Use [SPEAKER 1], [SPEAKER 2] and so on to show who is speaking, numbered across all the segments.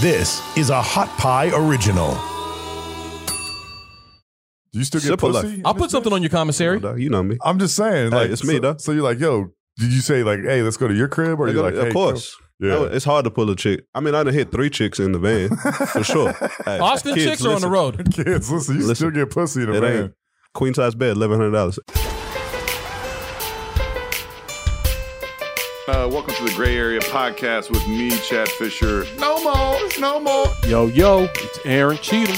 [SPEAKER 1] This is a Hot Pie Original.
[SPEAKER 2] Do you still get
[SPEAKER 3] Simple
[SPEAKER 2] pussy?
[SPEAKER 3] life.
[SPEAKER 4] I'll put something on your commissary.
[SPEAKER 3] Dog, You know me.
[SPEAKER 2] I'm just saying.
[SPEAKER 3] Hey,
[SPEAKER 2] like,
[SPEAKER 3] it's me,
[SPEAKER 2] so,
[SPEAKER 3] though.
[SPEAKER 2] So you're like, yo, did you say like, hey, let's go to your crib, or
[SPEAKER 3] Like,
[SPEAKER 2] you're like,
[SPEAKER 3] of
[SPEAKER 2] hey,
[SPEAKER 3] course.
[SPEAKER 2] come- Yeah.
[SPEAKER 3] That was- It's hard to pull a chick. I mean, I done hit three chicks in the van for sure. Hey,
[SPEAKER 4] Austin
[SPEAKER 3] kids,
[SPEAKER 4] chicks are on the
[SPEAKER 3] listen.
[SPEAKER 4] road.
[SPEAKER 2] kids, listen, you
[SPEAKER 3] Listen,
[SPEAKER 2] still get pussy in a
[SPEAKER 3] It
[SPEAKER 2] van.
[SPEAKER 3] ain't queen size bed, eleven hundred dollars.
[SPEAKER 5] Uh, welcome to the Gray Area Podcast with me, Chad Fisher. No more, it's no more.
[SPEAKER 6] Yo, yo, it's Aaron Cheatham.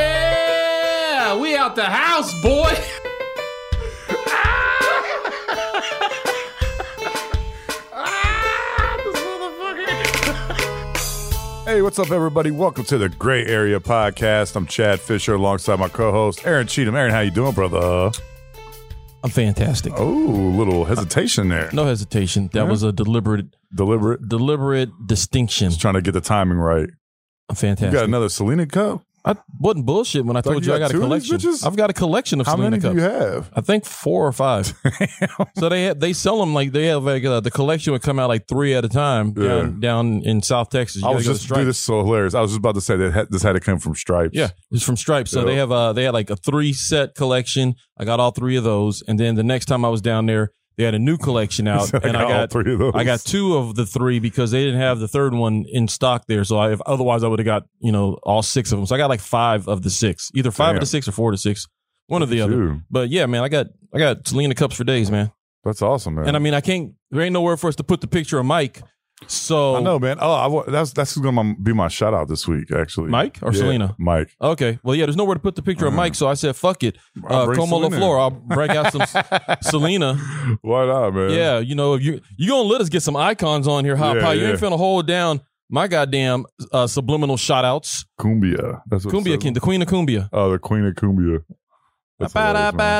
[SPEAKER 4] Yeah, we out the house, boy.
[SPEAKER 2] Hey, what's up, everybody? Welcome to the Gray Area Podcast. I'm Chad Fisher, alongside my co-host Aaron Cheatham. Aaron, how you doing, brother?
[SPEAKER 4] I'm fantastic.
[SPEAKER 2] Oh, little hesitation there.
[SPEAKER 4] No hesitation. That was a deliberate,
[SPEAKER 2] Deliberate.
[SPEAKER 4] deliberate distinction.
[SPEAKER 2] Just trying to get the timing right. You
[SPEAKER 4] I'm
[SPEAKER 2] got
[SPEAKER 4] fantastic.
[SPEAKER 2] another Selena cup?
[SPEAKER 4] I wasn't bullshit when I told
[SPEAKER 2] you
[SPEAKER 4] you, I
[SPEAKER 2] got
[SPEAKER 4] got a
[SPEAKER 2] two of these
[SPEAKER 4] collection.
[SPEAKER 2] bitches?
[SPEAKER 4] I've got a collection of
[SPEAKER 2] How
[SPEAKER 4] Selena
[SPEAKER 2] many
[SPEAKER 4] cups.
[SPEAKER 2] do you have?
[SPEAKER 4] I think four or five. so they have, they sell them like they have like uh, the collection would come out like three at a time
[SPEAKER 2] Yeah.
[SPEAKER 4] down, down in South Texas. You
[SPEAKER 2] I
[SPEAKER 4] gotta
[SPEAKER 2] was
[SPEAKER 4] go to
[SPEAKER 2] just
[SPEAKER 4] Stripes.
[SPEAKER 2] dude, this is so hilarious. I was just about to say that had- this had to come from Stripes.
[SPEAKER 4] Yeah, it's from Stripes. So
[SPEAKER 2] Yeah.
[SPEAKER 4] they have uh they had like a three set collection. I got all three of those, and then the next time I was down there, they had a new collection out,
[SPEAKER 2] So
[SPEAKER 4] and I
[SPEAKER 2] all
[SPEAKER 4] got
[SPEAKER 2] three of those.
[SPEAKER 4] I got two of the three because they didn't have the third one in stock there. So I, if, otherwise I would have got you know all six of them. So I got like five of the six, either five
[SPEAKER 2] Damn.
[SPEAKER 4] of the six or four to six, one or the other.
[SPEAKER 2] Dude,
[SPEAKER 4] But yeah, man, I got I got Selena cups for days, man.
[SPEAKER 2] That's awesome, man.
[SPEAKER 4] And I mean, I can't. There ain't nowhere for us to put the picture of Mike. So
[SPEAKER 2] I know, man. Oh, I, wa- that's that's going to be my shout out this week, actually.
[SPEAKER 4] Mike or
[SPEAKER 2] Yeah,
[SPEAKER 4] Selena?
[SPEAKER 2] Mike.
[SPEAKER 4] Okay. Well, yeah, there's nowhere to put the picture of
[SPEAKER 2] Mm.
[SPEAKER 4] Mike, so I said, fuck it.
[SPEAKER 2] I'll
[SPEAKER 4] Uh,
[SPEAKER 2] bring
[SPEAKER 4] Como La
[SPEAKER 2] Selena.
[SPEAKER 4] Flor. I'll break out some Selena.
[SPEAKER 2] Why not, man?
[SPEAKER 4] Yeah, you know, if you you gonna let us get some icons on here, hot
[SPEAKER 2] Yeah,
[SPEAKER 4] pie. You
[SPEAKER 2] yeah.
[SPEAKER 4] ain't finna hold down my goddamn uh, subliminal shout outs.
[SPEAKER 2] Cumbia. That's what it
[SPEAKER 4] Cumbia
[SPEAKER 2] says.
[SPEAKER 4] King, the queen of Cumbia.
[SPEAKER 2] Oh, the queen of Cumbia. That's hilarious, man.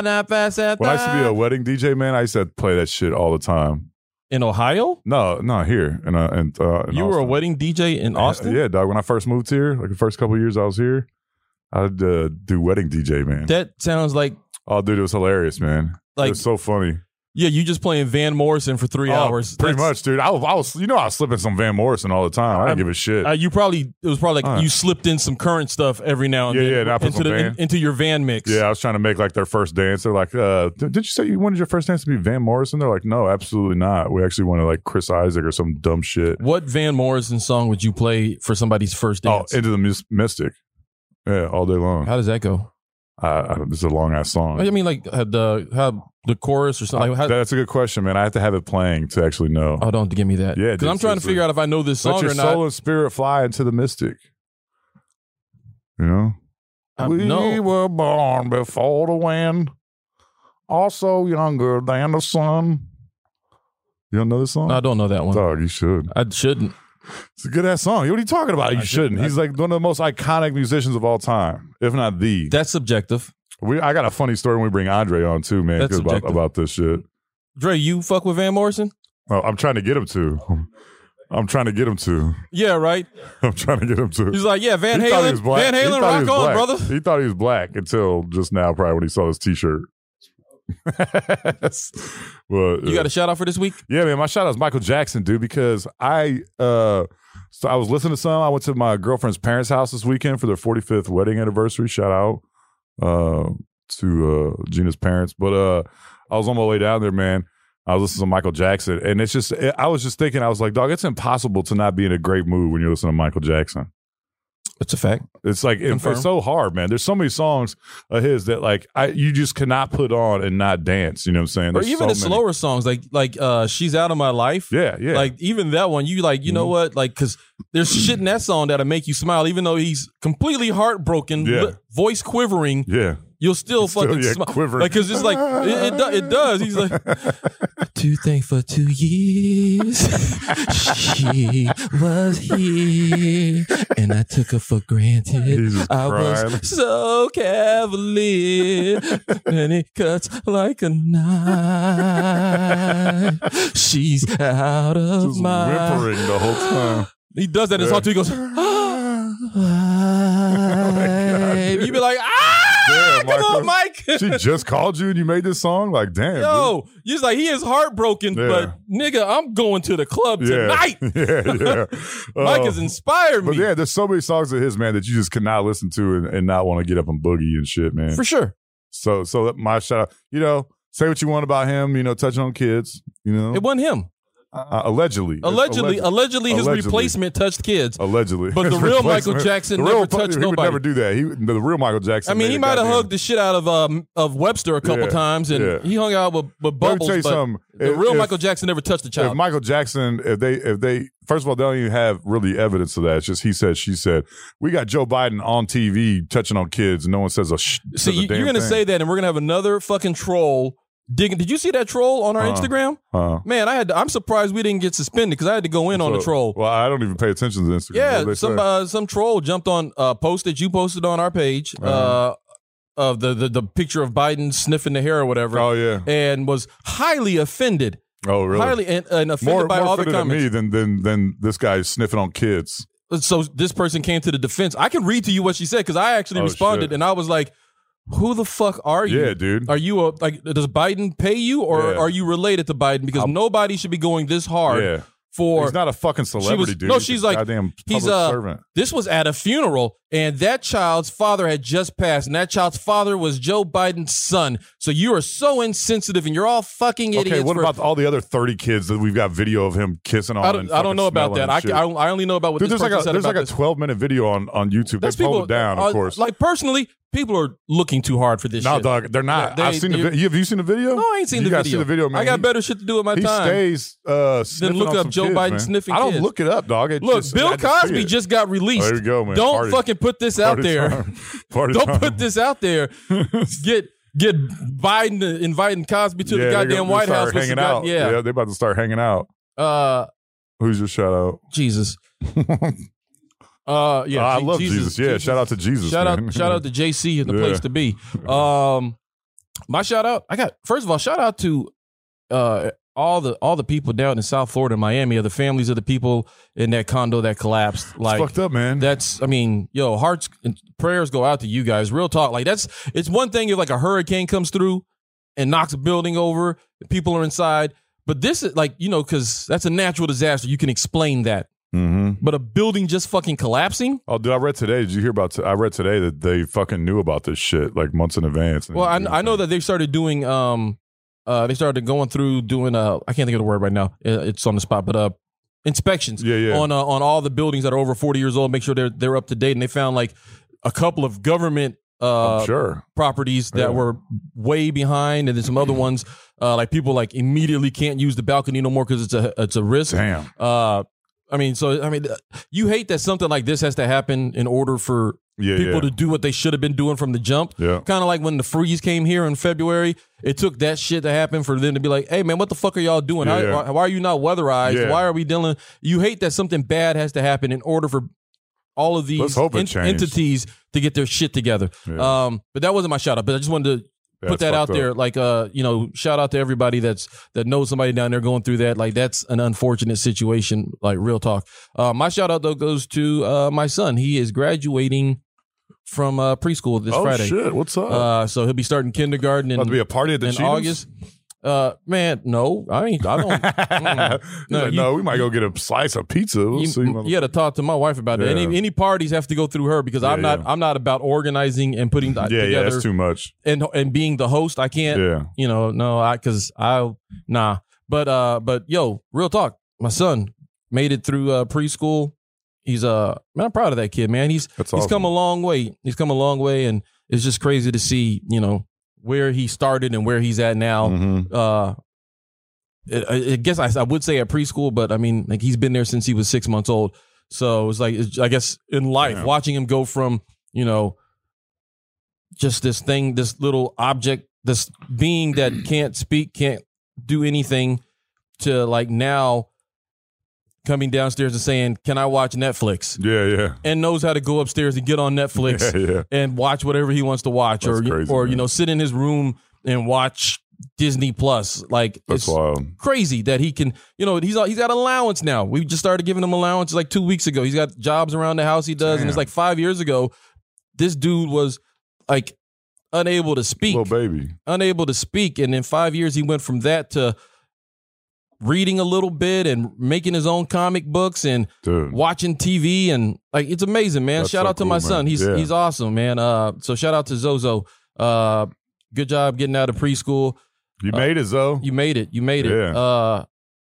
[SPEAKER 2] When I used to be a wedding DJ, man, I used to play that shit all the time.
[SPEAKER 4] in Ohio?
[SPEAKER 2] No, no, here. And, uh, and, uh, in
[SPEAKER 4] You were a
[SPEAKER 2] Austin.
[SPEAKER 4] wedding DJ in Austin?
[SPEAKER 2] Yeah, dog. When I first moved here, like the first couple years I was here, I'd uh, do wedding DJ, man.
[SPEAKER 4] That sounds like
[SPEAKER 2] oh, dude, it was hilarious, man. it
[SPEAKER 4] like
[SPEAKER 2] was so funny.
[SPEAKER 4] yeah, you just playing Van Morrison for three
[SPEAKER 2] Oh,
[SPEAKER 4] hours.
[SPEAKER 2] Pretty
[SPEAKER 4] That's-
[SPEAKER 2] much, dude. I, was- I was, you know, I was slipping some Van Morrison all the time. I didn't
[SPEAKER 4] I'm-
[SPEAKER 2] give a shit.
[SPEAKER 4] Uh, you probably it was probably like
[SPEAKER 2] All right.
[SPEAKER 4] you slipped in some current stuff every now and
[SPEAKER 2] Yeah,
[SPEAKER 4] then
[SPEAKER 2] yeah, and I put
[SPEAKER 4] into
[SPEAKER 2] some
[SPEAKER 4] the
[SPEAKER 2] Van.
[SPEAKER 4] in- into your van mix.
[SPEAKER 2] yeah, I was trying to make like their first dance. They're like, uh, "Did- "Did you say you wanted your first dance to be Van Morrison?" They're like, "No, absolutely not. We actually wanted like Chris Isaac or some dumb shit."
[SPEAKER 4] What Van Morrison song would you play for somebody's first
[SPEAKER 2] Oh,
[SPEAKER 4] dance?
[SPEAKER 2] into the Mys- mystic. Yeah, all day long.
[SPEAKER 4] how does that go?
[SPEAKER 2] I, I, this is a long ass song.
[SPEAKER 4] I mean, like uh, the how the chorus or something. Like, how,
[SPEAKER 2] That's a good question, man. I have to have it playing to actually know.
[SPEAKER 4] oh, don't give me that.
[SPEAKER 2] Yeah,
[SPEAKER 4] because I'm
[SPEAKER 2] dude,
[SPEAKER 4] trying to
[SPEAKER 2] seriously.
[SPEAKER 4] figure out if I know this
[SPEAKER 2] Let
[SPEAKER 4] song
[SPEAKER 2] your
[SPEAKER 4] or not.
[SPEAKER 2] soul and spirit fly into the mystic. You know,
[SPEAKER 4] I- Um, no,
[SPEAKER 2] were born before the wind, also younger than the sun. You don't know this song?
[SPEAKER 4] I don't know that one.
[SPEAKER 2] Dog, you should.
[SPEAKER 4] I shouldn't.
[SPEAKER 2] It's a good ass song. What are you talking about? You
[SPEAKER 4] I
[SPEAKER 2] shouldn't.
[SPEAKER 4] should-
[SPEAKER 2] He's like one of the most iconic musicians of all time, if not the.
[SPEAKER 4] That's subjective.
[SPEAKER 2] we, I got a funny story when we bring Andre on too, man,
[SPEAKER 4] That's
[SPEAKER 2] 'cause about,
[SPEAKER 4] subjective.
[SPEAKER 2] about this shit.
[SPEAKER 4] Dre, you fuck with Van Morrison?
[SPEAKER 2] Well, I'm trying to get him to. I'm trying to get him to.
[SPEAKER 4] Yeah, right.
[SPEAKER 2] I'm trying to get him to.
[SPEAKER 4] He's like, yeah, Van
[SPEAKER 2] He thought he was
[SPEAKER 4] Halen,
[SPEAKER 2] black.
[SPEAKER 4] Van
[SPEAKER 2] He
[SPEAKER 4] Halen,
[SPEAKER 2] thought he
[SPEAKER 4] rock on,
[SPEAKER 2] was black.
[SPEAKER 4] brother.
[SPEAKER 2] He thought he was black until just now, probably when he saw his T-shirt. well,
[SPEAKER 4] You got a shout out for this week?
[SPEAKER 2] yeah, man. My shout out is Michael Jackson, dude, because I uh, so I was listening to some. I went to my girlfriend's parents' house this weekend for their 45th wedding anniversary. Shout out uh, to uh, Gina's parents, but uh, I was on my way down there, man. I was listening to Michael Jackson, and it's just it, I was just thinking, I was like, dog, it's impossible to not be in a great mood when you're listening to Michael Jackson.
[SPEAKER 4] That's a fact.
[SPEAKER 2] It's like it-
[SPEAKER 4] Confirm.
[SPEAKER 2] it's so hard, man. There's so many songs of his that like I you just cannot put on and not dance. You know what I'm saying?
[SPEAKER 4] Or
[SPEAKER 2] There's
[SPEAKER 4] even
[SPEAKER 2] so many.
[SPEAKER 4] the slower songs, like like uh, she's out of my life.
[SPEAKER 2] Yeah, Mm-hmm. yeah.
[SPEAKER 4] Like even that one, you like, you know what? Like, cause there's shit in that song that'll make you smile, even though he's completely heartbroken,
[SPEAKER 2] Yeah.
[SPEAKER 4] li- voice quivering.
[SPEAKER 2] yeah.
[SPEAKER 4] You'll still
[SPEAKER 2] Still,
[SPEAKER 4] fucking
[SPEAKER 2] yeah,
[SPEAKER 4] smile,
[SPEAKER 2] quivering.
[SPEAKER 4] like, cause it's like it, it, do- it does. He's like, to think for two years, she was here, and I took her for granted.
[SPEAKER 2] He's just
[SPEAKER 4] I
[SPEAKER 2] crying.
[SPEAKER 4] was so cavalier, and it cuts like a knife. She's out of
[SPEAKER 2] Just
[SPEAKER 4] my.
[SPEAKER 2] whimpering the whole time.
[SPEAKER 4] He "Ah, does that in his
[SPEAKER 2] Yeah.
[SPEAKER 4] song too. He goes.
[SPEAKER 2] that,
[SPEAKER 4] "Ah, Come
[SPEAKER 2] Michael.
[SPEAKER 4] on, Mike.
[SPEAKER 2] she just called you and you made this song? Like, damn.
[SPEAKER 4] Yo, he's like, he is heartbroken,
[SPEAKER 2] Yeah.
[SPEAKER 4] but nigga, I'm going to the club
[SPEAKER 2] dude.
[SPEAKER 4] tonight.
[SPEAKER 2] Yeah, yeah.
[SPEAKER 4] Mike
[SPEAKER 2] Uh,
[SPEAKER 4] has inspired
[SPEAKER 2] But
[SPEAKER 4] me.
[SPEAKER 2] yeah, there's so many songs of his, man, that you just cannot listen to and, and not want to get up and boogie and shit, man.
[SPEAKER 4] For sure.
[SPEAKER 2] So, so that my shout out, you know, say what you want about him, you know, touching on kids, you know,
[SPEAKER 4] It wasn't him.
[SPEAKER 2] uh, allegedly, It's
[SPEAKER 4] Allegedly,
[SPEAKER 2] alleged-
[SPEAKER 4] allegedly, his
[SPEAKER 2] Allegedly. Oh,
[SPEAKER 4] replacement touched kids.
[SPEAKER 2] allegedly.
[SPEAKER 4] But the
[SPEAKER 2] His
[SPEAKER 4] real Michael
[SPEAKER 2] replacement-
[SPEAKER 4] Jackson
[SPEAKER 2] the
[SPEAKER 4] never
[SPEAKER 2] real-
[SPEAKER 4] touched
[SPEAKER 2] he
[SPEAKER 4] nobody.
[SPEAKER 2] Would never do that. He, the real Michael Jackson.
[SPEAKER 4] I mean,
[SPEAKER 2] made
[SPEAKER 4] he
[SPEAKER 2] a
[SPEAKER 4] might have
[SPEAKER 2] goddamn-
[SPEAKER 4] hugged the shit out of um of Webster a couple
[SPEAKER 2] Yeah,
[SPEAKER 4] times, and
[SPEAKER 2] yeah.
[SPEAKER 4] he hung out with, with
[SPEAKER 2] Let me
[SPEAKER 4] Bubbles.
[SPEAKER 2] tell you
[SPEAKER 4] but
[SPEAKER 2] something.
[SPEAKER 4] the
[SPEAKER 2] If-
[SPEAKER 4] real
[SPEAKER 2] if-
[SPEAKER 4] Michael Jackson never touched a
[SPEAKER 2] If
[SPEAKER 4] child.
[SPEAKER 2] Michael Jackson, if they, if they, first of all, they don't even have really evidence of that. It's just he said, she said. We got Joe Biden on TV touching on kids, and no one says a sh.
[SPEAKER 4] See,
[SPEAKER 2] says a
[SPEAKER 4] you,
[SPEAKER 2] damn
[SPEAKER 4] you're gonna
[SPEAKER 2] thing.
[SPEAKER 4] say that, and we're gonna have another fucking troll digging. Did you see that troll on our
[SPEAKER 2] Uh-uh.
[SPEAKER 4] Instagram?
[SPEAKER 2] Uh,
[SPEAKER 4] Man, I had. To, I'm surprised we didn't get suspended because I had to go in on
[SPEAKER 2] so-
[SPEAKER 4] the troll.
[SPEAKER 2] Well, I don't even pay attention to Instagram. What
[SPEAKER 4] yeah,
[SPEAKER 2] they
[SPEAKER 4] some
[SPEAKER 2] say?
[SPEAKER 4] uh, some troll jumped on a post that you posted on our page uh,
[SPEAKER 2] Uh-huh.
[SPEAKER 4] of the, the the picture of Biden sniffing the hair or whatever,
[SPEAKER 2] Oh yeah.
[SPEAKER 4] and was highly offended,
[SPEAKER 2] Oh really?
[SPEAKER 4] highly and, and offended
[SPEAKER 2] more
[SPEAKER 4] by
[SPEAKER 2] more
[SPEAKER 4] all the
[SPEAKER 2] offended at
[SPEAKER 4] comments.
[SPEAKER 2] me than than than this guy sniffing on kids.
[SPEAKER 4] so this person came to the defense. I can read to you what she said because I actually
[SPEAKER 2] Oh,
[SPEAKER 4] responded
[SPEAKER 2] shit.
[SPEAKER 4] and I was like, "Who the fuck are you?
[SPEAKER 2] Yeah, dude.
[SPEAKER 4] Are you a like? Does Biden pay you or
[SPEAKER 2] Yeah.
[SPEAKER 4] are you related to Biden? Because nobody should be going this hard
[SPEAKER 2] yeah,
[SPEAKER 4] for."
[SPEAKER 2] he's not a fucking celebrity,
[SPEAKER 4] was-
[SPEAKER 2] dude.
[SPEAKER 4] no,
[SPEAKER 2] He's a
[SPEAKER 4] she's like,
[SPEAKER 2] goddamn
[SPEAKER 4] he's
[SPEAKER 2] public
[SPEAKER 4] a-
[SPEAKER 2] servant.
[SPEAKER 4] this was at a funeral, and that child's father had just passed, and that child's father was Joe Biden's son. So you are so insensitive, and you're all fucking idiots.
[SPEAKER 2] Okay, what
[SPEAKER 4] for-
[SPEAKER 2] about all the other thirty kids that we've got video of him kissing on?
[SPEAKER 4] I don't,
[SPEAKER 2] and
[SPEAKER 4] I don't know
[SPEAKER 2] fucking
[SPEAKER 4] about that. I,
[SPEAKER 2] smelling and
[SPEAKER 4] I,
[SPEAKER 2] shit?
[SPEAKER 4] I only know about what
[SPEAKER 2] dude,
[SPEAKER 4] this
[SPEAKER 2] there's like
[SPEAKER 4] person
[SPEAKER 2] a
[SPEAKER 4] said
[SPEAKER 2] there's
[SPEAKER 4] about
[SPEAKER 2] like a
[SPEAKER 4] this.
[SPEAKER 2] 12 minute video on on YouTube.
[SPEAKER 4] That's
[SPEAKER 2] they pulled it down,
[SPEAKER 4] uh,
[SPEAKER 2] of course.
[SPEAKER 4] Like personally, people are looking too hard for this.
[SPEAKER 2] no,
[SPEAKER 4] shit.
[SPEAKER 2] dog, they're not.
[SPEAKER 4] They-
[SPEAKER 2] I've seen the.
[SPEAKER 4] they-
[SPEAKER 2] vi- you- Have you seen the video?
[SPEAKER 4] No, I ain't seen
[SPEAKER 2] you
[SPEAKER 4] the
[SPEAKER 2] gotta
[SPEAKER 4] video.
[SPEAKER 2] See the video, man.
[SPEAKER 4] I got
[SPEAKER 2] He-
[SPEAKER 4] better shit to do with my
[SPEAKER 2] He
[SPEAKER 4] time.
[SPEAKER 2] stays. Uh, sniffing
[SPEAKER 4] look
[SPEAKER 2] on
[SPEAKER 4] up
[SPEAKER 2] some
[SPEAKER 4] Joe
[SPEAKER 2] kids,
[SPEAKER 4] Biden
[SPEAKER 2] man.
[SPEAKER 4] sniffing
[SPEAKER 2] I don't
[SPEAKER 4] kids.
[SPEAKER 2] look it up, dog. It
[SPEAKER 4] Look,
[SPEAKER 2] just- I
[SPEAKER 4] Bill
[SPEAKER 2] had to see
[SPEAKER 4] Cosby
[SPEAKER 2] it.
[SPEAKER 4] just got released.
[SPEAKER 2] There you go, man.
[SPEAKER 4] Don't
[SPEAKER 2] Party-
[SPEAKER 4] fucking put this out
[SPEAKER 2] Party
[SPEAKER 4] there.
[SPEAKER 2] time. Party
[SPEAKER 4] Don't
[SPEAKER 2] time.
[SPEAKER 4] put this out there. get get Biden uh, inviting Cosby to
[SPEAKER 2] Yeah,
[SPEAKER 4] the
[SPEAKER 2] they're
[SPEAKER 4] goddamn
[SPEAKER 2] gonna
[SPEAKER 4] White
[SPEAKER 2] start
[SPEAKER 4] House. with
[SPEAKER 2] Hanging
[SPEAKER 4] some god-
[SPEAKER 2] out.
[SPEAKER 4] yeah.
[SPEAKER 2] they're about to start hanging out.
[SPEAKER 4] Uh,
[SPEAKER 2] Who's your shout out?
[SPEAKER 4] Jesus. uh, yeah.
[SPEAKER 2] Oh, I
[SPEAKER 4] Je-
[SPEAKER 2] love Jesus. Yeah, shout out to Jesus.
[SPEAKER 4] Shout
[SPEAKER 2] man.
[SPEAKER 4] out, shout out to JC in the
[SPEAKER 2] Yeah.
[SPEAKER 4] place to be. Um, my shout out, I got first of all, shout out to uh all the all the people down in South Florida, Miami, of the families of the people in that condo that collapsed.
[SPEAKER 2] It's
[SPEAKER 4] Like
[SPEAKER 2] fucked up, man.
[SPEAKER 4] that's, I mean, yo, hearts and prayers go out to you guys. Real talk, like that's it's one thing if like a hurricane comes through and knocks a building over, people are inside. But this is like you know because that's a natural disaster. You can explain that,
[SPEAKER 2] mm-hmm.
[SPEAKER 4] but a building just fucking collapsing.
[SPEAKER 2] Oh, dude, I read today. Did you hear about? I read today that they fucking knew about this shit like months in advance.
[SPEAKER 4] Well, I, I know that they started doing um uh they started going through doing uh I can't think of the word right now. Uh, It's on the spot, but uh inspections
[SPEAKER 2] Yeah, yeah.
[SPEAKER 4] on uh, on all the buildings that are over 40 years old, make sure they're they're up to date and they found like a couple of government uh
[SPEAKER 2] I'm sure.
[SPEAKER 4] properties that
[SPEAKER 2] Yeah. Mm-hmm.
[SPEAKER 4] were way behind and then some other ones uh like people like immediately can't use the balcony no more cuz it's a it's a risk.
[SPEAKER 2] Damn.
[SPEAKER 4] Uh I mean, so I mean, uh, you hate that something like this has to happen in order for
[SPEAKER 2] Yeah,
[SPEAKER 4] people
[SPEAKER 2] yeah.
[SPEAKER 4] to do what they should have been doing from the jump.
[SPEAKER 2] Yeah.
[SPEAKER 4] Kind of like when the freeze came here in February, it took that shit to happen for them to be like, "Hey, man, what the fuck are y'all doing? How-
[SPEAKER 2] Yeah.
[SPEAKER 4] why, why are you not weatherized?
[SPEAKER 2] Yeah.
[SPEAKER 4] Why are we dealing?" You hate that something bad has to happen in order for all
[SPEAKER 2] Let's
[SPEAKER 4] of these
[SPEAKER 2] hope it changed.
[SPEAKER 4] entities to get their shit together.
[SPEAKER 2] Yeah.
[SPEAKER 4] Um, but that wasn't my shout out. But I just wanted to
[SPEAKER 2] Yeah,
[SPEAKER 4] put
[SPEAKER 2] it's
[SPEAKER 4] that out
[SPEAKER 2] fucked up.
[SPEAKER 4] there. Like, uh, you know, shout out to everybody that's that knows somebody down there going through that. Like, that's an unfortunate situation. Like, real talk. Uh, my shout out though goes to uh, my son. He is graduating from uh, preschool this
[SPEAKER 2] oh
[SPEAKER 4] Friday.
[SPEAKER 2] shit! What's up?
[SPEAKER 4] Uh, so he'll be starting kindergarten in,
[SPEAKER 2] about to be a party at the
[SPEAKER 4] in
[SPEAKER 2] Cheetahs?
[SPEAKER 4] August. Uh, man, no, I ain't. I don't. Mm.
[SPEAKER 2] no,
[SPEAKER 4] No, you-
[SPEAKER 2] no, we might go get a slice of pizza. We'll see.
[SPEAKER 4] you, you had to talk to my wife about that.
[SPEAKER 2] Yeah.
[SPEAKER 4] Any any parties have to go through her because I'm
[SPEAKER 2] Yeah,
[SPEAKER 4] not.
[SPEAKER 2] yeah.
[SPEAKER 4] I'm not about organizing and putting the,
[SPEAKER 2] yeah, yeah,
[SPEAKER 4] together
[SPEAKER 2] that's too much.
[SPEAKER 4] and and being the host. I can't.
[SPEAKER 2] Yeah,
[SPEAKER 4] you know, no, I because I nah, but uh, but yo, real talk, my son made it through uh, preschool. He's uh, man, I'm proud of that kid, man. He's
[SPEAKER 2] that's
[SPEAKER 4] he's
[SPEAKER 2] awesome.
[SPEAKER 4] come a long way. He's come a long way, and it's just crazy to see, you know, where he started and where he's at now.
[SPEAKER 2] Mhm.
[SPEAKER 4] Uh, it, I I guess I, I would say at preschool, but I mean, like he's been there since he was six months old. So it's like it's, I guess in life,
[SPEAKER 2] Yeah.
[SPEAKER 4] watching him go from you know just this thing, this little object, this being that can't speak, can't do anything, to like now coming downstairs and saying, "Can I watch Netflix?"
[SPEAKER 2] Yeah, yeah,
[SPEAKER 4] and knows how to go upstairs and get on Netflix
[SPEAKER 2] yeah, yeah.
[SPEAKER 4] and watch whatever he wants to watch, or
[SPEAKER 2] That's crazy,
[SPEAKER 4] or you
[SPEAKER 2] man.
[SPEAKER 4] know, sit in his room and watch Disney Plus. Like
[SPEAKER 2] That's
[SPEAKER 4] it's
[SPEAKER 2] wild.
[SPEAKER 4] crazy that he can. You know, he's he's got allowance now. We just started giving him allowance like two weeks ago. He's got jobs around the house he does, and it's
[SPEAKER 2] Damn.
[SPEAKER 4] like five years ago. This dude was like unable to speak,
[SPEAKER 2] Little baby.
[SPEAKER 4] unable to speak, and in five years he went from that to reading a little bit and making his own comic books and
[SPEAKER 2] Dude.
[SPEAKER 4] watching TV and like it's amazing, man.
[SPEAKER 2] That's
[SPEAKER 4] shout
[SPEAKER 2] so
[SPEAKER 4] out to
[SPEAKER 2] cool,
[SPEAKER 4] my
[SPEAKER 2] man.
[SPEAKER 4] son. He's
[SPEAKER 2] Yeah.
[SPEAKER 4] he's awesome, man. Uh, so shout out to Zozo. Uh, good job getting out of preschool.
[SPEAKER 2] You made it, Zoe.
[SPEAKER 4] You made it. You made it.
[SPEAKER 2] Yeah.
[SPEAKER 4] Uh,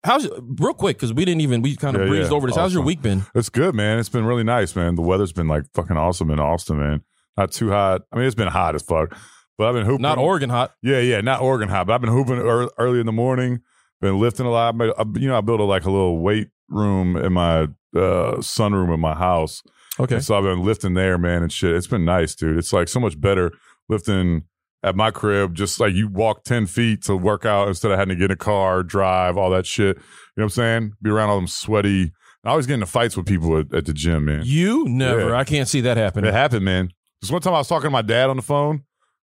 [SPEAKER 4] how's real quick because we didn't even we kind of
[SPEAKER 2] Yeah,
[SPEAKER 4] breezed
[SPEAKER 2] yeah.
[SPEAKER 4] over this. How's your
[SPEAKER 2] Awesome.
[SPEAKER 4] week been?
[SPEAKER 2] It's good, man. It's been really nice, man. The weather's been like fucking awesome in Austin, man. Not too hot. I mean, it's been hot as fuck, but I've been hooping.
[SPEAKER 4] Not Oregon hot.
[SPEAKER 2] Yeah, yeah, not Oregon hot, but I've been hooping ear- early in the morning. Been lifting a lot. Made- I- You know, I built a, like a little weight room in my uh, sunroom in my house.
[SPEAKER 4] Okay.
[SPEAKER 2] And so I've been lifting there, man, and shit. It's been nice, dude. It's like so much better lifting at my crib. Just like you walk 10 feet to work out instead of having to get in a car, drive, all that shit. You know what I'm saying? Be around all them sweaty. I always get into fights with people at, at the gym, man.
[SPEAKER 4] You never.
[SPEAKER 2] Yeah.
[SPEAKER 4] I can't see that happening.
[SPEAKER 2] It happened, man. Just one time I was talking to my dad on the phone,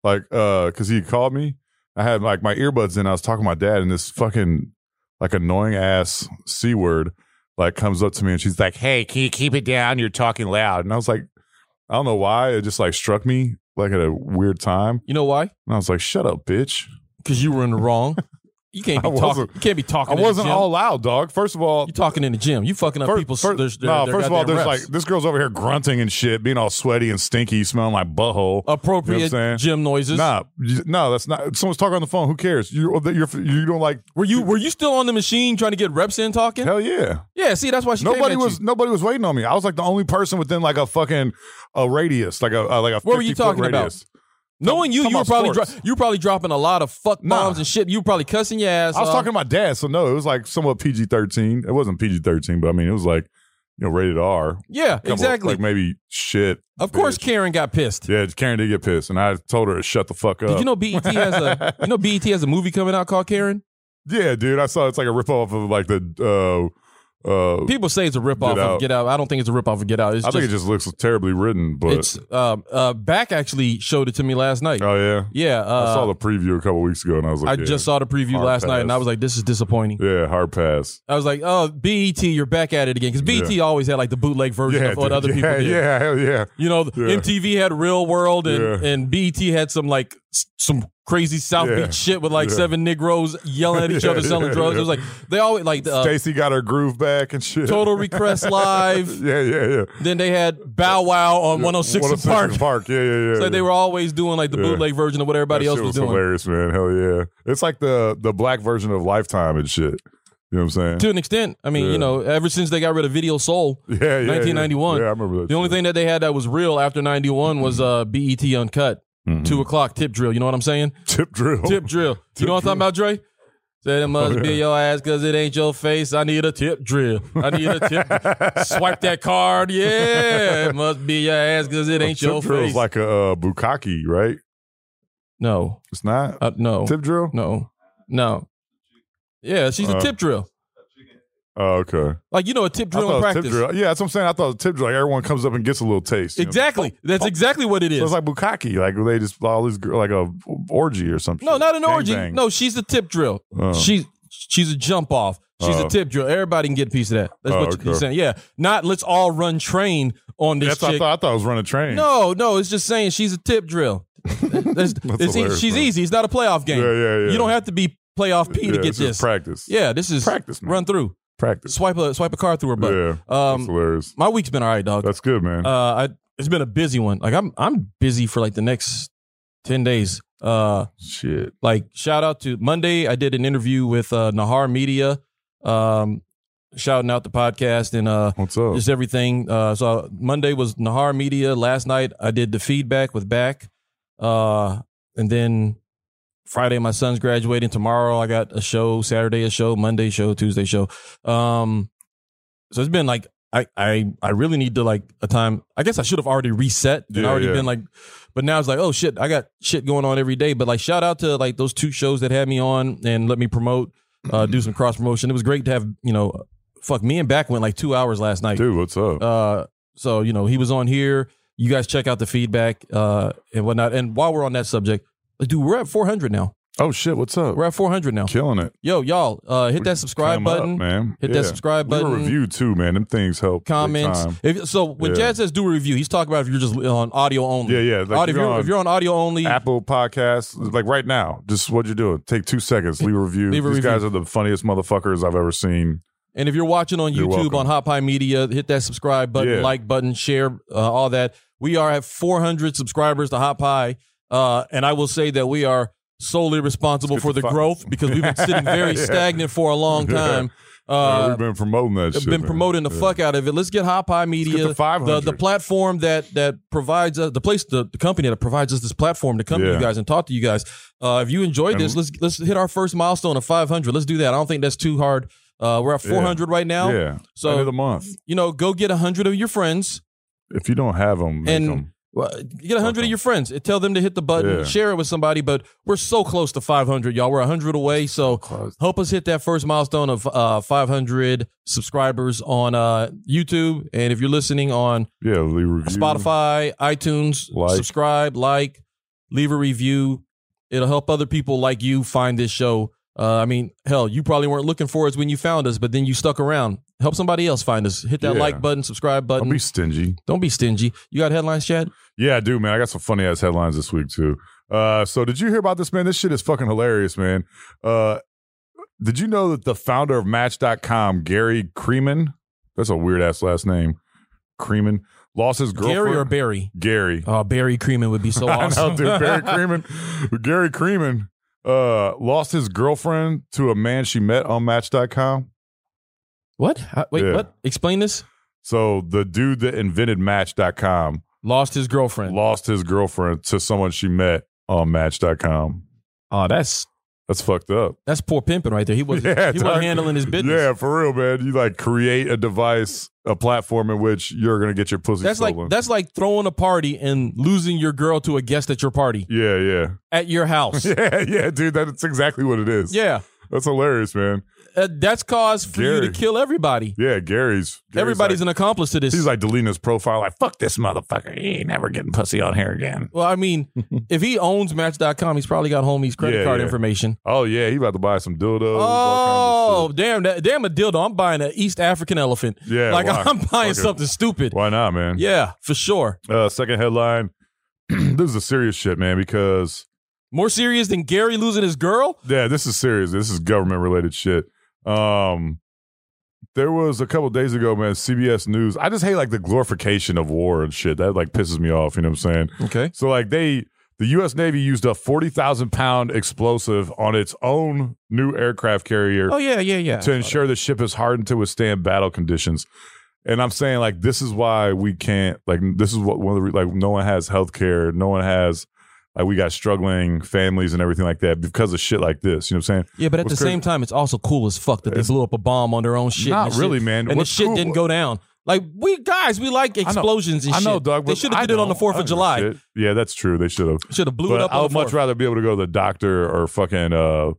[SPEAKER 2] like, uh, cause he called me. I had like my earbuds in. I was talking to my dad, and this fucking like annoying ass c word like comes up to me, and she's like, "Hey, can you keep it down? You're talking loud." And I was like, I don't know why it just like struck me like at a weird time,
[SPEAKER 4] You know why?
[SPEAKER 2] and I was like, "Shut up, bitch."
[SPEAKER 4] Because you were in the wrong. You can't be
[SPEAKER 2] I
[SPEAKER 4] talking.
[SPEAKER 2] wasn't-
[SPEAKER 4] You can't be
[SPEAKER 2] I
[SPEAKER 4] talking.
[SPEAKER 2] wasn't
[SPEAKER 4] in the gym.
[SPEAKER 2] all loud, dog. First of all.
[SPEAKER 4] You talking in the gym. You fucking up
[SPEAKER 2] Fir-
[SPEAKER 4] people's.
[SPEAKER 2] fir-
[SPEAKER 4] their- their-
[SPEAKER 2] no,
[SPEAKER 4] their
[SPEAKER 2] first of all,
[SPEAKER 4] goddamn
[SPEAKER 2] there's like
[SPEAKER 4] reps.
[SPEAKER 2] this girl's over here grunting and shit, being all sweaty and stinky, smelling my butthole. You
[SPEAKER 4] appropriate
[SPEAKER 2] know what I'm saying?
[SPEAKER 4] gym noises.
[SPEAKER 2] Nah, you- no, that's not. Someone's talking on the phone. Who cares? You oh, you're, you're you don't like.
[SPEAKER 4] Were you were you still on the machine trying to get reps in talking?
[SPEAKER 2] Hell yeah.
[SPEAKER 4] Yeah, see that's why she came
[SPEAKER 2] Nobody
[SPEAKER 4] at
[SPEAKER 2] was
[SPEAKER 4] You.
[SPEAKER 2] nobody was waiting on me. I was like the only person within like a fucking a radius, like a uh, like a.
[SPEAKER 4] What were you
[SPEAKER 2] 50 foot
[SPEAKER 4] talking about?
[SPEAKER 2] radius.
[SPEAKER 4] Knowing you,
[SPEAKER 2] Talking
[SPEAKER 4] you were
[SPEAKER 2] about
[SPEAKER 4] probably dro-
[SPEAKER 2] sports.
[SPEAKER 4] you were probably dropping a lot of fuck
[SPEAKER 2] Nah.
[SPEAKER 4] bombs and shit. You were probably cussing your ass.
[SPEAKER 2] I was
[SPEAKER 4] off.
[SPEAKER 2] talking to my dad, so no, it was like somewhat PG thirteen. It wasn't PG thirteen, but I mean it was like you know rated R. Couple-
[SPEAKER 4] Yeah, exactly.
[SPEAKER 2] Like maybe shit.
[SPEAKER 4] of course,
[SPEAKER 2] bitch.
[SPEAKER 4] Karen got pissed.
[SPEAKER 2] Yeah, Karen did get pissed, and I told her to shut the fuck up.
[SPEAKER 4] Did you know BET has a you know BET has a movie coming out called Karen?
[SPEAKER 2] Yeah, dude, I saw it's like a ripoff of like the. uh uh
[SPEAKER 4] People say it's a rip off
[SPEAKER 2] Get
[SPEAKER 4] of
[SPEAKER 2] Out.
[SPEAKER 4] Get Out. I don't think it's a rip off of Get Out. It's
[SPEAKER 2] I
[SPEAKER 4] just,
[SPEAKER 2] think it just looks terribly written, but
[SPEAKER 4] it's um, uh, back actually showed it to me last night.
[SPEAKER 2] oh yeah,
[SPEAKER 4] yeah, uh,
[SPEAKER 2] I saw the preview a couple weeks ago, and I was
[SPEAKER 4] I
[SPEAKER 2] like, yeah,
[SPEAKER 4] just saw the preview
[SPEAKER 2] Hard
[SPEAKER 4] last night, and I
[SPEAKER 2] pass.
[SPEAKER 4] was like, this is disappointing.
[SPEAKER 2] yeah, hard pass.
[SPEAKER 4] I was like, oh, BET, you're back at it again. Because BET always had like the bootleg version
[SPEAKER 2] Yeah,
[SPEAKER 4] of what
[SPEAKER 2] dude,
[SPEAKER 4] other
[SPEAKER 2] yeah,
[SPEAKER 4] people did.
[SPEAKER 2] yeah, hell yeah.
[SPEAKER 4] You know, the
[SPEAKER 2] Yeah.
[SPEAKER 4] MTV had Real World and,
[SPEAKER 2] Yeah.
[SPEAKER 4] and BET had some like s- some crazy South
[SPEAKER 2] Yeah.
[SPEAKER 4] Beach shit with like
[SPEAKER 2] Yeah.
[SPEAKER 4] seven Negroes yelling at each
[SPEAKER 2] Yeah,
[SPEAKER 4] other, selling
[SPEAKER 2] yeah,
[SPEAKER 4] drugs. It
[SPEAKER 2] yeah.
[SPEAKER 4] was like, they always like uh,
[SPEAKER 2] Stacy got her groove back and shit.
[SPEAKER 4] Total Request Live.
[SPEAKER 2] yeah, yeah, yeah.
[SPEAKER 4] Then they had Bow Wow on 106 and
[SPEAKER 2] 106
[SPEAKER 4] Park.
[SPEAKER 2] and Park. Yeah, yeah, yeah.
[SPEAKER 4] So they were always doing like the
[SPEAKER 2] Yeah.
[SPEAKER 4] bootleg version of what
[SPEAKER 2] That
[SPEAKER 4] everybody else
[SPEAKER 2] shit
[SPEAKER 4] was
[SPEAKER 2] was
[SPEAKER 4] doing.
[SPEAKER 2] hilarious, man. Hell yeah. It's like the the black version of Lifetime and shit. You know what I'm saying?
[SPEAKER 4] To an extent. I mean,
[SPEAKER 2] Yeah.
[SPEAKER 4] you know, ever since they got rid of Video Soul,
[SPEAKER 2] yeah, yeah, yeah.
[SPEAKER 4] 1991.
[SPEAKER 2] Yeah, I remember that.
[SPEAKER 4] the only thing that they had that was real after 91 was uh, BET Uncut.
[SPEAKER 2] thing,
[SPEAKER 4] Two o'clock tip drill. You know what I'm saying?
[SPEAKER 2] tip drill.
[SPEAKER 4] Tip drill. You know what I'm talking about, Dre? Said it
[SPEAKER 2] Oh,
[SPEAKER 4] must be your ass because it ain't your face. I need a tip drill. I need a tip. Swipe that card. Yeah. It must be your ass because it ain't
[SPEAKER 2] tip
[SPEAKER 4] your
[SPEAKER 2] drill
[SPEAKER 4] face.
[SPEAKER 2] is like a uh, bukkake, right?
[SPEAKER 4] no.
[SPEAKER 2] It's not
[SPEAKER 4] Uh, no.
[SPEAKER 2] tip drill.
[SPEAKER 4] No. No. Yeah, she's a
[SPEAKER 2] Uh,
[SPEAKER 4] tip drill.
[SPEAKER 2] Oh, okay.
[SPEAKER 4] Like, you know, a tip
[SPEAKER 2] I
[SPEAKER 4] drill in
[SPEAKER 2] thought
[SPEAKER 4] practice.
[SPEAKER 2] tip drill. Yeah, that's what I'm saying. I thought tip drill. Like everyone comes up and gets a little taste. you know?
[SPEAKER 4] Exactly. That's exactly what it
[SPEAKER 2] So
[SPEAKER 4] is.
[SPEAKER 2] it's like bukkake, like they just all these gr- like a orgy or something.
[SPEAKER 4] no, not an orgy. No, she's a tip drill.
[SPEAKER 2] Uh.
[SPEAKER 4] She's she's a jump off. She's
[SPEAKER 2] Oh.
[SPEAKER 4] a tip drill. Everybody can get a piece of that. That's
[SPEAKER 2] Oh,
[SPEAKER 4] what you're
[SPEAKER 2] okay.
[SPEAKER 4] saying. Yeah. Not let's all run train on this
[SPEAKER 2] that's what I
[SPEAKER 4] chick.
[SPEAKER 2] thought. I thought it was running train.
[SPEAKER 4] No, no, it's just saying she's a tip drill. That's- it's e-
[SPEAKER 2] hilarious,
[SPEAKER 4] she's
[SPEAKER 2] bro.
[SPEAKER 4] easy. It's not a playoff game.
[SPEAKER 2] Yeah, yeah, yeah.
[SPEAKER 4] You don't have to be playoff P
[SPEAKER 2] yeah,
[SPEAKER 4] to get
[SPEAKER 2] it's just
[SPEAKER 4] this.
[SPEAKER 2] practice.
[SPEAKER 4] Yeah, this is
[SPEAKER 2] Practice, man.
[SPEAKER 4] Run through.
[SPEAKER 2] practice.
[SPEAKER 4] Swipe a swipe a car through her butt.
[SPEAKER 2] yeah, that's
[SPEAKER 4] um,
[SPEAKER 2] hilarious.
[SPEAKER 4] my week's been all right, dog.
[SPEAKER 2] That's good, man.
[SPEAKER 4] Uh, I, it's been a busy one. Like I'm I'm busy for like the next ten days. Uh,
[SPEAKER 2] Shit.
[SPEAKER 4] like shout out to Monday. I did an interview with uh, Nahar Media. Um, shouting out the podcast and uh
[SPEAKER 2] What's up?
[SPEAKER 4] just everything. Uh, so Monday was Nahar Media. Last night I did the feedback with back, uh, and then Friday my son's graduating. Tomorrow I got a show. Saturday a show. Monday show. Tuesday show. Um, so it's been like I I I really need to like a time. I guess I should have already reset and
[SPEAKER 2] Yeah,
[SPEAKER 4] already
[SPEAKER 2] yeah.
[SPEAKER 4] been like, but now it's like oh shit I got shit going on every day. But like shout out to like those two shows that had me on and let me promote. Uh, do some cross promotion. It was great to have you know. Fuck me and back went like two hours last night.
[SPEAKER 2] Dude, what's up?
[SPEAKER 4] Uh, so you know he was on here. You guys check out the feedback uh, and whatnot. And while we're on that subject, dude, we're at 400 now.
[SPEAKER 2] Oh shit, what's up?
[SPEAKER 4] We're at 400 now.
[SPEAKER 2] Killing it.
[SPEAKER 4] Yo, y'all, uh, hit that subscribe
[SPEAKER 2] Climb up,
[SPEAKER 4] button.
[SPEAKER 2] man.
[SPEAKER 4] Hit
[SPEAKER 2] Yeah.
[SPEAKER 4] that subscribe
[SPEAKER 2] Leave
[SPEAKER 4] button.
[SPEAKER 2] a review too, man. Them things help. big
[SPEAKER 4] comments.
[SPEAKER 2] time.
[SPEAKER 4] If, so when
[SPEAKER 2] Yeah.
[SPEAKER 4] Jazz says do a review, he's talking about if you're just on audio only.
[SPEAKER 2] Yeah, yeah, like
[SPEAKER 4] Audio- if,
[SPEAKER 2] you're
[SPEAKER 4] you're,
[SPEAKER 2] on
[SPEAKER 4] if you're on audio only,
[SPEAKER 2] Apple Podcasts, like right now, just what you're doing. Take two seconds, leave a review.
[SPEAKER 4] Leave a
[SPEAKER 2] These
[SPEAKER 4] review.
[SPEAKER 2] guys are the funniest motherfuckers I've ever seen.
[SPEAKER 4] and if you're watching on
[SPEAKER 2] You're
[SPEAKER 4] YouTube
[SPEAKER 2] welcome.
[SPEAKER 4] on Hot Pie Media, hit that subscribe button,
[SPEAKER 2] Yeah.
[SPEAKER 4] like button, share, uh, all that. We are at 400 subscribers to Hot Pie, uh, and I will say that we are solely responsible
[SPEAKER 2] Let's
[SPEAKER 4] for
[SPEAKER 2] get
[SPEAKER 4] the
[SPEAKER 2] the fuck-
[SPEAKER 4] growth because we've been sitting very
[SPEAKER 2] Yeah.
[SPEAKER 4] stagnant for a long
[SPEAKER 2] Yeah.
[SPEAKER 4] time.
[SPEAKER 2] Uh,
[SPEAKER 4] Uh,
[SPEAKER 2] we've been promoting that shit.
[SPEAKER 4] been
[SPEAKER 2] man.
[SPEAKER 4] promoting the
[SPEAKER 2] Yeah.
[SPEAKER 4] fuck out of it. Let's get Hot Pie
[SPEAKER 2] Let's get
[SPEAKER 4] Media,
[SPEAKER 2] to
[SPEAKER 4] the,
[SPEAKER 2] 500.
[SPEAKER 4] the platform that that provides us the place, the, the company that provides us this platform to come to
[SPEAKER 2] Yeah.
[SPEAKER 4] you guys and talk to you guys. Uh, if you enjoyed
[SPEAKER 2] And-
[SPEAKER 4] this, let's let's hit our first milestone of 500. Let's do that. I don't think that's too hard. Uh, we're at
[SPEAKER 2] Yeah.
[SPEAKER 4] 400 right now,
[SPEAKER 2] yeah.
[SPEAKER 4] so-
[SPEAKER 2] End of the month.
[SPEAKER 4] you know, go get hundred of your friends.
[SPEAKER 2] If you don't have them, make
[SPEAKER 4] And-
[SPEAKER 2] 'em.
[SPEAKER 4] Well, Get hundred of your friends. and Tell them to hit the button,
[SPEAKER 2] Yeah.
[SPEAKER 4] share it with somebody. But we're so close to 500, y'all. We're 100 away, so
[SPEAKER 2] Close.
[SPEAKER 4] help us hit that first milestone of uh, 500 subscribers on uh, YouTube. And if you're listening on
[SPEAKER 2] Yeah, leave a review.
[SPEAKER 4] Spotify, iTunes,
[SPEAKER 2] Like.
[SPEAKER 4] subscribe, like, leave a review. It'll help other people like you find this show. Uh, I mean, hell, you probably weren't looking for us when you found us, but then you stuck around. Help somebody else find us. Hit that
[SPEAKER 2] Yeah.
[SPEAKER 4] like button, subscribe button.
[SPEAKER 2] Don't be stingy.
[SPEAKER 4] stingy. You got headlines, Chad?
[SPEAKER 2] Yeah, I do, man. I got some funny ass headlines this week too. Uh, so did you hear about this, man? This shit is fucking hilarious, man. Uh, did you know that the founder of Match.com, Gary Creeman, that's a weird ass last name, Creeman, lost his girlfriend.
[SPEAKER 4] Gary or Oh, Barry?
[SPEAKER 2] Gary.
[SPEAKER 4] Oh, Barry Creeman would be so
[SPEAKER 2] I know,
[SPEAKER 4] awesome.
[SPEAKER 2] dude. Barry Creeman, Gary Creeman, uh, lost his girlfriend to a man she met on Match.com.
[SPEAKER 4] What? How- Wait,
[SPEAKER 2] Yeah.
[SPEAKER 4] what? Explain this.
[SPEAKER 2] So the dude that invented Match.com
[SPEAKER 4] Lost his girlfriend.
[SPEAKER 2] lost his girlfriend to someone she met on Match.com.
[SPEAKER 4] oh, that's
[SPEAKER 2] That's fucked up.
[SPEAKER 4] that's poor pimping right there. He wasn't
[SPEAKER 2] Yeah,
[SPEAKER 4] he wasn't
[SPEAKER 2] dog.
[SPEAKER 4] handling his business.
[SPEAKER 2] Yeah, for real, man. You like create a device, a platform in which you're gonna get your pussy
[SPEAKER 4] That's like
[SPEAKER 2] stolen.
[SPEAKER 4] that's like throwing a party and losing your girl to a guest at your party
[SPEAKER 2] yeah, yeah,
[SPEAKER 4] at your house.
[SPEAKER 2] yeah, yeah, dude. That's exactly what it is.
[SPEAKER 4] yeah,
[SPEAKER 2] that's hilarious, man.
[SPEAKER 4] Uh, that's cause for you to
[SPEAKER 2] Gary.
[SPEAKER 4] kill everybody.
[SPEAKER 2] Yeah, Gary's. Gary's
[SPEAKER 4] Everybody's
[SPEAKER 2] like,
[SPEAKER 4] an accomplice to this.
[SPEAKER 2] he's like deleting his profile. Like fuck this motherfucker. He ain't never getting pussy on here again.
[SPEAKER 4] well, I mean, if he owns Match.com, he's probably got homies' credit
[SPEAKER 2] Yeah,
[SPEAKER 4] card
[SPEAKER 2] yeah.
[SPEAKER 4] information.
[SPEAKER 2] Oh yeah, he about to buy some dildos. all
[SPEAKER 4] Oh,
[SPEAKER 2] kinds of
[SPEAKER 4] damn! That, damn a dildo. I'm buying an East African elephant.
[SPEAKER 2] shit. yeah.
[SPEAKER 4] Oh, like
[SPEAKER 2] why?
[SPEAKER 4] I'm buying
[SPEAKER 2] Fuck it.
[SPEAKER 4] something stupid.
[SPEAKER 2] Why not, man?
[SPEAKER 4] Yeah, for sure.
[SPEAKER 2] Uh, second headline. this is a serious shit, man. Because
[SPEAKER 4] More serious than Gary losing his girl.
[SPEAKER 2] Yeah, this is serious. This is government related shit. Um, there was a couple days ago, man, CBS News. I just hate like the glorification of war and shit. That like pisses me off. You know what I'm saying?
[SPEAKER 4] Okay.
[SPEAKER 2] So like they, the U.S. Navy used a forty thousand pound explosive on its own new aircraft carrier
[SPEAKER 4] Oh yeah, yeah, yeah.
[SPEAKER 2] to ensure the ship is hardened to withstand battle conditions. And I'm saying like this is why we can't like this is what one of the re- like no one has health care, no one has like we got struggling families and everything like that because of shit like this. You know what I'm saying?
[SPEAKER 4] Yeah, but at
[SPEAKER 2] What's
[SPEAKER 4] the same time, it's also cool as fuck that they blew up a bomb on their own shit.
[SPEAKER 2] Not
[SPEAKER 4] and the shit-
[SPEAKER 2] really, man.
[SPEAKER 4] And
[SPEAKER 2] What's
[SPEAKER 4] the shit
[SPEAKER 2] cool-
[SPEAKER 4] didn't go down. Like we guys, we like
[SPEAKER 2] know.
[SPEAKER 4] explosions and
[SPEAKER 2] I
[SPEAKER 4] shit.
[SPEAKER 2] know, dog.
[SPEAKER 4] They
[SPEAKER 2] but
[SPEAKER 4] should
[SPEAKER 2] I
[SPEAKER 4] have did it on the
[SPEAKER 2] don't-
[SPEAKER 4] Fourth
[SPEAKER 2] I
[SPEAKER 4] of
[SPEAKER 2] don't
[SPEAKER 4] July.
[SPEAKER 2] give a shit. Yeah, that's true. They should have.
[SPEAKER 4] Should have blew it
[SPEAKER 2] But
[SPEAKER 4] up.
[SPEAKER 2] I
[SPEAKER 4] on
[SPEAKER 2] would
[SPEAKER 4] the
[SPEAKER 2] much
[SPEAKER 4] 4th.
[SPEAKER 2] rather be able to go to the doctor or fucking uh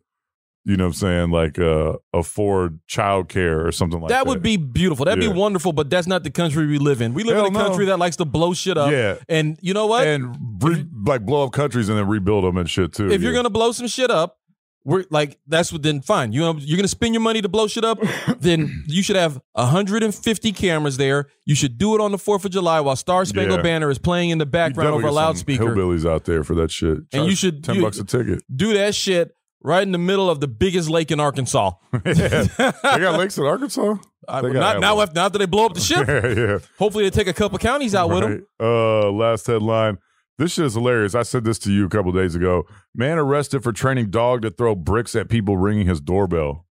[SPEAKER 2] you know what I'm saying, like uh afford childcare or something like that.
[SPEAKER 4] that would be beautiful. That'd
[SPEAKER 2] Yeah.
[SPEAKER 4] be wonderful. But that's not the country we live in. We live
[SPEAKER 2] Hell
[SPEAKER 4] in a
[SPEAKER 2] no.
[SPEAKER 4] country that likes to blow shit up.
[SPEAKER 2] Yeah.
[SPEAKER 4] And you know what?
[SPEAKER 2] And re- like blow up countries and then rebuild them and shit too.
[SPEAKER 4] if you're
[SPEAKER 2] yeah.
[SPEAKER 4] gonna blow some shit up, we're like that's what then fine. You know you're gonna spend your money to blow shit up, then you should have 150 cameras there. You should do it on the Fourth of July while Star Spangled
[SPEAKER 2] Yeah.
[SPEAKER 4] Banner is playing in the
[SPEAKER 2] You
[SPEAKER 4] background
[SPEAKER 2] definitely
[SPEAKER 4] over a
[SPEAKER 2] get some
[SPEAKER 4] loudspeaker.
[SPEAKER 2] Hillbillies out there for that shit.
[SPEAKER 4] And
[SPEAKER 2] Charge
[SPEAKER 4] you should-
[SPEAKER 2] ten
[SPEAKER 4] you-
[SPEAKER 2] bucks a ticket.
[SPEAKER 4] do that shit right in the middle of the biggest lake in Arkansas.
[SPEAKER 2] Yeah. they got lakes in Arkansas.
[SPEAKER 4] I-
[SPEAKER 2] They gotta
[SPEAKER 4] not
[SPEAKER 2] have
[SPEAKER 4] now
[SPEAKER 2] one.
[SPEAKER 4] after, after they blow up the ship.
[SPEAKER 2] yeah, yeah.
[SPEAKER 4] Hopefully they take a couple counties out with them.
[SPEAKER 2] Right. Uh, last headline. This shit is hilarious. I said this to you a couple days ago. Man arrested for training dog to throw bricks at people ringing his doorbell.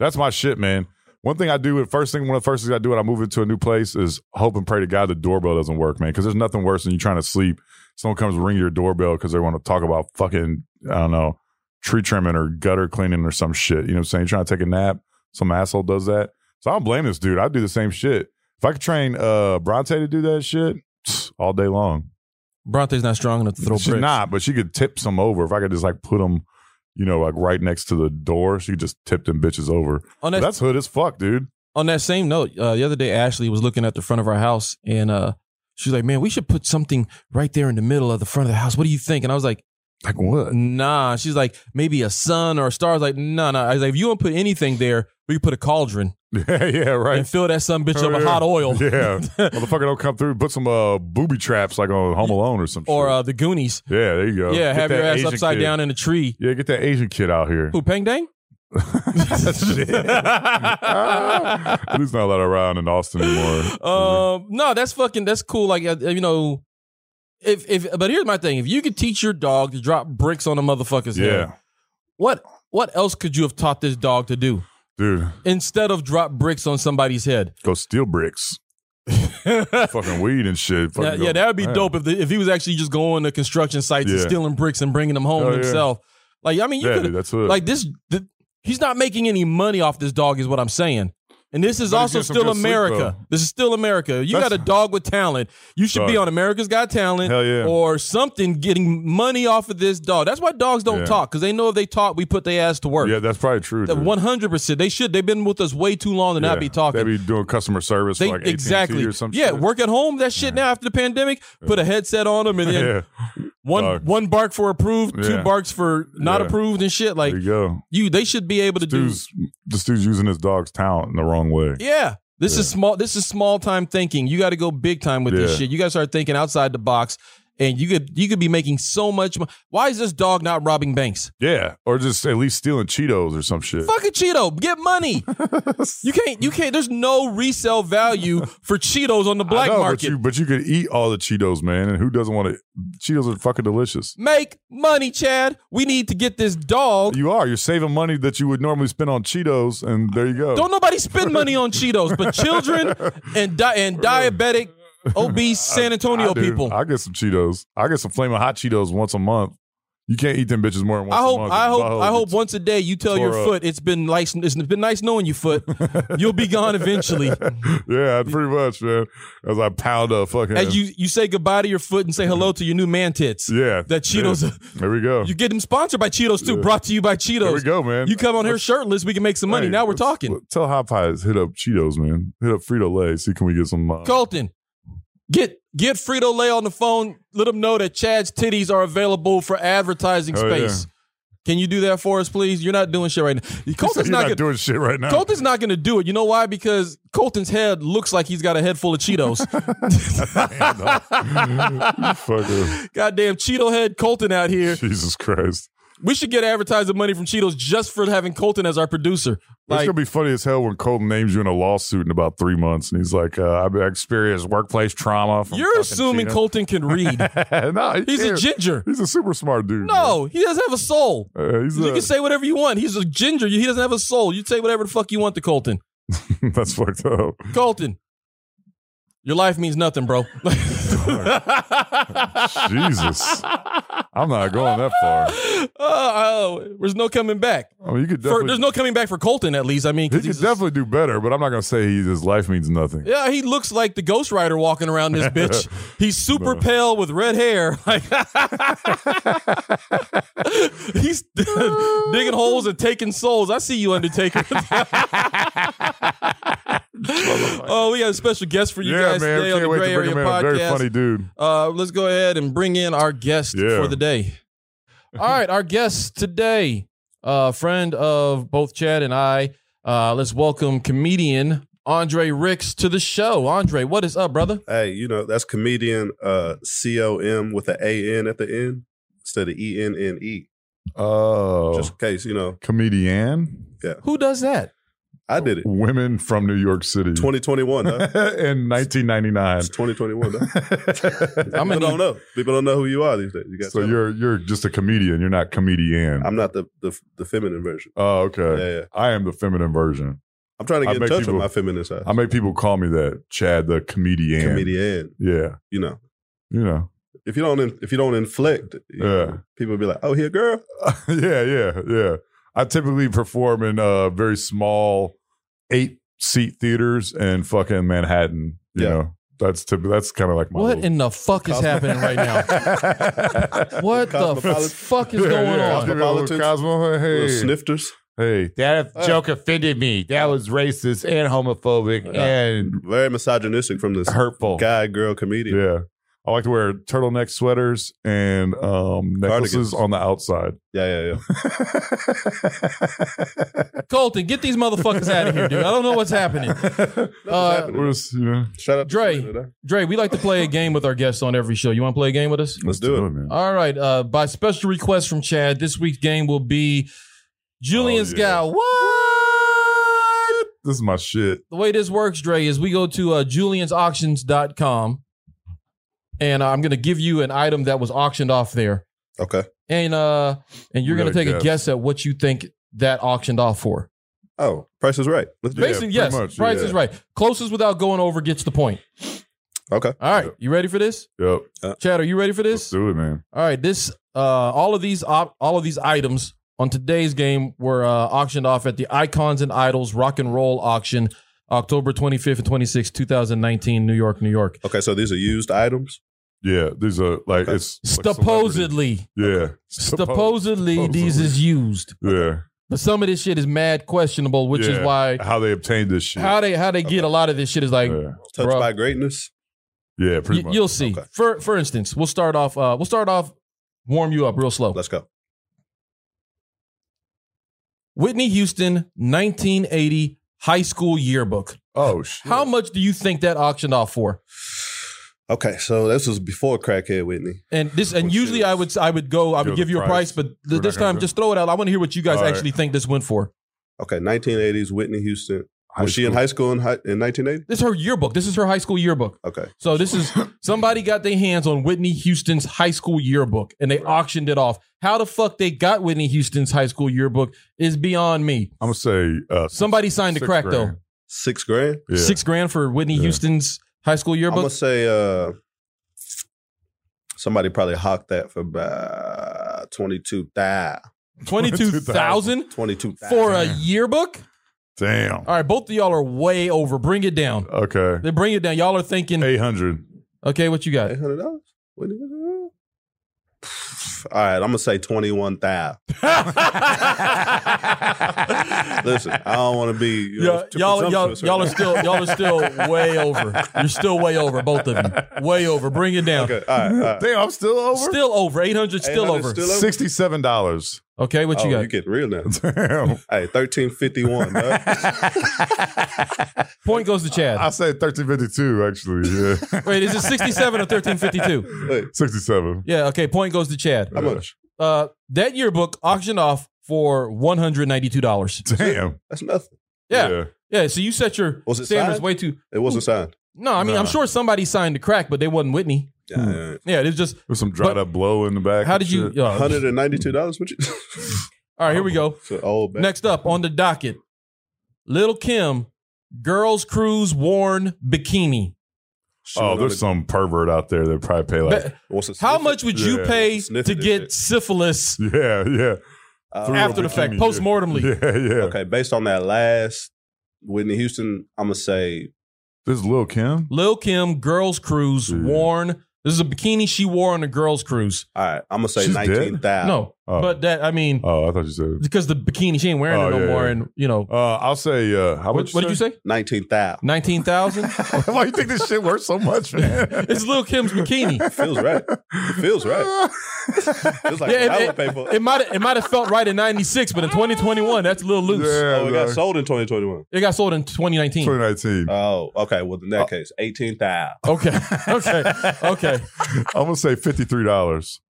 [SPEAKER 2] That's my shit, man. One thing I do, the first thing, one of the first things I do when I move into a new place is hope and pray to God the doorbell doesn't work, man. Because there's nothing worse than you trying to sleep. Someone comes ring your doorbell because they want to talk about fucking I don't know tree trimming or gutter cleaning or some shit. You know what I'm saying? You're trying to take a nap. Some asshole does that. So I don't blame this dude. I do the same shit. If I could train uh Bronte to do that shit, pfft, all day long.
[SPEAKER 4] Bronte's not strong enough to throw
[SPEAKER 2] She's
[SPEAKER 4] bricks.
[SPEAKER 2] not, but she could tip some over. If I could just like put them, you know, like right next to the door, she could just tip them bitches over.
[SPEAKER 4] On that
[SPEAKER 2] That's, hood as fuck, dude.
[SPEAKER 4] on that same note, uh, the other day Ashley was looking at the front of our house and uh, she's like, "Man, we should put something right there in the middle of the front of the house. What do you think?" And I was like,
[SPEAKER 2] Like what?
[SPEAKER 4] Nah, she's like maybe a sun or a star. I was like, nah, nah. I was like, if you don't put anything there, we can put a cauldron
[SPEAKER 2] yeah, yeah, right.
[SPEAKER 4] and fill that sun bitch up
[SPEAKER 2] Oh,
[SPEAKER 4] with
[SPEAKER 2] yeah.
[SPEAKER 4] hot oil.
[SPEAKER 2] Yeah, motherfucker, don't come through. Put some uh, booby traps like on Home Alone or some.
[SPEAKER 4] or
[SPEAKER 2] shit.
[SPEAKER 4] uh, the Goonies.
[SPEAKER 2] yeah, there you go.
[SPEAKER 4] yeah,
[SPEAKER 2] Get
[SPEAKER 4] have your
[SPEAKER 2] that
[SPEAKER 4] ass
[SPEAKER 2] Asian
[SPEAKER 4] upside
[SPEAKER 2] kid.
[SPEAKER 4] down in a tree.
[SPEAKER 2] Yeah, get that Asian kid out here.
[SPEAKER 4] Who, Peng Dang?
[SPEAKER 2] Ah. He's not allowed around in Austin anymore.
[SPEAKER 4] Um, no, that's fucking that's cool. Like uh, you know, if if but here's my thing: if you could teach your dog to drop bricks on a motherfucker's head,
[SPEAKER 2] yeah,
[SPEAKER 4] what what else could you have taught this dog to do
[SPEAKER 2] dude,
[SPEAKER 4] instead of drop bricks on somebody's head?
[SPEAKER 2] go steal bricks,
[SPEAKER 4] yeah,
[SPEAKER 2] fucking weed and shit. Fucking go-
[SPEAKER 4] yeah, that would be
[SPEAKER 2] Man.
[SPEAKER 4] dope if the, if he was actually just going to construction sites and
[SPEAKER 2] Yeah.
[SPEAKER 4] stealing bricks and bringing them home
[SPEAKER 2] Oh, yeah.
[SPEAKER 4] himself. Like I mean, you
[SPEAKER 2] Yeah,
[SPEAKER 4] could
[SPEAKER 2] dude, that's what.
[SPEAKER 4] like this. th- he's not making any money off this dog, is what I'm saying. And this is
[SPEAKER 2] But he's
[SPEAKER 4] also
[SPEAKER 2] getting some
[SPEAKER 4] still
[SPEAKER 2] good sleep,
[SPEAKER 4] America.
[SPEAKER 2] though.
[SPEAKER 4] this is still America. You
[SPEAKER 2] That's-
[SPEAKER 4] got a dog with talent. You should be
[SPEAKER 2] Dog.
[SPEAKER 4] on America's Got Talent
[SPEAKER 2] Hell yeah.
[SPEAKER 4] or something, getting money off of this dog. That's why dogs don't
[SPEAKER 2] Yeah.
[SPEAKER 4] talk because they know if they talk, we put their ass to work.
[SPEAKER 2] yeah, that's probably true. dude.
[SPEAKER 4] One hundred percent. They should. They've been with us way too long to
[SPEAKER 2] yeah.
[SPEAKER 4] not be talking.
[SPEAKER 2] They'd be doing customer service.
[SPEAKER 4] they
[SPEAKER 2] for like AT&T
[SPEAKER 4] exactly.
[SPEAKER 2] or some
[SPEAKER 4] yeah,
[SPEAKER 2] shit.
[SPEAKER 4] work at home. That shit now after the pandemic. Put a headset on them and then
[SPEAKER 2] Yeah,
[SPEAKER 4] one
[SPEAKER 2] Dog.
[SPEAKER 4] one bark for approved, two
[SPEAKER 2] Yeah.
[SPEAKER 4] barks for not
[SPEAKER 2] Yeah.
[SPEAKER 4] approved and shit. Like
[SPEAKER 2] there you go.
[SPEAKER 4] you, they should be able to do
[SPEAKER 2] Dude's this dude's using his dog's talent in the wrong way.
[SPEAKER 4] Yeah. This is small this is small time thinking. You got to go big time with this
[SPEAKER 2] Yeah.
[SPEAKER 4] shit. You got to start thinking outside the box and you could you could be making so much money. Why is this dog not robbing banks?
[SPEAKER 2] Yeah, or just at least stealing Cheetos or some shit.
[SPEAKER 4] Fuck a Cheeto, get money. you can't you can't there's no resale value for Cheetos on the
[SPEAKER 2] I
[SPEAKER 4] black
[SPEAKER 2] know,
[SPEAKER 4] market.
[SPEAKER 2] But you, but you could eat all the Cheetos, man. And who doesn't want to? Cheetos are fucking delicious.
[SPEAKER 4] Make money, Chad. We need to get this dog.
[SPEAKER 2] You are. You're saving money that you would normally spend on Cheetos, and there you go.
[SPEAKER 4] Don't nobody spend money on Cheetos, but children and di- and diabetic obese San Antonio
[SPEAKER 2] I do.
[SPEAKER 4] people.
[SPEAKER 2] I get some Cheetos. I get some flaming hot Cheetos once a month. You can't eat them bitches more than once
[SPEAKER 4] I hope,
[SPEAKER 2] a month.
[SPEAKER 4] I hope,
[SPEAKER 2] My whole-
[SPEAKER 4] I hope once a day you tell your
[SPEAKER 2] tore up.
[SPEAKER 4] foot it's been nice. It's been nice knowing you foot. You'll be gone eventually.
[SPEAKER 2] yeah, pretty much, man. As I pound a fucking.
[SPEAKER 4] As you you say goodbye to your foot and say hello to your new man tits.
[SPEAKER 2] yeah.
[SPEAKER 4] That Cheetos.
[SPEAKER 2] Yeah. There we go.
[SPEAKER 4] You get them sponsored by Cheetos too. Brought to you by Cheetos.
[SPEAKER 2] there we go, man.
[SPEAKER 4] You come on here shirtless, we can make some money.
[SPEAKER 2] Hey,
[SPEAKER 4] now we're
[SPEAKER 2] let's-
[SPEAKER 4] talking.
[SPEAKER 2] let- Tell Hot Pies, hit up Cheetos, man. Hit up Frito Lay. See, can we get some? Uh,
[SPEAKER 4] Colton, get get Frito Lay on the phone. Let them know that Chad's titties are available for advertising
[SPEAKER 2] Oh, yeah.
[SPEAKER 4] space. Can you do that for us, please? You're not doing shit right now.
[SPEAKER 2] you're
[SPEAKER 4] Colton's
[SPEAKER 2] not
[SPEAKER 4] not, gonna
[SPEAKER 2] doing shit right now.
[SPEAKER 4] Colton's not going to do it. You know why? Because Colton's head looks like he's got a head full of Cheetos.
[SPEAKER 2] Fucker.
[SPEAKER 4] Goddamn Cheeto head Colton out here.
[SPEAKER 2] Jesus Christ.
[SPEAKER 4] We should get advertising money from Cheetos just for having Colton as our producer.
[SPEAKER 2] it's
[SPEAKER 4] Like,
[SPEAKER 2] gonna be funny as hell when Colton names you in a lawsuit in about three months, and he's like, uh, "I've experienced workplace trauma." From
[SPEAKER 4] you're
[SPEAKER 2] fucking
[SPEAKER 4] assuming
[SPEAKER 2] Cheetos."
[SPEAKER 4] Colton can read.
[SPEAKER 2] no, he
[SPEAKER 4] He's a
[SPEAKER 2] can't.
[SPEAKER 4] ginger.
[SPEAKER 2] He's a super smart dude.
[SPEAKER 4] No, he doesn't have a soul.
[SPEAKER 2] man. Uh, he's
[SPEAKER 4] You
[SPEAKER 2] a-
[SPEAKER 4] can say whatever you want. He's a ginger. He doesn't have a soul. You say whatever the fuck you want to Colton.
[SPEAKER 2] that's fucked up.
[SPEAKER 4] Colton, your life means nothing, bro. Uh,
[SPEAKER 2] Jesus, I'm not going that far.
[SPEAKER 4] Oh, oh, there's no coming back.
[SPEAKER 2] I mean, you could
[SPEAKER 4] For,
[SPEAKER 2] definitely,
[SPEAKER 4] there's no coming back for Colton, at least. I mean,
[SPEAKER 2] he
[SPEAKER 4] 'cause
[SPEAKER 2] could
[SPEAKER 4] he's-
[SPEAKER 2] definitely do better, but I'm not gonna say he, his life means nothing.
[SPEAKER 4] Yeah, he looks like the Ghost Rider walking around this bitch. He's super pale with red hair. Like he's digging holes and taking souls. I see you, Undertaker. oh, we got a special guest for you
[SPEAKER 2] Yeah,
[SPEAKER 4] guys
[SPEAKER 2] man,
[SPEAKER 4] today on the
[SPEAKER 2] can't wait
[SPEAKER 4] Gray
[SPEAKER 2] to bring
[SPEAKER 4] Area
[SPEAKER 2] him in. A Very
[SPEAKER 4] Podcast.
[SPEAKER 2] funny dude.
[SPEAKER 4] Uh, let's go ahead and bring in our guest
[SPEAKER 2] Yeah.
[SPEAKER 4] for the day. All right, our guest today, uh, friend of both Chad and I. Uh, let's welcome comedian Andre Ricks to the show. Andre, what is up, brother?
[SPEAKER 3] Hey, you know, that's comedian uh C O M with a A N at the end instead of E N N E.
[SPEAKER 2] Oh,
[SPEAKER 3] Just in case, you know,
[SPEAKER 2] comedian.
[SPEAKER 4] Who does that?
[SPEAKER 3] I did it.
[SPEAKER 2] Women from New York City.
[SPEAKER 3] 2021, huh?
[SPEAKER 2] in 1999.
[SPEAKER 3] It's 2021, huh?
[SPEAKER 4] I'm
[SPEAKER 3] People
[SPEAKER 4] in-
[SPEAKER 3] don't know. People don't know who you are these days. You got
[SPEAKER 2] so you're you're just a comedian. You're not comedian.
[SPEAKER 3] I'm not the the, the feminine version.
[SPEAKER 2] oh,
[SPEAKER 3] Yeah,
[SPEAKER 2] okay.
[SPEAKER 3] yeah.
[SPEAKER 2] I am the feminine version.
[SPEAKER 3] I'm trying to
[SPEAKER 2] I
[SPEAKER 3] get in
[SPEAKER 2] make
[SPEAKER 3] touch
[SPEAKER 2] people-
[SPEAKER 3] with my feminine side.
[SPEAKER 2] I make people call me that. Chad, the comedian.
[SPEAKER 3] comedian.
[SPEAKER 2] Yeah,
[SPEAKER 3] You know,
[SPEAKER 2] you know.
[SPEAKER 3] if you don't in- if you don't inflict, you know,
[SPEAKER 2] Yeah.
[SPEAKER 3] people be like, "Oh, here, girl."
[SPEAKER 2] yeah, yeah, yeah. I typically perform in uh, very small eight seat theaters in fucking Manhattan. You
[SPEAKER 3] Yeah.
[SPEAKER 2] know, that's typ- that's kind of like my
[SPEAKER 4] What
[SPEAKER 2] little-
[SPEAKER 4] in the fuck is happening right now? What the
[SPEAKER 3] Cosmopolitan.
[SPEAKER 4] fuck is
[SPEAKER 2] Yeah,
[SPEAKER 4] going
[SPEAKER 2] yeah.
[SPEAKER 4] on?
[SPEAKER 2] Give me a little
[SPEAKER 3] Cosmopolitan.
[SPEAKER 2] Cosmo, hey,
[SPEAKER 3] Little snifters,
[SPEAKER 2] hey.
[SPEAKER 7] That
[SPEAKER 3] Uh,
[SPEAKER 7] joke offended me. That was racist and homophobic and
[SPEAKER 3] very misogynistic from this
[SPEAKER 2] hurtful.
[SPEAKER 3] guy girl comedian.
[SPEAKER 2] Yeah. I like to wear turtleneck sweaters and um, necklaces
[SPEAKER 3] Cardigans.
[SPEAKER 2] on the outside.
[SPEAKER 3] Yeah, yeah, yeah.
[SPEAKER 4] Colton, get these motherfuckers out of here, dude. I don't know what's happening. Uh,
[SPEAKER 2] We're just, you know,
[SPEAKER 3] Shout out
[SPEAKER 4] Dre.
[SPEAKER 3] to Dre today.
[SPEAKER 4] Dre, we like to play a game with our guests on every show. You want to play a game with us?
[SPEAKER 3] Let's do it.
[SPEAKER 2] man.
[SPEAKER 4] All right. Uh, by special request from Chad, this week's game will be Julian's
[SPEAKER 2] Oh, yeah.
[SPEAKER 4] Gal. What?
[SPEAKER 2] This is my shit.
[SPEAKER 4] The way this works, Dre, is we go to uh, juliansauctions.com and uh, I'm going to give you an item that was auctioned off there.
[SPEAKER 3] Okay.
[SPEAKER 4] And uh, and you're
[SPEAKER 2] We
[SPEAKER 4] going
[SPEAKER 2] got
[SPEAKER 4] to
[SPEAKER 2] a
[SPEAKER 4] take a
[SPEAKER 2] guess.
[SPEAKER 4] guess at what you think that auctioned off for.
[SPEAKER 3] Oh, Price is Right. Let's do it.
[SPEAKER 4] Basically,
[SPEAKER 2] pretty
[SPEAKER 4] yes.
[SPEAKER 2] much,
[SPEAKER 4] price
[SPEAKER 2] yeah.
[SPEAKER 4] is right. Closest without going over gets the point.
[SPEAKER 3] Okay.
[SPEAKER 4] All right. You ready for this?
[SPEAKER 2] Yep.
[SPEAKER 4] Chad, are you ready for
[SPEAKER 2] Let's
[SPEAKER 4] this?
[SPEAKER 2] do it, man.
[SPEAKER 4] All right, this uh, all of these op- all of these items on today's game were uh, auctioned off at the Icons and Idols Rock and Roll auction, October 25th and 26th, 2019, New York, New York.
[SPEAKER 3] Okay, so these are used items.
[SPEAKER 2] Yeah, these are like it's like
[SPEAKER 4] Supposedly,
[SPEAKER 2] celebrity. yeah,
[SPEAKER 4] supposedly, these
[SPEAKER 2] supposedly.
[SPEAKER 4] is used,
[SPEAKER 2] yeah.
[SPEAKER 4] but some of this shit is mad questionable, which is
[SPEAKER 2] Yeah.
[SPEAKER 4] why
[SPEAKER 2] How they obtained this shit?
[SPEAKER 4] how they how they get a lot of this shit is like.
[SPEAKER 2] yeah.
[SPEAKER 3] Touched
[SPEAKER 4] Bruh.
[SPEAKER 3] by Greatness.
[SPEAKER 2] yeah, pretty
[SPEAKER 4] y-
[SPEAKER 2] much.
[SPEAKER 4] you'll see.
[SPEAKER 3] Okay.
[SPEAKER 4] For for instance, we'll start off. Uh, we'll start off. Warm you up real slow.
[SPEAKER 3] Let's go.
[SPEAKER 4] Whitney Houston, 1980 high school yearbook.
[SPEAKER 2] oh shit!
[SPEAKER 4] How much do you think that auctioned off for?
[SPEAKER 3] Okay, so this was before Crackhead Whitney.
[SPEAKER 4] And this, and
[SPEAKER 2] Well,
[SPEAKER 4] usually
[SPEAKER 2] shit.
[SPEAKER 4] I would I would go I would
[SPEAKER 2] Give
[SPEAKER 4] give
[SPEAKER 2] the
[SPEAKER 4] you a price,
[SPEAKER 2] price.
[SPEAKER 4] but
[SPEAKER 2] We're
[SPEAKER 4] th-
[SPEAKER 2] not
[SPEAKER 4] this
[SPEAKER 2] gonna
[SPEAKER 4] time
[SPEAKER 2] do-
[SPEAKER 4] just throw it out. I want to hear what you guys
[SPEAKER 2] All right.
[SPEAKER 4] actually think this went for.
[SPEAKER 3] Okay, 1980s Whitney Houston.
[SPEAKER 2] High
[SPEAKER 3] was she in
[SPEAKER 2] school.
[SPEAKER 3] high school in, high, in 1980?
[SPEAKER 4] This is her yearbook. This is her high school yearbook.
[SPEAKER 3] Okay.
[SPEAKER 4] So this is somebody got their hands on Whitney Houston's high school yearbook and they auctioned it off. How the fuck they got Whitney Houston's high school yearbook is beyond me.
[SPEAKER 2] I'm gonna say uh,
[SPEAKER 4] Somebody signed a
[SPEAKER 2] six
[SPEAKER 4] crack
[SPEAKER 2] grand.
[SPEAKER 4] though.
[SPEAKER 3] Six grand?
[SPEAKER 2] Yeah.
[SPEAKER 4] Six grand for Whitney
[SPEAKER 2] Yeah.
[SPEAKER 4] Houston's high school
[SPEAKER 3] I'm going
[SPEAKER 4] yearbook.
[SPEAKER 3] to say uh, somebody probably hawked that for about 22 thou.
[SPEAKER 4] Twenty two thousand
[SPEAKER 3] 22
[SPEAKER 4] for a yearbook.
[SPEAKER 2] Damn.
[SPEAKER 4] All right, both of y'all are way over. Bring it down.
[SPEAKER 2] Okay.
[SPEAKER 4] They bring it down. Y'all are thinking,
[SPEAKER 2] Eight hundred.
[SPEAKER 4] okay, what you got?
[SPEAKER 3] $800? Whitney Houston? All right, I'm going to say 21 thou. Listen, I don't want to be you know,
[SPEAKER 4] y'all,
[SPEAKER 3] too
[SPEAKER 4] y'all, y'all,
[SPEAKER 3] presumptuous right
[SPEAKER 4] y'all are
[SPEAKER 3] now.
[SPEAKER 4] still y'all are still way over. You're still way over, both of you. Way over. Bring it down.
[SPEAKER 3] Okay, all right, all right.
[SPEAKER 2] Damn, I'm still over.
[SPEAKER 4] Still over. Eight hundred. Still
[SPEAKER 3] 800
[SPEAKER 4] over.
[SPEAKER 3] Uh, still over?
[SPEAKER 2] Sixty-seven dollars.
[SPEAKER 4] Okay, what you
[SPEAKER 3] Oh,
[SPEAKER 4] got?
[SPEAKER 3] you getting real now.
[SPEAKER 2] Damn.
[SPEAKER 3] Hey, 1351, dog.
[SPEAKER 4] Point goes to Chad.
[SPEAKER 2] I said thirteen fifty-two. Actually, yeah,
[SPEAKER 4] Wait, is it sixty-seven or thirteen fifty-two?
[SPEAKER 3] Wait,
[SPEAKER 2] sixty-seven.
[SPEAKER 4] Yeah. Okay. Point goes to Chad.
[SPEAKER 3] how much?
[SPEAKER 4] Uh, that yearbook auctioned off for one hundred ninety-two dollars.
[SPEAKER 2] Damn.
[SPEAKER 3] That's nothing.
[SPEAKER 4] Yeah, yeah. So you set your
[SPEAKER 3] Was it
[SPEAKER 4] standards
[SPEAKER 3] signed?
[SPEAKER 4] way too.
[SPEAKER 3] It wasn't signed.
[SPEAKER 4] No, I mean I'm
[SPEAKER 2] Nah.
[SPEAKER 4] sure somebody signed the crack, but they wasn't Whitney.
[SPEAKER 3] Yeah, yeah,
[SPEAKER 4] Yeah, it was just
[SPEAKER 2] There's some dried
[SPEAKER 4] But-
[SPEAKER 2] up blow in the back.
[SPEAKER 4] how
[SPEAKER 2] and
[SPEAKER 4] did you?
[SPEAKER 2] shit.
[SPEAKER 4] uh,
[SPEAKER 3] yeah. $192? What you?
[SPEAKER 4] all right, here we go.
[SPEAKER 3] It's an old man.
[SPEAKER 4] Next up on the docket, Little Kim, girls cruise worn bikini.
[SPEAKER 2] Oh, there's some pervert out there that probably pay like.
[SPEAKER 4] Be- How much would you
[SPEAKER 2] Yeah,
[SPEAKER 4] pay
[SPEAKER 3] sniff
[SPEAKER 4] to
[SPEAKER 3] it,
[SPEAKER 4] get
[SPEAKER 3] shit.
[SPEAKER 4] syphilis
[SPEAKER 2] yeah, yeah.
[SPEAKER 4] Uh, after the fact,
[SPEAKER 2] bikini,
[SPEAKER 4] post mortemly?
[SPEAKER 2] Yeah, yeah.
[SPEAKER 3] Okay, based on that last Whitney Houston, I'm gonna say
[SPEAKER 2] This is Lil Kim.
[SPEAKER 4] Lil Kim, girls cruise
[SPEAKER 2] Yeah.
[SPEAKER 4] worn. This is a bikini she wore on a girls cruise.
[SPEAKER 3] all right. I'm gonna say
[SPEAKER 2] She's dead?
[SPEAKER 3] nineteen thousand.
[SPEAKER 4] No,
[SPEAKER 2] Oh.
[SPEAKER 4] but that I mean
[SPEAKER 2] Oh, I thought you said.
[SPEAKER 4] because the bikini she ain't wearing
[SPEAKER 2] Oh,
[SPEAKER 4] it no
[SPEAKER 2] yeah,
[SPEAKER 4] more,
[SPEAKER 2] yeah.
[SPEAKER 4] and you know
[SPEAKER 2] Uh, I'll say. Uh, how
[SPEAKER 4] what,
[SPEAKER 2] much?
[SPEAKER 4] what did you say?
[SPEAKER 3] nineteen thousand.
[SPEAKER 4] Nineteen thousand.
[SPEAKER 2] Why you think this shit worth so much, man?
[SPEAKER 4] it's Lil Kim's bikini.
[SPEAKER 3] Feels right. Feels right. Feels like
[SPEAKER 4] Yeah,
[SPEAKER 3] what I
[SPEAKER 4] it-
[SPEAKER 3] would pay for.
[SPEAKER 4] It might it might have felt right in '96, but in 2021, that's a little loose.
[SPEAKER 2] Yeah,
[SPEAKER 3] oh, it got
[SPEAKER 2] no.
[SPEAKER 3] sold in 2021.
[SPEAKER 4] It got sold in 2019.
[SPEAKER 2] 2019.
[SPEAKER 4] Uh,
[SPEAKER 3] Oh, okay. Well,
[SPEAKER 2] Uh,
[SPEAKER 3] in that case, eighteen thousand.
[SPEAKER 4] Okay, okay, okay.
[SPEAKER 2] I'm gonna say fifty-three dollars.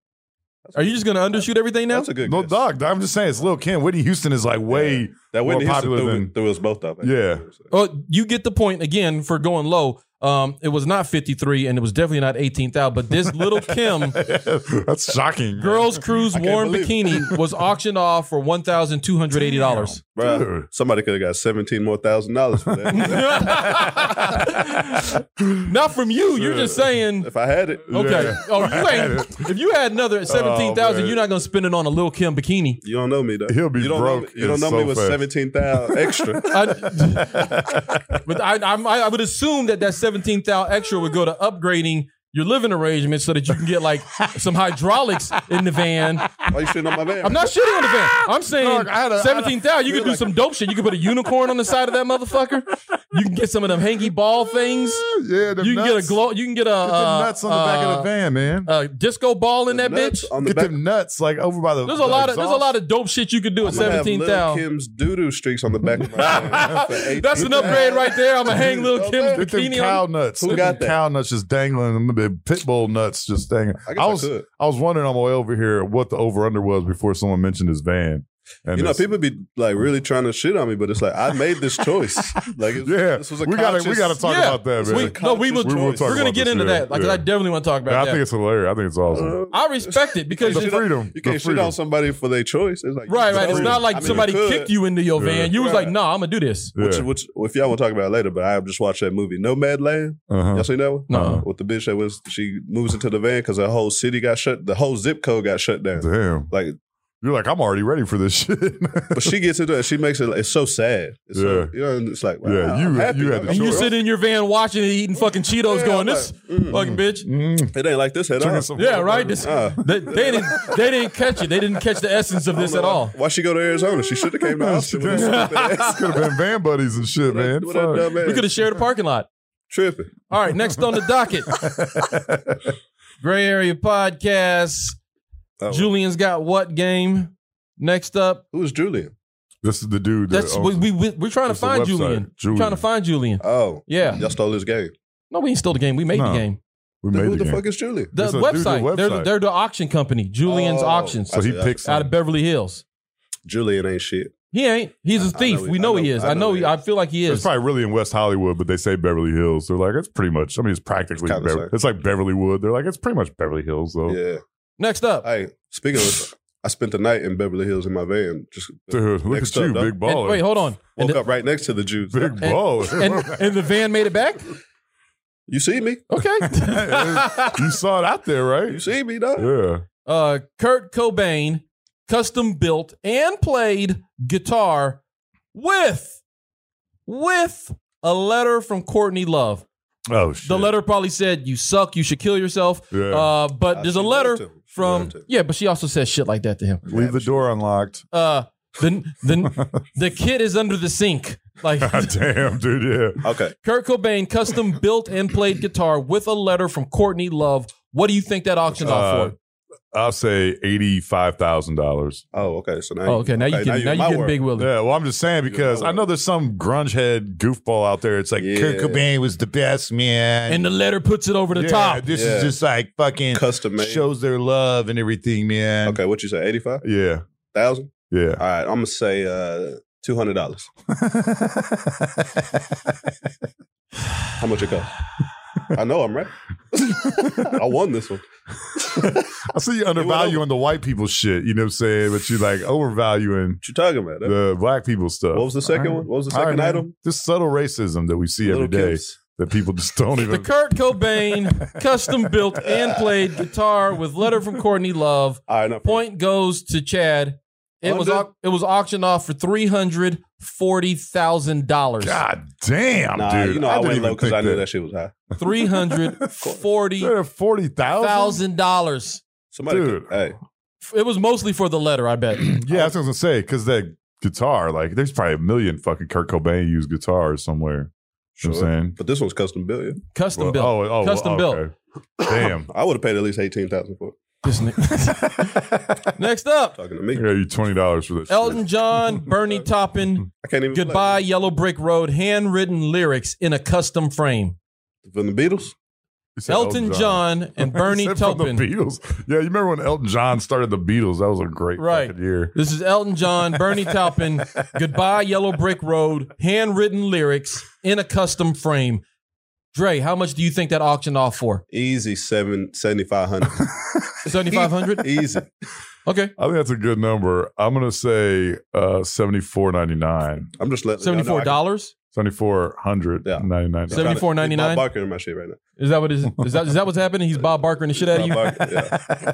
[SPEAKER 4] Are you just gonna undershoot everything now?
[SPEAKER 3] That's a good.
[SPEAKER 2] No,
[SPEAKER 3] guess.
[SPEAKER 2] dog. I'm just saying it's Lil Kim. Whitney Houston is like way.
[SPEAKER 3] That Whitney
[SPEAKER 2] more
[SPEAKER 3] Houston
[SPEAKER 2] popular
[SPEAKER 3] threw,
[SPEAKER 2] than-
[SPEAKER 3] threw us both up.
[SPEAKER 2] Yeah.
[SPEAKER 4] Oh, you get the point again for going low. Um, it was not 53, and it was definitely not 18,000. But this little Kim
[SPEAKER 2] That's shocking. man.
[SPEAKER 4] girls cruise
[SPEAKER 3] can't
[SPEAKER 4] worn
[SPEAKER 3] believe it.
[SPEAKER 4] bikini was auctioned off for one thousand two hundred eighty dollars.
[SPEAKER 3] Bruh,
[SPEAKER 2] Dude.
[SPEAKER 3] somebody could have got seventeen more thousand dollars for that
[SPEAKER 4] not from you. You're just saying.
[SPEAKER 3] if I had it.
[SPEAKER 4] Okay.
[SPEAKER 2] Yeah.
[SPEAKER 4] Oh, you ain't. If you had
[SPEAKER 3] Oh,
[SPEAKER 4] another seventeen thousand,
[SPEAKER 2] man.
[SPEAKER 4] you're not gonna spend it on a little Kim bikini.
[SPEAKER 3] You don't know me though.
[SPEAKER 2] He'll be
[SPEAKER 3] you don't know
[SPEAKER 2] broke
[SPEAKER 3] me- you don't know
[SPEAKER 2] so
[SPEAKER 3] me with
[SPEAKER 2] fast.
[SPEAKER 3] seventeen thousand extra.
[SPEAKER 4] I, but I, I'm- I, I would assume that that seventeen thousand extra would go to upgrading your living arrangements so that you can get like some hydraulics in the van
[SPEAKER 3] Why you shitting on my van?
[SPEAKER 4] I'm not shitting on the van. I'm saying
[SPEAKER 2] Ah! Dog, I had a- I had a-
[SPEAKER 4] seventeen thousand. You could do
[SPEAKER 2] like-
[SPEAKER 4] some dope shit. You could put a unicorn on the side of that motherfucker. You can get some of them hangy ball things.
[SPEAKER 2] Yeah, the
[SPEAKER 4] You can get a
[SPEAKER 2] nuts.
[SPEAKER 4] glow. You can get a
[SPEAKER 2] Get them nuts on the back of the van, man.
[SPEAKER 4] uh, disco ball in that
[SPEAKER 3] Nuts
[SPEAKER 4] bitch.
[SPEAKER 3] On the
[SPEAKER 2] Get
[SPEAKER 3] back.
[SPEAKER 2] them nuts like over by the.
[SPEAKER 4] There's a lot of there's a lot of dope shit you could do at
[SPEAKER 3] I'm gonna have
[SPEAKER 4] seventeen
[SPEAKER 3] Lil'
[SPEAKER 4] thousand.
[SPEAKER 3] Kim's doo doo streaks on the back of my van. for
[SPEAKER 4] That's an
[SPEAKER 3] 18.
[SPEAKER 4] upgrade right there. I'm gonna hang little Kim's
[SPEAKER 2] Get them
[SPEAKER 4] bikini
[SPEAKER 2] cow
[SPEAKER 4] on.
[SPEAKER 2] nuts.
[SPEAKER 3] Who
[SPEAKER 2] Get
[SPEAKER 3] got
[SPEAKER 2] them
[SPEAKER 3] that?
[SPEAKER 2] cow nuts just dangling? Them big pit bull nuts just dangling.
[SPEAKER 3] I guess I
[SPEAKER 2] was
[SPEAKER 3] could.
[SPEAKER 2] I was wondering on my way over here what the over under was before someone mentioned his van. And
[SPEAKER 3] You know,
[SPEAKER 2] it's-
[SPEAKER 3] people be like really trying to shit on me, but it's like I made this choice. Like, it's,
[SPEAKER 2] Yeah,
[SPEAKER 3] this was a
[SPEAKER 2] we gotta we
[SPEAKER 3] conscious-
[SPEAKER 2] gotta talk
[SPEAKER 4] Yeah.
[SPEAKER 2] about that, man.
[SPEAKER 4] We-
[SPEAKER 3] It's a
[SPEAKER 4] no, we will.
[SPEAKER 3] conscious
[SPEAKER 2] We will
[SPEAKER 3] choice.
[SPEAKER 2] talk
[SPEAKER 4] We're gonna
[SPEAKER 2] about
[SPEAKER 4] get
[SPEAKER 2] this,
[SPEAKER 4] into
[SPEAKER 2] yeah,
[SPEAKER 4] that. Like, 'cause
[SPEAKER 2] yeah.
[SPEAKER 4] I definitely want to talk
[SPEAKER 2] Yeah, I
[SPEAKER 4] about
[SPEAKER 2] think
[SPEAKER 4] that.
[SPEAKER 2] it's hilarious. I think it's awesome.
[SPEAKER 3] Uh,
[SPEAKER 4] I respect it because
[SPEAKER 2] the
[SPEAKER 4] it's-
[SPEAKER 2] freedom.
[SPEAKER 3] You can't
[SPEAKER 2] the
[SPEAKER 3] shit on
[SPEAKER 2] freedom.
[SPEAKER 3] somebody for their choice. It's like
[SPEAKER 4] right, right. It's
[SPEAKER 3] Freedom.
[SPEAKER 4] not like
[SPEAKER 3] I mean,
[SPEAKER 4] somebody
[SPEAKER 3] you could,
[SPEAKER 4] kicked you into your van.
[SPEAKER 2] Yeah.
[SPEAKER 4] You was
[SPEAKER 3] Right.
[SPEAKER 4] like, nah, I'm gonna do this.
[SPEAKER 3] Which,
[SPEAKER 2] Yeah.
[SPEAKER 3] which, if y'all want to talk about it later, but I just watched that movie Nomad Land.
[SPEAKER 2] Uh-huh.
[SPEAKER 3] Y'all seen that one?
[SPEAKER 4] No.
[SPEAKER 3] With the bitch that was, she moves into the van because the whole city got shut. The whole zip code got shut down.
[SPEAKER 2] Damn,
[SPEAKER 3] Like,
[SPEAKER 2] you're like I'm already ready for this shit. Mm-hmm.
[SPEAKER 3] but she gets into it. She makes it. It's so sad. It's
[SPEAKER 2] Yeah.
[SPEAKER 3] So, you know, and it's like, wow,
[SPEAKER 2] Yeah, you-
[SPEAKER 3] I'm happy.
[SPEAKER 2] you had the
[SPEAKER 4] And
[SPEAKER 2] Sure.
[SPEAKER 4] you sit in your van watching it, eating fucking Cheetos,
[SPEAKER 3] Yeah,
[SPEAKER 4] going,
[SPEAKER 3] I'm
[SPEAKER 4] "This
[SPEAKER 3] like,
[SPEAKER 2] mm-hmm.
[SPEAKER 3] mm,
[SPEAKER 4] fucking bitch."
[SPEAKER 2] Mm.
[SPEAKER 3] It ain't like this at
[SPEAKER 2] Drinking
[SPEAKER 3] all.
[SPEAKER 2] some-
[SPEAKER 4] Yeah, right. This,
[SPEAKER 3] Uh.
[SPEAKER 4] they, they didn't. They didn't catch it. They didn't catch the essence of this at all.
[SPEAKER 3] Why she go to Arizona? She should have came to Austin. with that
[SPEAKER 2] Could have been van buddies and shit, man.
[SPEAKER 3] What
[SPEAKER 2] Fuck.
[SPEAKER 3] a dumb
[SPEAKER 4] We could have
[SPEAKER 3] ass.
[SPEAKER 4] shared a parking lot.
[SPEAKER 3] Tripping.
[SPEAKER 4] All right, next on the docket, Gray Area Podcast.
[SPEAKER 3] Oh,
[SPEAKER 4] Julian's got what game? Next up,
[SPEAKER 3] Who's Julian?
[SPEAKER 2] This is the dude. That
[SPEAKER 4] that's we, we, we we're trying to
[SPEAKER 2] It's the
[SPEAKER 4] find
[SPEAKER 2] website,
[SPEAKER 4] Julian. We're trying
[SPEAKER 2] Julian.
[SPEAKER 4] to find Julian.
[SPEAKER 3] Oh,
[SPEAKER 4] Yeah.
[SPEAKER 3] y'all stole his game.
[SPEAKER 4] No, we ain't stole the game. We made
[SPEAKER 2] No.
[SPEAKER 4] the game.
[SPEAKER 2] we
[SPEAKER 3] Then
[SPEAKER 2] made
[SPEAKER 3] who
[SPEAKER 2] the
[SPEAKER 3] the
[SPEAKER 2] game.
[SPEAKER 3] fuck is Julian?
[SPEAKER 4] The
[SPEAKER 2] It's a dude, the
[SPEAKER 4] website. They're the,
[SPEAKER 2] website.
[SPEAKER 4] they're the auction company. Julian's
[SPEAKER 3] Oh.
[SPEAKER 4] Auctions
[SPEAKER 2] so he
[SPEAKER 3] That's-
[SPEAKER 2] picks.
[SPEAKER 4] out of Beverly Hills.
[SPEAKER 3] Julian ain't shit.
[SPEAKER 4] He ain't. He's a
[SPEAKER 3] I- I
[SPEAKER 4] thief.
[SPEAKER 3] know he-
[SPEAKER 4] we
[SPEAKER 3] I
[SPEAKER 4] know,
[SPEAKER 3] know-
[SPEAKER 4] he is. I know. he, I feel like he
[SPEAKER 2] It's
[SPEAKER 4] is.
[SPEAKER 2] probably really in West Hollywood, but they say Beverly Hills. They're like, it's pretty much. I mean, it's practically.
[SPEAKER 3] It's kinda
[SPEAKER 2] Beverly,
[SPEAKER 3] like-
[SPEAKER 2] it's like Beverly Wood. They're like, it's pretty much Beverly Hills, though.
[SPEAKER 3] Yeah.
[SPEAKER 4] Next up,
[SPEAKER 3] Hey, speaking of, I spent the night in Beverly Hills in my van. Just
[SPEAKER 2] Dude, look
[SPEAKER 3] Next
[SPEAKER 2] at
[SPEAKER 3] up,
[SPEAKER 2] you,
[SPEAKER 3] dog.
[SPEAKER 2] big
[SPEAKER 4] And-
[SPEAKER 2] baller.
[SPEAKER 4] wait, hold on. And
[SPEAKER 3] woke
[SPEAKER 4] the,
[SPEAKER 3] up right next to the Jews.
[SPEAKER 2] big baller.
[SPEAKER 4] and, and the van made it back.
[SPEAKER 3] You see me?
[SPEAKER 4] Okay.
[SPEAKER 2] you saw it out there, right?
[SPEAKER 3] You see me, dog?
[SPEAKER 2] Yeah.
[SPEAKER 4] uh, Kurt Cobain custom built and played guitar with with a letter from Courtney Love.
[SPEAKER 2] Oh shit.
[SPEAKER 4] The letter probably said, "You suck. You should kill yourself."
[SPEAKER 2] Yeah.
[SPEAKER 4] Uh, but
[SPEAKER 3] Uh,
[SPEAKER 4] there's
[SPEAKER 3] she
[SPEAKER 4] a letter
[SPEAKER 3] loved him. She
[SPEAKER 4] from
[SPEAKER 3] loved him.
[SPEAKER 4] yeah, but she also says shit like that to him.
[SPEAKER 2] Leave the door unlocked.
[SPEAKER 4] Uh, the the the kid is under the sink. Like
[SPEAKER 2] God damn, dude. Yeah.
[SPEAKER 3] Okay.
[SPEAKER 4] Kurt Cobain custom built and played guitar with a letter from Courtney Love. What do you think that auctioned
[SPEAKER 2] Uh,
[SPEAKER 4] off for?
[SPEAKER 2] I'll say eighty-five thousand dollars.
[SPEAKER 3] Oh, okay. So now,
[SPEAKER 4] Oh, okay, now you
[SPEAKER 3] now
[SPEAKER 4] can
[SPEAKER 3] you
[SPEAKER 4] now
[SPEAKER 3] in
[SPEAKER 4] you
[SPEAKER 3] my
[SPEAKER 4] getting
[SPEAKER 3] world.
[SPEAKER 4] big Willie.
[SPEAKER 2] Yeah, well, I'm just saying because
[SPEAKER 3] Yeah.
[SPEAKER 2] I know there's some grunge head goofball out there. It's like
[SPEAKER 3] Yeah.
[SPEAKER 2] Kurt Cobain was the best man,
[SPEAKER 4] And the letter puts it over the
[SPEAKER 2] Yeah,
[SPEAKER 4] top.
[SPEAKER 2] This
[SPEAKER 3] Yeah.
[SPEAKER 2] is just like fucking
[SPEAKER 3] custom made.
[SPEAKER 2] shows their love and everything, man.
[SPEAKER 3] Okay, what you say? Eighty five
[SPEAKER 2] Yeah,
[SPEAKER 3] thousand.
[SPEAKER 2] yeah.
[SPEAKER 3] All right, I'm gonna say uh two hundred dollars. How much it cost? I know I'm right. I won this one.
[SPEAKER 2] I see you undervaluing the white people shit. You know what I'm saying? But you like overvaluing
[SPEAKER 3] What you talking about?
[SPEAKER 2] the black people stuff.
[SPEAKER 3] what was the second
[SPEAKER 2] All right.
[SPEAKER 3] one? What was the
[SPEAKER 2] All right,
[SPEAKER 3] second
[SPEAKER 2] man.
[SPEAKER 3] item?
[SPEAKER 2] This subtle racism that we see every
[SPEAKER 3] Little
[SPEAKER 2] day
[SPEAKER 3] Kim's.
[SPEAKER 2] that people just don't
[SPEAKER 4] The
[SPEAKER 2] even.
[SPEAKER 4] Kurt Cobain custom built and played guitar with letter from Courtney Love.
[SPEAKER 3] All right, no,
[SPEAKER 4] Point goes to Chad. It was
[SPEAKER 3] Under-
[SPEAKER 4] au- it was auctioned off for three hundred forty thousand dollars.
[SPEAKER 2] God damn,
[SPEAKER 3] Nah,
[SPEAKER 2] dude!
[SPEAKER 3] you know I,
[SPEAKER 2] didn't
[SPEAKER 3] went
[SPEAKER 2] even
[SPEAKER 3] low because
[SPEAKER 2] think
[SPEAKER 3] I knew that. shit was high.
[SPEAKER 4] Three hundred forty
[SPEAKER 2] They're at forty thousand.
[SPEAKER 4] thousand dollars.
[SPEAKER 3] Somebody,
[SPEAKER 2] Dude.
[SPEAKER 3] hey,
[SPEAKER 4] It was mostly for the letter, I bet.
[SPEAKER 2] Yeah, that's what I was gonna say because that guitar, like, there's probably a million fucking Kurt Cobain used guitars somewhere. You know what I'm saying?
[SPEAKER 3] but this one's custom built. yeah.
[SPEAKER 4] Custom
[SPEAKER 2] Well,
[SPEAKER 4] built.
[SPEAKER 2] Oh, oh, well,
[SPEAKER 4] Custom built.
[SPEAKER 2] okay. Damn.
[SPEAKER 3] I would have paid at least eighteen thousand for it.
[SPEAKER 4] This nigga. Next up,
[SPEAKER 3] Talking to me,
[SPEAKER 2] I got you twenty dollars for this.
[SPEAKER 4] Elton John, Bernie Taupin,
[SPEAKER 3] I can't even. play.
[SPEAKER 4] Goodbye Yellow Brick Road, handwritten lyrics in a custom frame.
[SPEAKER 3] from the Beatles.
[SPEAKER 2] You said
[SPEAKER 4] Elton, John. and Bernie
[SPEAKER 2] Except from
[SPEAKER 4] Taupin.
[SPEAKER 2] The Beatles. Yeah, you remember when Elton John started the Beatles? That was a great
[SPEAKER 4] Right.
[SPEAKER 2] fucking year.
[SPEAKER 4] This is Elton John, Bernie Taupin, Goodbye Yellow Brick Road, handwritten lyrics in a custom frame. Dre, how much do you think that auctioned off for?
[SPEAKER 3] Easy seven seventy five hundred.
[SPEAKER 4] 7500
[SPEAKER 3] Easy.
[SPEAKER 4] Okay.
[SPEAKER 2] I think that's a good number. I'm gonna say uh, seventy four ninety nine.
[SPEAKER 3] I'm just letting y'all know I
[SPEAKER 4] $74?
[SPEAKER 3] can-
[SPEAKER 2] Seventy four hundred
[SPEAKER 3] Yeah.
[SPEAKER 2] ninety nine.
[SPEAKER 3] I'm trying to-
[SPEAKER 4] $74.99?
[SPEAKER 3] Bob Barker in my shit right now.
[SPEAKER 4] Is that what is, is that is that what's happening? He's Bob Barker and the shit out of you.
[SPEAKER 3] Bob Barker,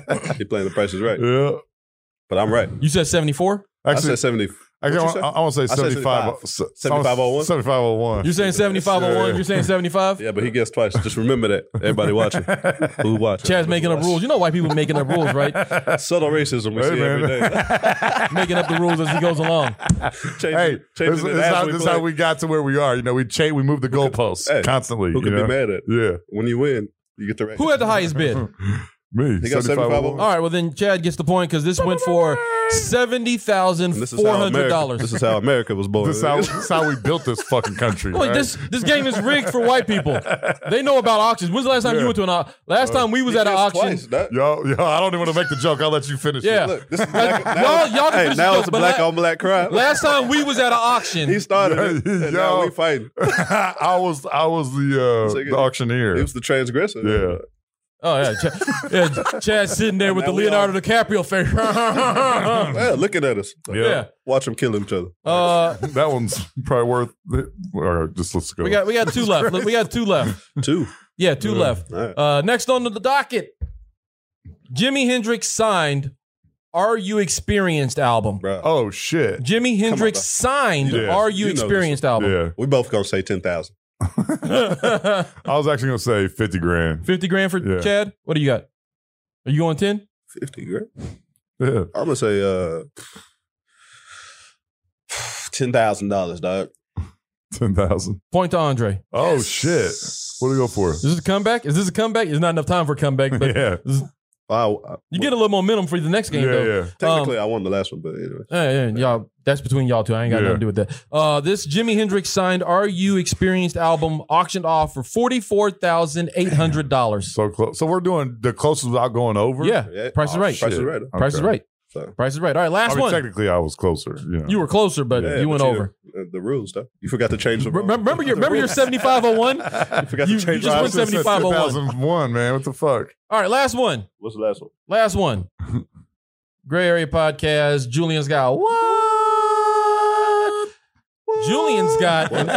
[SPEAKER 3] yeah. he playing the prices right,
[SPEAKER 2] Yeah.
[SPEAKER 3] but I'm right.
[SPEAKER 4] You said 74?
[SPEAKER 3] I
[SPEAKER 2] Actually,
[SPEAKER 3] said seventy
[SPEAKER 2] I,
[SPEAKER 3] What'd you
[SPEAKER 2] want,
[SPEAKER 3] say?
[SPEAKER 2] I, I want to say
[SPEAKER 3] said
[SPEAKER 2] 75.
[SPEAKER 3] 7501?
[SPEAKER 2] 7501.
[SPEAKER 4] You're saying 7501, you're saying 75?
[SPEAKER 3] Yeah, but he gets twice. Just remember that. Everybody watching. Who watching?
[SPEAKER 4] Chad's making up rules. You know why people making up rules, right?
[SPEAKER 3] Subtle racism we
[SPEAKER 2] Hey,
[SPEAKER 3] see every
[SPEAKER 2] man.
[SPEAKER 3] day.
[SPEAKER 4] making up the rules as he goes along.
[SPEAKER 3] Changing-
[SPEAKER 2] Hey,
[SPEAKER 3] changing
[SPEAKER 2] this,
[SPEAKER 3] it
[SPEAKER 2] this
[SPEAKER 3] as
[SPEAKER 2] how,
[SPEAKER 3] we
[SPEAKER 2] this
[SPEAKER 3] play.
[SPEAKER 2] how we got to where we are. You know, we change, we move the goalposts
[SPEAKER 3] hey,
[SPEAKER 2] constantly.
[SPEAKER 3] Who
[SPEAKER 2] you
[SPEAKER 3] could
[SPEAKER 2] know?
[SPEAKER 3] be mad at?
[SPEAKER 2] Yeah,
[SPEAKER 3] When you win, you get the right.
[SPEAKER 4] Who had the highest bid? All
[SPEAKER 2] me.
[SPEAKER 3] He got 7501.
[SPEAKER 4] right, well then Chad gets the point because this went for seventy thousand
[SPEAKER 3] And this is
[SPEAKER 4] four
[SPEAKER 3] how
[SPEAKER 4] hundred
[SPEAKER 3] America,
[SPEAKER 4] dollars.
[SPEAKER 3] this is how America was born.
[SPEAKER 2] This is, how, this is how we built this fucking country.
[SPEAKER 4] Like,
[SPEAKER 2] right?
[SPEAKER 4] this this game is rigged for white people. They know about auctions. When's the last time you went to an auction? Last time we was
[SPEAKER 3] He
[SPEAKER 4] at an
[SPEAKER 3] gets
[SPEAKER 4] auction.
[SPEAKER 3] twice, that-
[SPEAKER 2] yo, yo, I don't even want to make the joke. I'll let you finish.
[SPEAKER 4] Yeah.
[SPEAKER 2] it.
[SPEAKER 3] Look, this is black,
[SPEAKER 4] Y'all- y'all can
[SPEAKER 3] hey,
[SPEAKER 4] finish
[SPEAKER 3] now
[SPEAKER 4] this
[SPEAKER 3] it's a
[SPEAKER 4] up, but
[SPEAKER 3] black
[SPEAKER 4] la-
[SPEAKER 3] on black crime.
[SPEAKER 4] Last time we was at an
[SPEAKER 3] he
[SPEAKER 4] auction.
[SPEAKER 3] started it, and now
[SPEAKER 2] Yo.
[SPEAKER 3] we fighting.
[SPEAKER 2] I was, I was the, uh,
[SPEAKER 3] It's like-
[SPEAKER 2] the auctioneer.
[SPEAKER 3] He was the transgressor.
[SPEAKER 2] Yeah.
[SPEAKER 4] Oh yeah, Chad, yeah, Chad's sitting there with the
[SPEAKER 3] Now we
[SPEAKER 4] Leonardo DiCaprio face. yeah.
[SPEAKER 3] Yeah, looking at us. Like, Watch them kill each other.
[SPEAKER 4] Uh,
[SPEAKER 2] that one's probably worth. It. All right, just let's go.
[SPEAKER 4] we got we got two left. Look, We got two left.
[SPEAKER 3] Two.
[SPEAKER 4] Yeah, two left.
[SPEAKER 3] All right.
[SPEAKER 4] Uh, next on the docket, Jimi Hendrix signed "Are You Experienced" album.
[SPEAKER 3] Bruh.
[SPEAKER 2] oh shit!
[SPEAKER 4] Jimi Hendrix
[SPEAKER 3] bro.
[SPEAKER 4] signed
[SPEAKER 2] Yeah,
[SPEAKER 4] "Are You,
[SPEAKER 3] you know this.
[SPEAKER 4] Experienced" album.
[SPEAKER 2] Yeah,
[SPEAKER 3] We both gonna say ten thousand.
[SPEAKER 2] I was actually gonna say fifty grand.
[SPEAKER 4] Fifty grand for
[SPEAKER 2] Yeah.
[SPEAKER 4] Chad. What do you got? Are you going ten?
[SPEAKER 3] Fifty grand.
[SPEAKER 2] Yeah,
[SPEAKER 3] I'm gonna say uh ten thousand dollars, dog.
[SPEAKER 2] ten thousand.
[SPEAKER 4] Point to Andre.
[SPEAKER 2] Oh shit! What do we go for?
[SPEAKER 4] Is this a comeback? Is this a comeback? There's not enough time for a comeback, but
[SPEAKER 2] yeah,
[SPEAKER 3] Wow. I-
[SPEAKER 4] you get a little momentum for the next game.
[SPEAKER 2] yeah,
[SPEAKER 4] though. Uh,
[SPEAKER 2] yeah.
[SPEAKER 3] technically I won the last one, but anyway.
[SPEAKER 4] Yeah, yeah, y'all. That's between y'all two. I ain't got
[SPEAKER 2] Yeah.
[SPEAKER 4] nothing to do with that. Uh, this Jimi Hendrix signed "Are You Experienced" album auctioned off for forty four thousand eight hundred dollars.
[SPEAKER 2] So close. So we're doing the closest without going over.
[SPEAKER 4] Yeah,
[SPEAKER 3] Yeah.
[SPEAKER 4] Price is right.
[SPEAKER 3] Price is right.
[SPEAKER 4] Price is
[SPEAKER 2] Okay.
[SPEAKER 4] right.
[SPEAKER 3] So-
[SPEAKER 4] Price is right. All right,
[SPEAKER 2] I
[SPEAKER 4] last
[SPEAKER 2] mean,
[SPEAKER 4] one.
[SPEAKER 2] technically, I was closer. You know.
[SPEAKER 4] you were closer, but
[SPEAKER 3] Yeah,
[SPEAKER 4] you
[SPEAKER 3] but
[SPEAKER 4] went over.
[SPEAKER 3] uh, The rules, though. You forgot to change the
[SPEAKER 4] Re-
[SPEAKER 3] rules.
[SPEAKER 4] Remember your remember your seventy five oh one.
[SPEAKER 3] You forgot
[SPEAKER 4] you-
[SPEAKER 3] to
[SPEAKER 4] you
[SPEAKER 3] change
[SPEAKER 4] just
[SPEAKER 3] the
[SPEAKER 4] went
[SPEAKER 3] rules.
[SPEAKER 4] seven- 7501.
[SPEAKER 2] 2001, man. What the fuck?
[SPEAKER 4] All right, last one.
[SPEAKER 3] What's the last one?
[SPEAKER 4] Last one. Gray Area Podcast. Julian's got what? Julian's got an,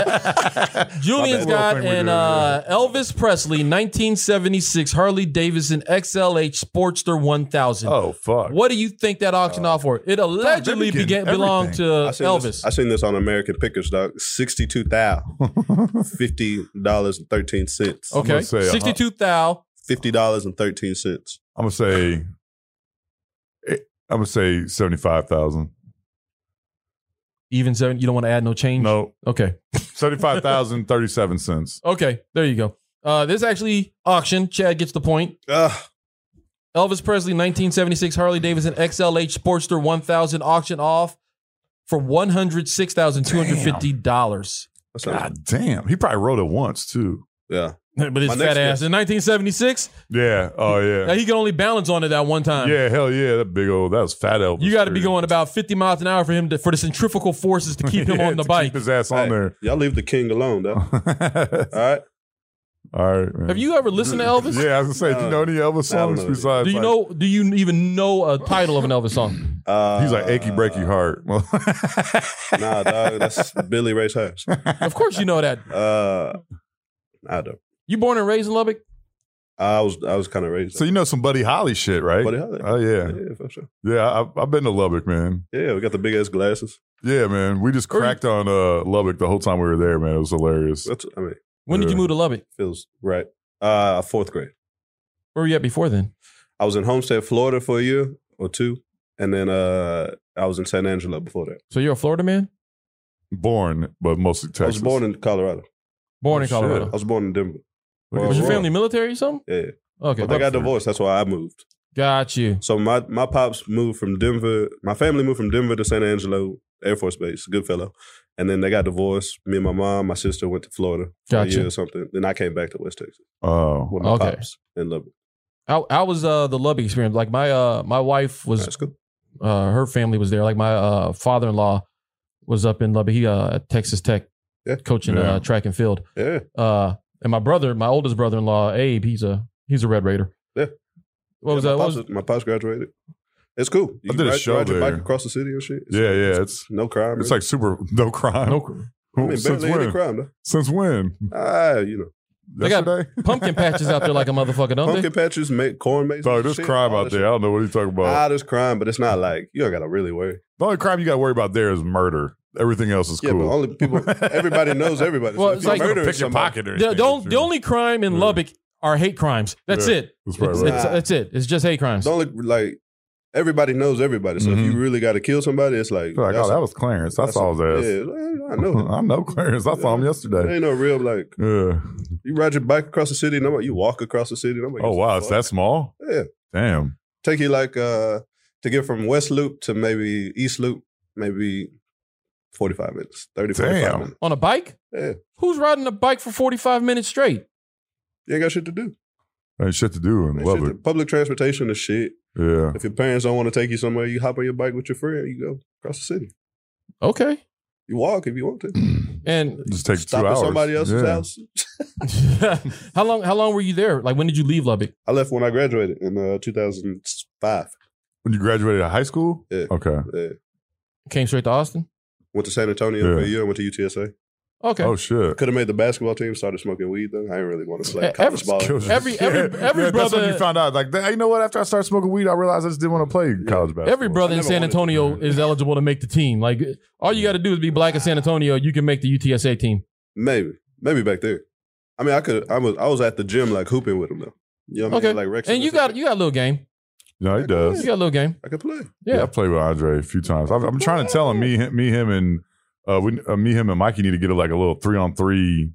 [SPEAKER 4] Julian's
[SPEAKER 2] My bad.
[SPEAKER 4] got
[SPEAKER 2] Little thing we
[SPEAKER 4] an
[SPEAKER 2] do.
[SPEAKER 4] uh, Elvis Presley 1976 Harley Davidson XLH Sportster 1000.
[SPEAKER 2] Oh fuck!
[SPEAKER 4] What do you think that auctioned off for? It allegedly
[SPEAKER 2] getting
[SPEAKER 4] began, belonged to
[SPEAKER 3] I seen
[SPEAKER 4] Uh, Elvis.
[SPEAKER 3] This, I seen this on American Pickers, dog. Sixty-two thousand, fifty dollars and thirteen cents.
[SPEAKER 2] I'm
[SPEAKER 4] okay,
[SPEAKER 2] gonna say a hun-
[SPEAKER 4] sixty-two thou.
[SPEAKER 3] Fifty dollars and thirteen cents.
[SPEAKER 2] I'm gonna say. I'm gonna say seventy-five thousand.
[SPEAKER 4] Even seven. You don't want to add no change.
[SPEAKER 2] No,
[SPEAKER 4] Okay.
[SPEAKER 2] seventy-five thousand thirty-seven cents.
[SPEAKER 4] Okay. There you go. Uh, this actually auction. Chad gets the point.
[SPEAKER 3] Ugh.
[SPEAKER 4] Elvis Presley 1976 Harley Davidson XLH Sportster 1000 auction off for $106,250.
[SPEAKER 3] That sounds-
[SPEAKER 2] God damn! He probably wrote it once too.
[SPEAKER 3] Yeah.
[SPEAKER 4] But his
[SPEAKER 3] My
[SPEAKER 4] fat
[SPEAKER 3] next
[SPEAKER 4] ass.
[SPEAKER 3] guess.
[SPEAKER 4] In 1976,
[SPEAKER 2] Yeah. Oh
[SPEAKER 4] now
[SPEAKER 2] yeah.
[SPEAKER 4] he could only balance on it at one time.
[SPEAKER 2] Yeah. Hell yeah! That big old. That was fat Elvis.
[SPEAKER 4] You got to be
[SPEAKER 2] period.
[SPEAKER 4] going about 50 miles an hour for him to, for the centrifugal forces to keep him
[SPEAKER 2] Yeah,
[SPEAKER 4] on the
[SPEAKER 2] to
[SPEAKER 4] bike.
[SPEAKER 2] Keep his ass on
[SPEAKER 3] Hey,
[SPEAKER 2] there.
[SPEAKER 3] Y'all leave the king alone, though. All right.
[SPEAKER 2] All right. Man.
[SPEAKER 4] Have you ever listened to Elvis?
[SPEAKER 2] Yeah, I was gonna say, do you know any Elvis
[SPEAKER 3] Uh, I don't
[SPEAKER 2] songs
[SPEAKER 3] know.
[SPEAKER 2] besides?
[SPEAKER 4] Do you
[SPEAKER 2] like-
[SPEAKER 4] know? Do you even know a title of an Elvis song?
[SPEAKER 3] Uh,
[SPEAKER 2] He's like achy breaky heart. Well,
[SPEAKER 3] Nah, dog. That's Billy Ray Cyrus.
[SPEAKER 4] Of course, you know that.
[SPEAKER 3] Uh, I don't.
[SPEAKER 4] You born and raised in Lubbock?
[SPEAKER 3] I was I was kind of raised.
[SPEAKER 2] so you know some Buddy Holly shit, right?
[SPEAKER 3] Buddy Holly.
[SPEAKER 2] Oh yeah,
[SPEAKER 3] yeah, for sure.
[SPEAKER 2] yeah. I, I've been to Lubbock, man.
[SPEAKER 3] Yeah, we got the big ass glasses.
[SPEAKER 2] Yeah, man. We just
[SPEAKER 4] Or you-
[SPEAKER 2] cracked on uh, Lubbock the whole time we were there, man. It was hilarious.
[SPEAKER 3] That's I mean,
[SPEAKER 4] When did you
[SPEAKER 2] Yeah.
[SPEAKER 4] move to Lubbock?
[SPEAKER 3] feels right. Uh, fourth grade.
[SPEAKER 4] Where were you at before then?
[SPEAKER 3] I was in Homestead, Florida for a year or two, and then uh, I was in San Angelo before that.
[SPEAKER 4] So you're a Florida man?
[SPEAKER 2] Born, but mostly Texas.
[SPEAKER 3] I was born in Colorado.
[SPEAKER 4] Born in
[SPEAKER 2] Oh, shit.
[SPEAKER 4] Colorado.
[SPEAKER 3] I was born in Denver.
[SPEAKER 2] Look at
[SPEAKER 4] Was your
[SPEAKER 2] that.
[SPEAKER 4] family military or something?
[SPEAKER 3] Yeah,
[SPEAKER 4] Okay.
[SPEAKER 3] but they got divorced. That's why I moved.
[SPEAKER 4] Got you.
[SPEAKER 3] So my my pops moved from Denver. My family moved from Denver to San Angelo Air Force Base. Good fellow. And then they got divorced. Me and my mom, my sister went to Florida for a year
[SPEAKER 4] Gotcha.
[SPEAKER 3] or something. Then I came back to West Texas
[SPEAKER 2] Oh,
[SPEAKER 3] with my
[SPEAKER 4] Okay.
[SPEAKER 3] pops in Lubbock.
[SPEAKER 4] How how was uh, the Lubbock experience? Like my uh my wife was
[SPEAKER 3] That's cool.
[SPEAKER 4] uh her family was there. Like my uh father in law was up in Lubbock. He uh at Texas Tech
[SPEAKER 3] Yeah.
[SPEAKER 4] coaching
[SPEAKER 2] Yeah.
[SPEAKER 4] uh, track and field.
[SPEAKER 3] Yeah.
[SPEAKER 4] Uh and my brother, my oldest brother in law, Abe, he's a he's a Red Raider.
[SPEAKER 3] Yeah.
[SPEAKER 4] What was
[SPEAKER 3] Yeah,
[SPEAKER 4] that?
[SPEAKER 3] My
[SPEAKER 4] What
[SPEAKER 3] pops,
[SPEAKER 4] was,
[SPEAKER 3] my pops graduated. It's cool.
[SPEAKER 2] I
[SPEAKER 3] You can
[SPEAKER 2] did a
[SPEAKER 3] ride-
[SPEAKER 2] show
[SPEAKER 3] ride your
[SPEAKER 2] there.
[SPEAKER 3] bike across the city and shit. It's-
[SPEAKER 2] yeah, yeah. It's
[SPEAKER 3] No crime.
[SPEAKER 2] it's
[SPEAKER 3] man.
[SPEAKER 2] like super no crime.
[SPEAKER 4] no,
[SPEAKER 3] I mean,
[SPEAKER 2] since
[SPEAKER 3] barely any
[SPEAKER 2] when?
[SPEAKER 3] crime. Though.
[SPEAKER 2] Since when?
[SPEAKER 3] Ah, you know,
[SPEAKER 4] They got-
[SPEAKER 2] yesterday?
[SPEAKER 4] Pumpkin patches out there like a motherfucker, don't
[SPEAKER 3] Pumpkin patches, ma- corn based.
[SPEAKER 2] Dog, there's crime out there. I don't know what he's talking about.
[SPEAKER 3] Ah, there's crime, but it's not like you don't gotta really worry.
[SPEAKER 2] the only crime you got to worry about there is murder. Everything else is
[SPEAKER 3] Yeah,
[SPEAKER 2] cool.
[SPEAKER 3] but only people. Everybody knows everybody.
[SPEAKER 4] Well,
[SPEAKER 3] if
[SPEAKER 4] it's
[SPEAKER 3] you
[SPEAKER 4] like-
[SPEAKER 2] You're
[SPEAKER 3] murder
[SPEAKER 2] gonna pick your
[SPEAKER 3] somebody-
[SPEAKER 2] pocket or
[SPEAKER 4] they? The,
[SPEAKER 2] anything,
[SPEAKER 4] the, on-
[SPEAKER 2] but
[SPEAKER 4] the
[SPEAKER 2] you-
[SPEAKER 4] only crime in
[SPEAKER 2] Yeah.
[SPEAKER 4] Lubbock are hate crimes. That's
[SPEAKER 2] Yeah,
[SPEAKER 4] it.
[SPEAKER 2] that's probably
[SPEAKER 4] It's,
[SPEAKER 2] right.
[SPEAKER 4] it's, that's it. It's just hate crimes.
[SPEAKER 3] It's only like everybody knows everybody. So if
[SPEAKER 2] Mhm.
[SPEAKER 3] you really got to kill somebody, it's like,
[SPEAKER 2] You're like,
[SPEAKER 3] that's-
[SPEAKER 2] oh, that was Clarence. I
[SPEAKER 3] that's-
[SPEAKER 2] saw his ass.
[SPEAKER 3] Yeah, I know.
[SPEAKER 2] I know Clarence. I saw him
[SPEAKER 3] There
[SPEAKER 2] yesterday.
[SPEAKER 3] ain't no real like
[SPEAKER 2] Yeah.
[SPEAKER 3] you ride your bike across the city. Nobody, you walk across the city. Nobody.
[SPEAKER 2] Oh
[SPEAKER 3] gives a
[SPEAKER 2] wow, it's
[SPEAKER 3] fuck.
[SPEAKER 2] that small?
[SPEAKER 3] Yeah,
[SPEAKER 2] Damn.
[SPEAKER 3] take you like uh to get from West Loop to maybe East Loop, maybe forty five minutes, 30, 45
[SPEAKER 2] Damn.
[SPEAKER 3] minutes.
[SPEAKER 4] On a bike?
[SPEAKER 3] Yeah.
[SPEAKER 4] Who's riding a bike for 45 minutes straight?
[SPEAKER 3] You ain't got shit to do.
[SPEAKER 2] Ain't shit to do in
[SPEAKER 3] Ain't shit
[SPEAKER 2] Lubbock.
[SPEAKER 3] to- Public transportation is shit.
[SPEAKER 2] Yeah.
[SPEAKER 3] If your parents don't want to take you somewhere, you hop on your bike with your friend. You go across the city.
[SPEAKER 4] Okay.
[SPEAKER 3] You walk if you want to.
[SPEAKER 4] And
[SPEAKER 2] Just takes
[SPEAKER 3] Stop
[SPEAKER 2] Mm, two
[SPEAKER 3] at
[SPEAKER 2] hours.
[SPEAKER 3] somebody else's
[SPEAKER 2] Yeah.
[SPEAKER 3] house.
[SPEAKER 4] how long how long were you there? Like when did you leave Lubbock?
[SPEAKER 3] I left when I graduated in uh, 2005.
[SPEAKER 2] When you graduated high school?
[SPEAKER 3] Yeah.
[SPEAKER 2] Okay.
[SPEAKER 3] Yeah.
[SPEAKER 4] Came straight to Austin?
[SPEAKER 3] Uh, Went to San Antonio for a
[SPEAKER 2] Yeah.
[SPEAKER 3] year. Went to UTSA.
[SPEAKER 4] Okay.
[SPEAKER 2] Oh shit.
[SPEAKER 3] Could have made the basketball team. Started smoking weed though. I didn't really want to play
[SPEAKER 4] Eh,
[SPEAKER 3] college
[SPEAKER 4] ever-
[SPEAKER 3] ball.
[SPEAKER 2] Kills you.
[SPEAKER 4] Every- every- every
[SPEAKER 2] That's when
[SPEAKER 4] brother-
[SPEAKER 2] you found out. Like, that- you know what? After I started smoking weed, I realized I just didn't want to play college basketball.
[SPEAKER 4] Every brother in
[SPEAKER 3] never
[SPEAKER 4] San
[SPEAKER 3] wanted-
[SPEAKER 4] Antonio is eligible to make the team. Like all you got to do is be black in San Antonio, you can make the UTSA team.
[SPEAKER 3] Maybe, maybe back there. I mean, I could. I was. I was at the gym like hooping with them though. You know what
[SPEAKER 4] Okay.
[SPEAKER 3] I mean? Like Rex.
[SPEAKER 4] And you got you got a little game.
[SPEAKER 2] No, he does.
[SPEAKER 4] You got a little game.
[SPEAKER 3] I could play.
[SPEAKER 4] Yeah.
[SPEAKER 2] Yeah, I played with Andre a few times. I'm, I'm trying to tell him, me, him, me, him, and uh, we, uh, me, him, and Mikey need to get a, like a little three on three,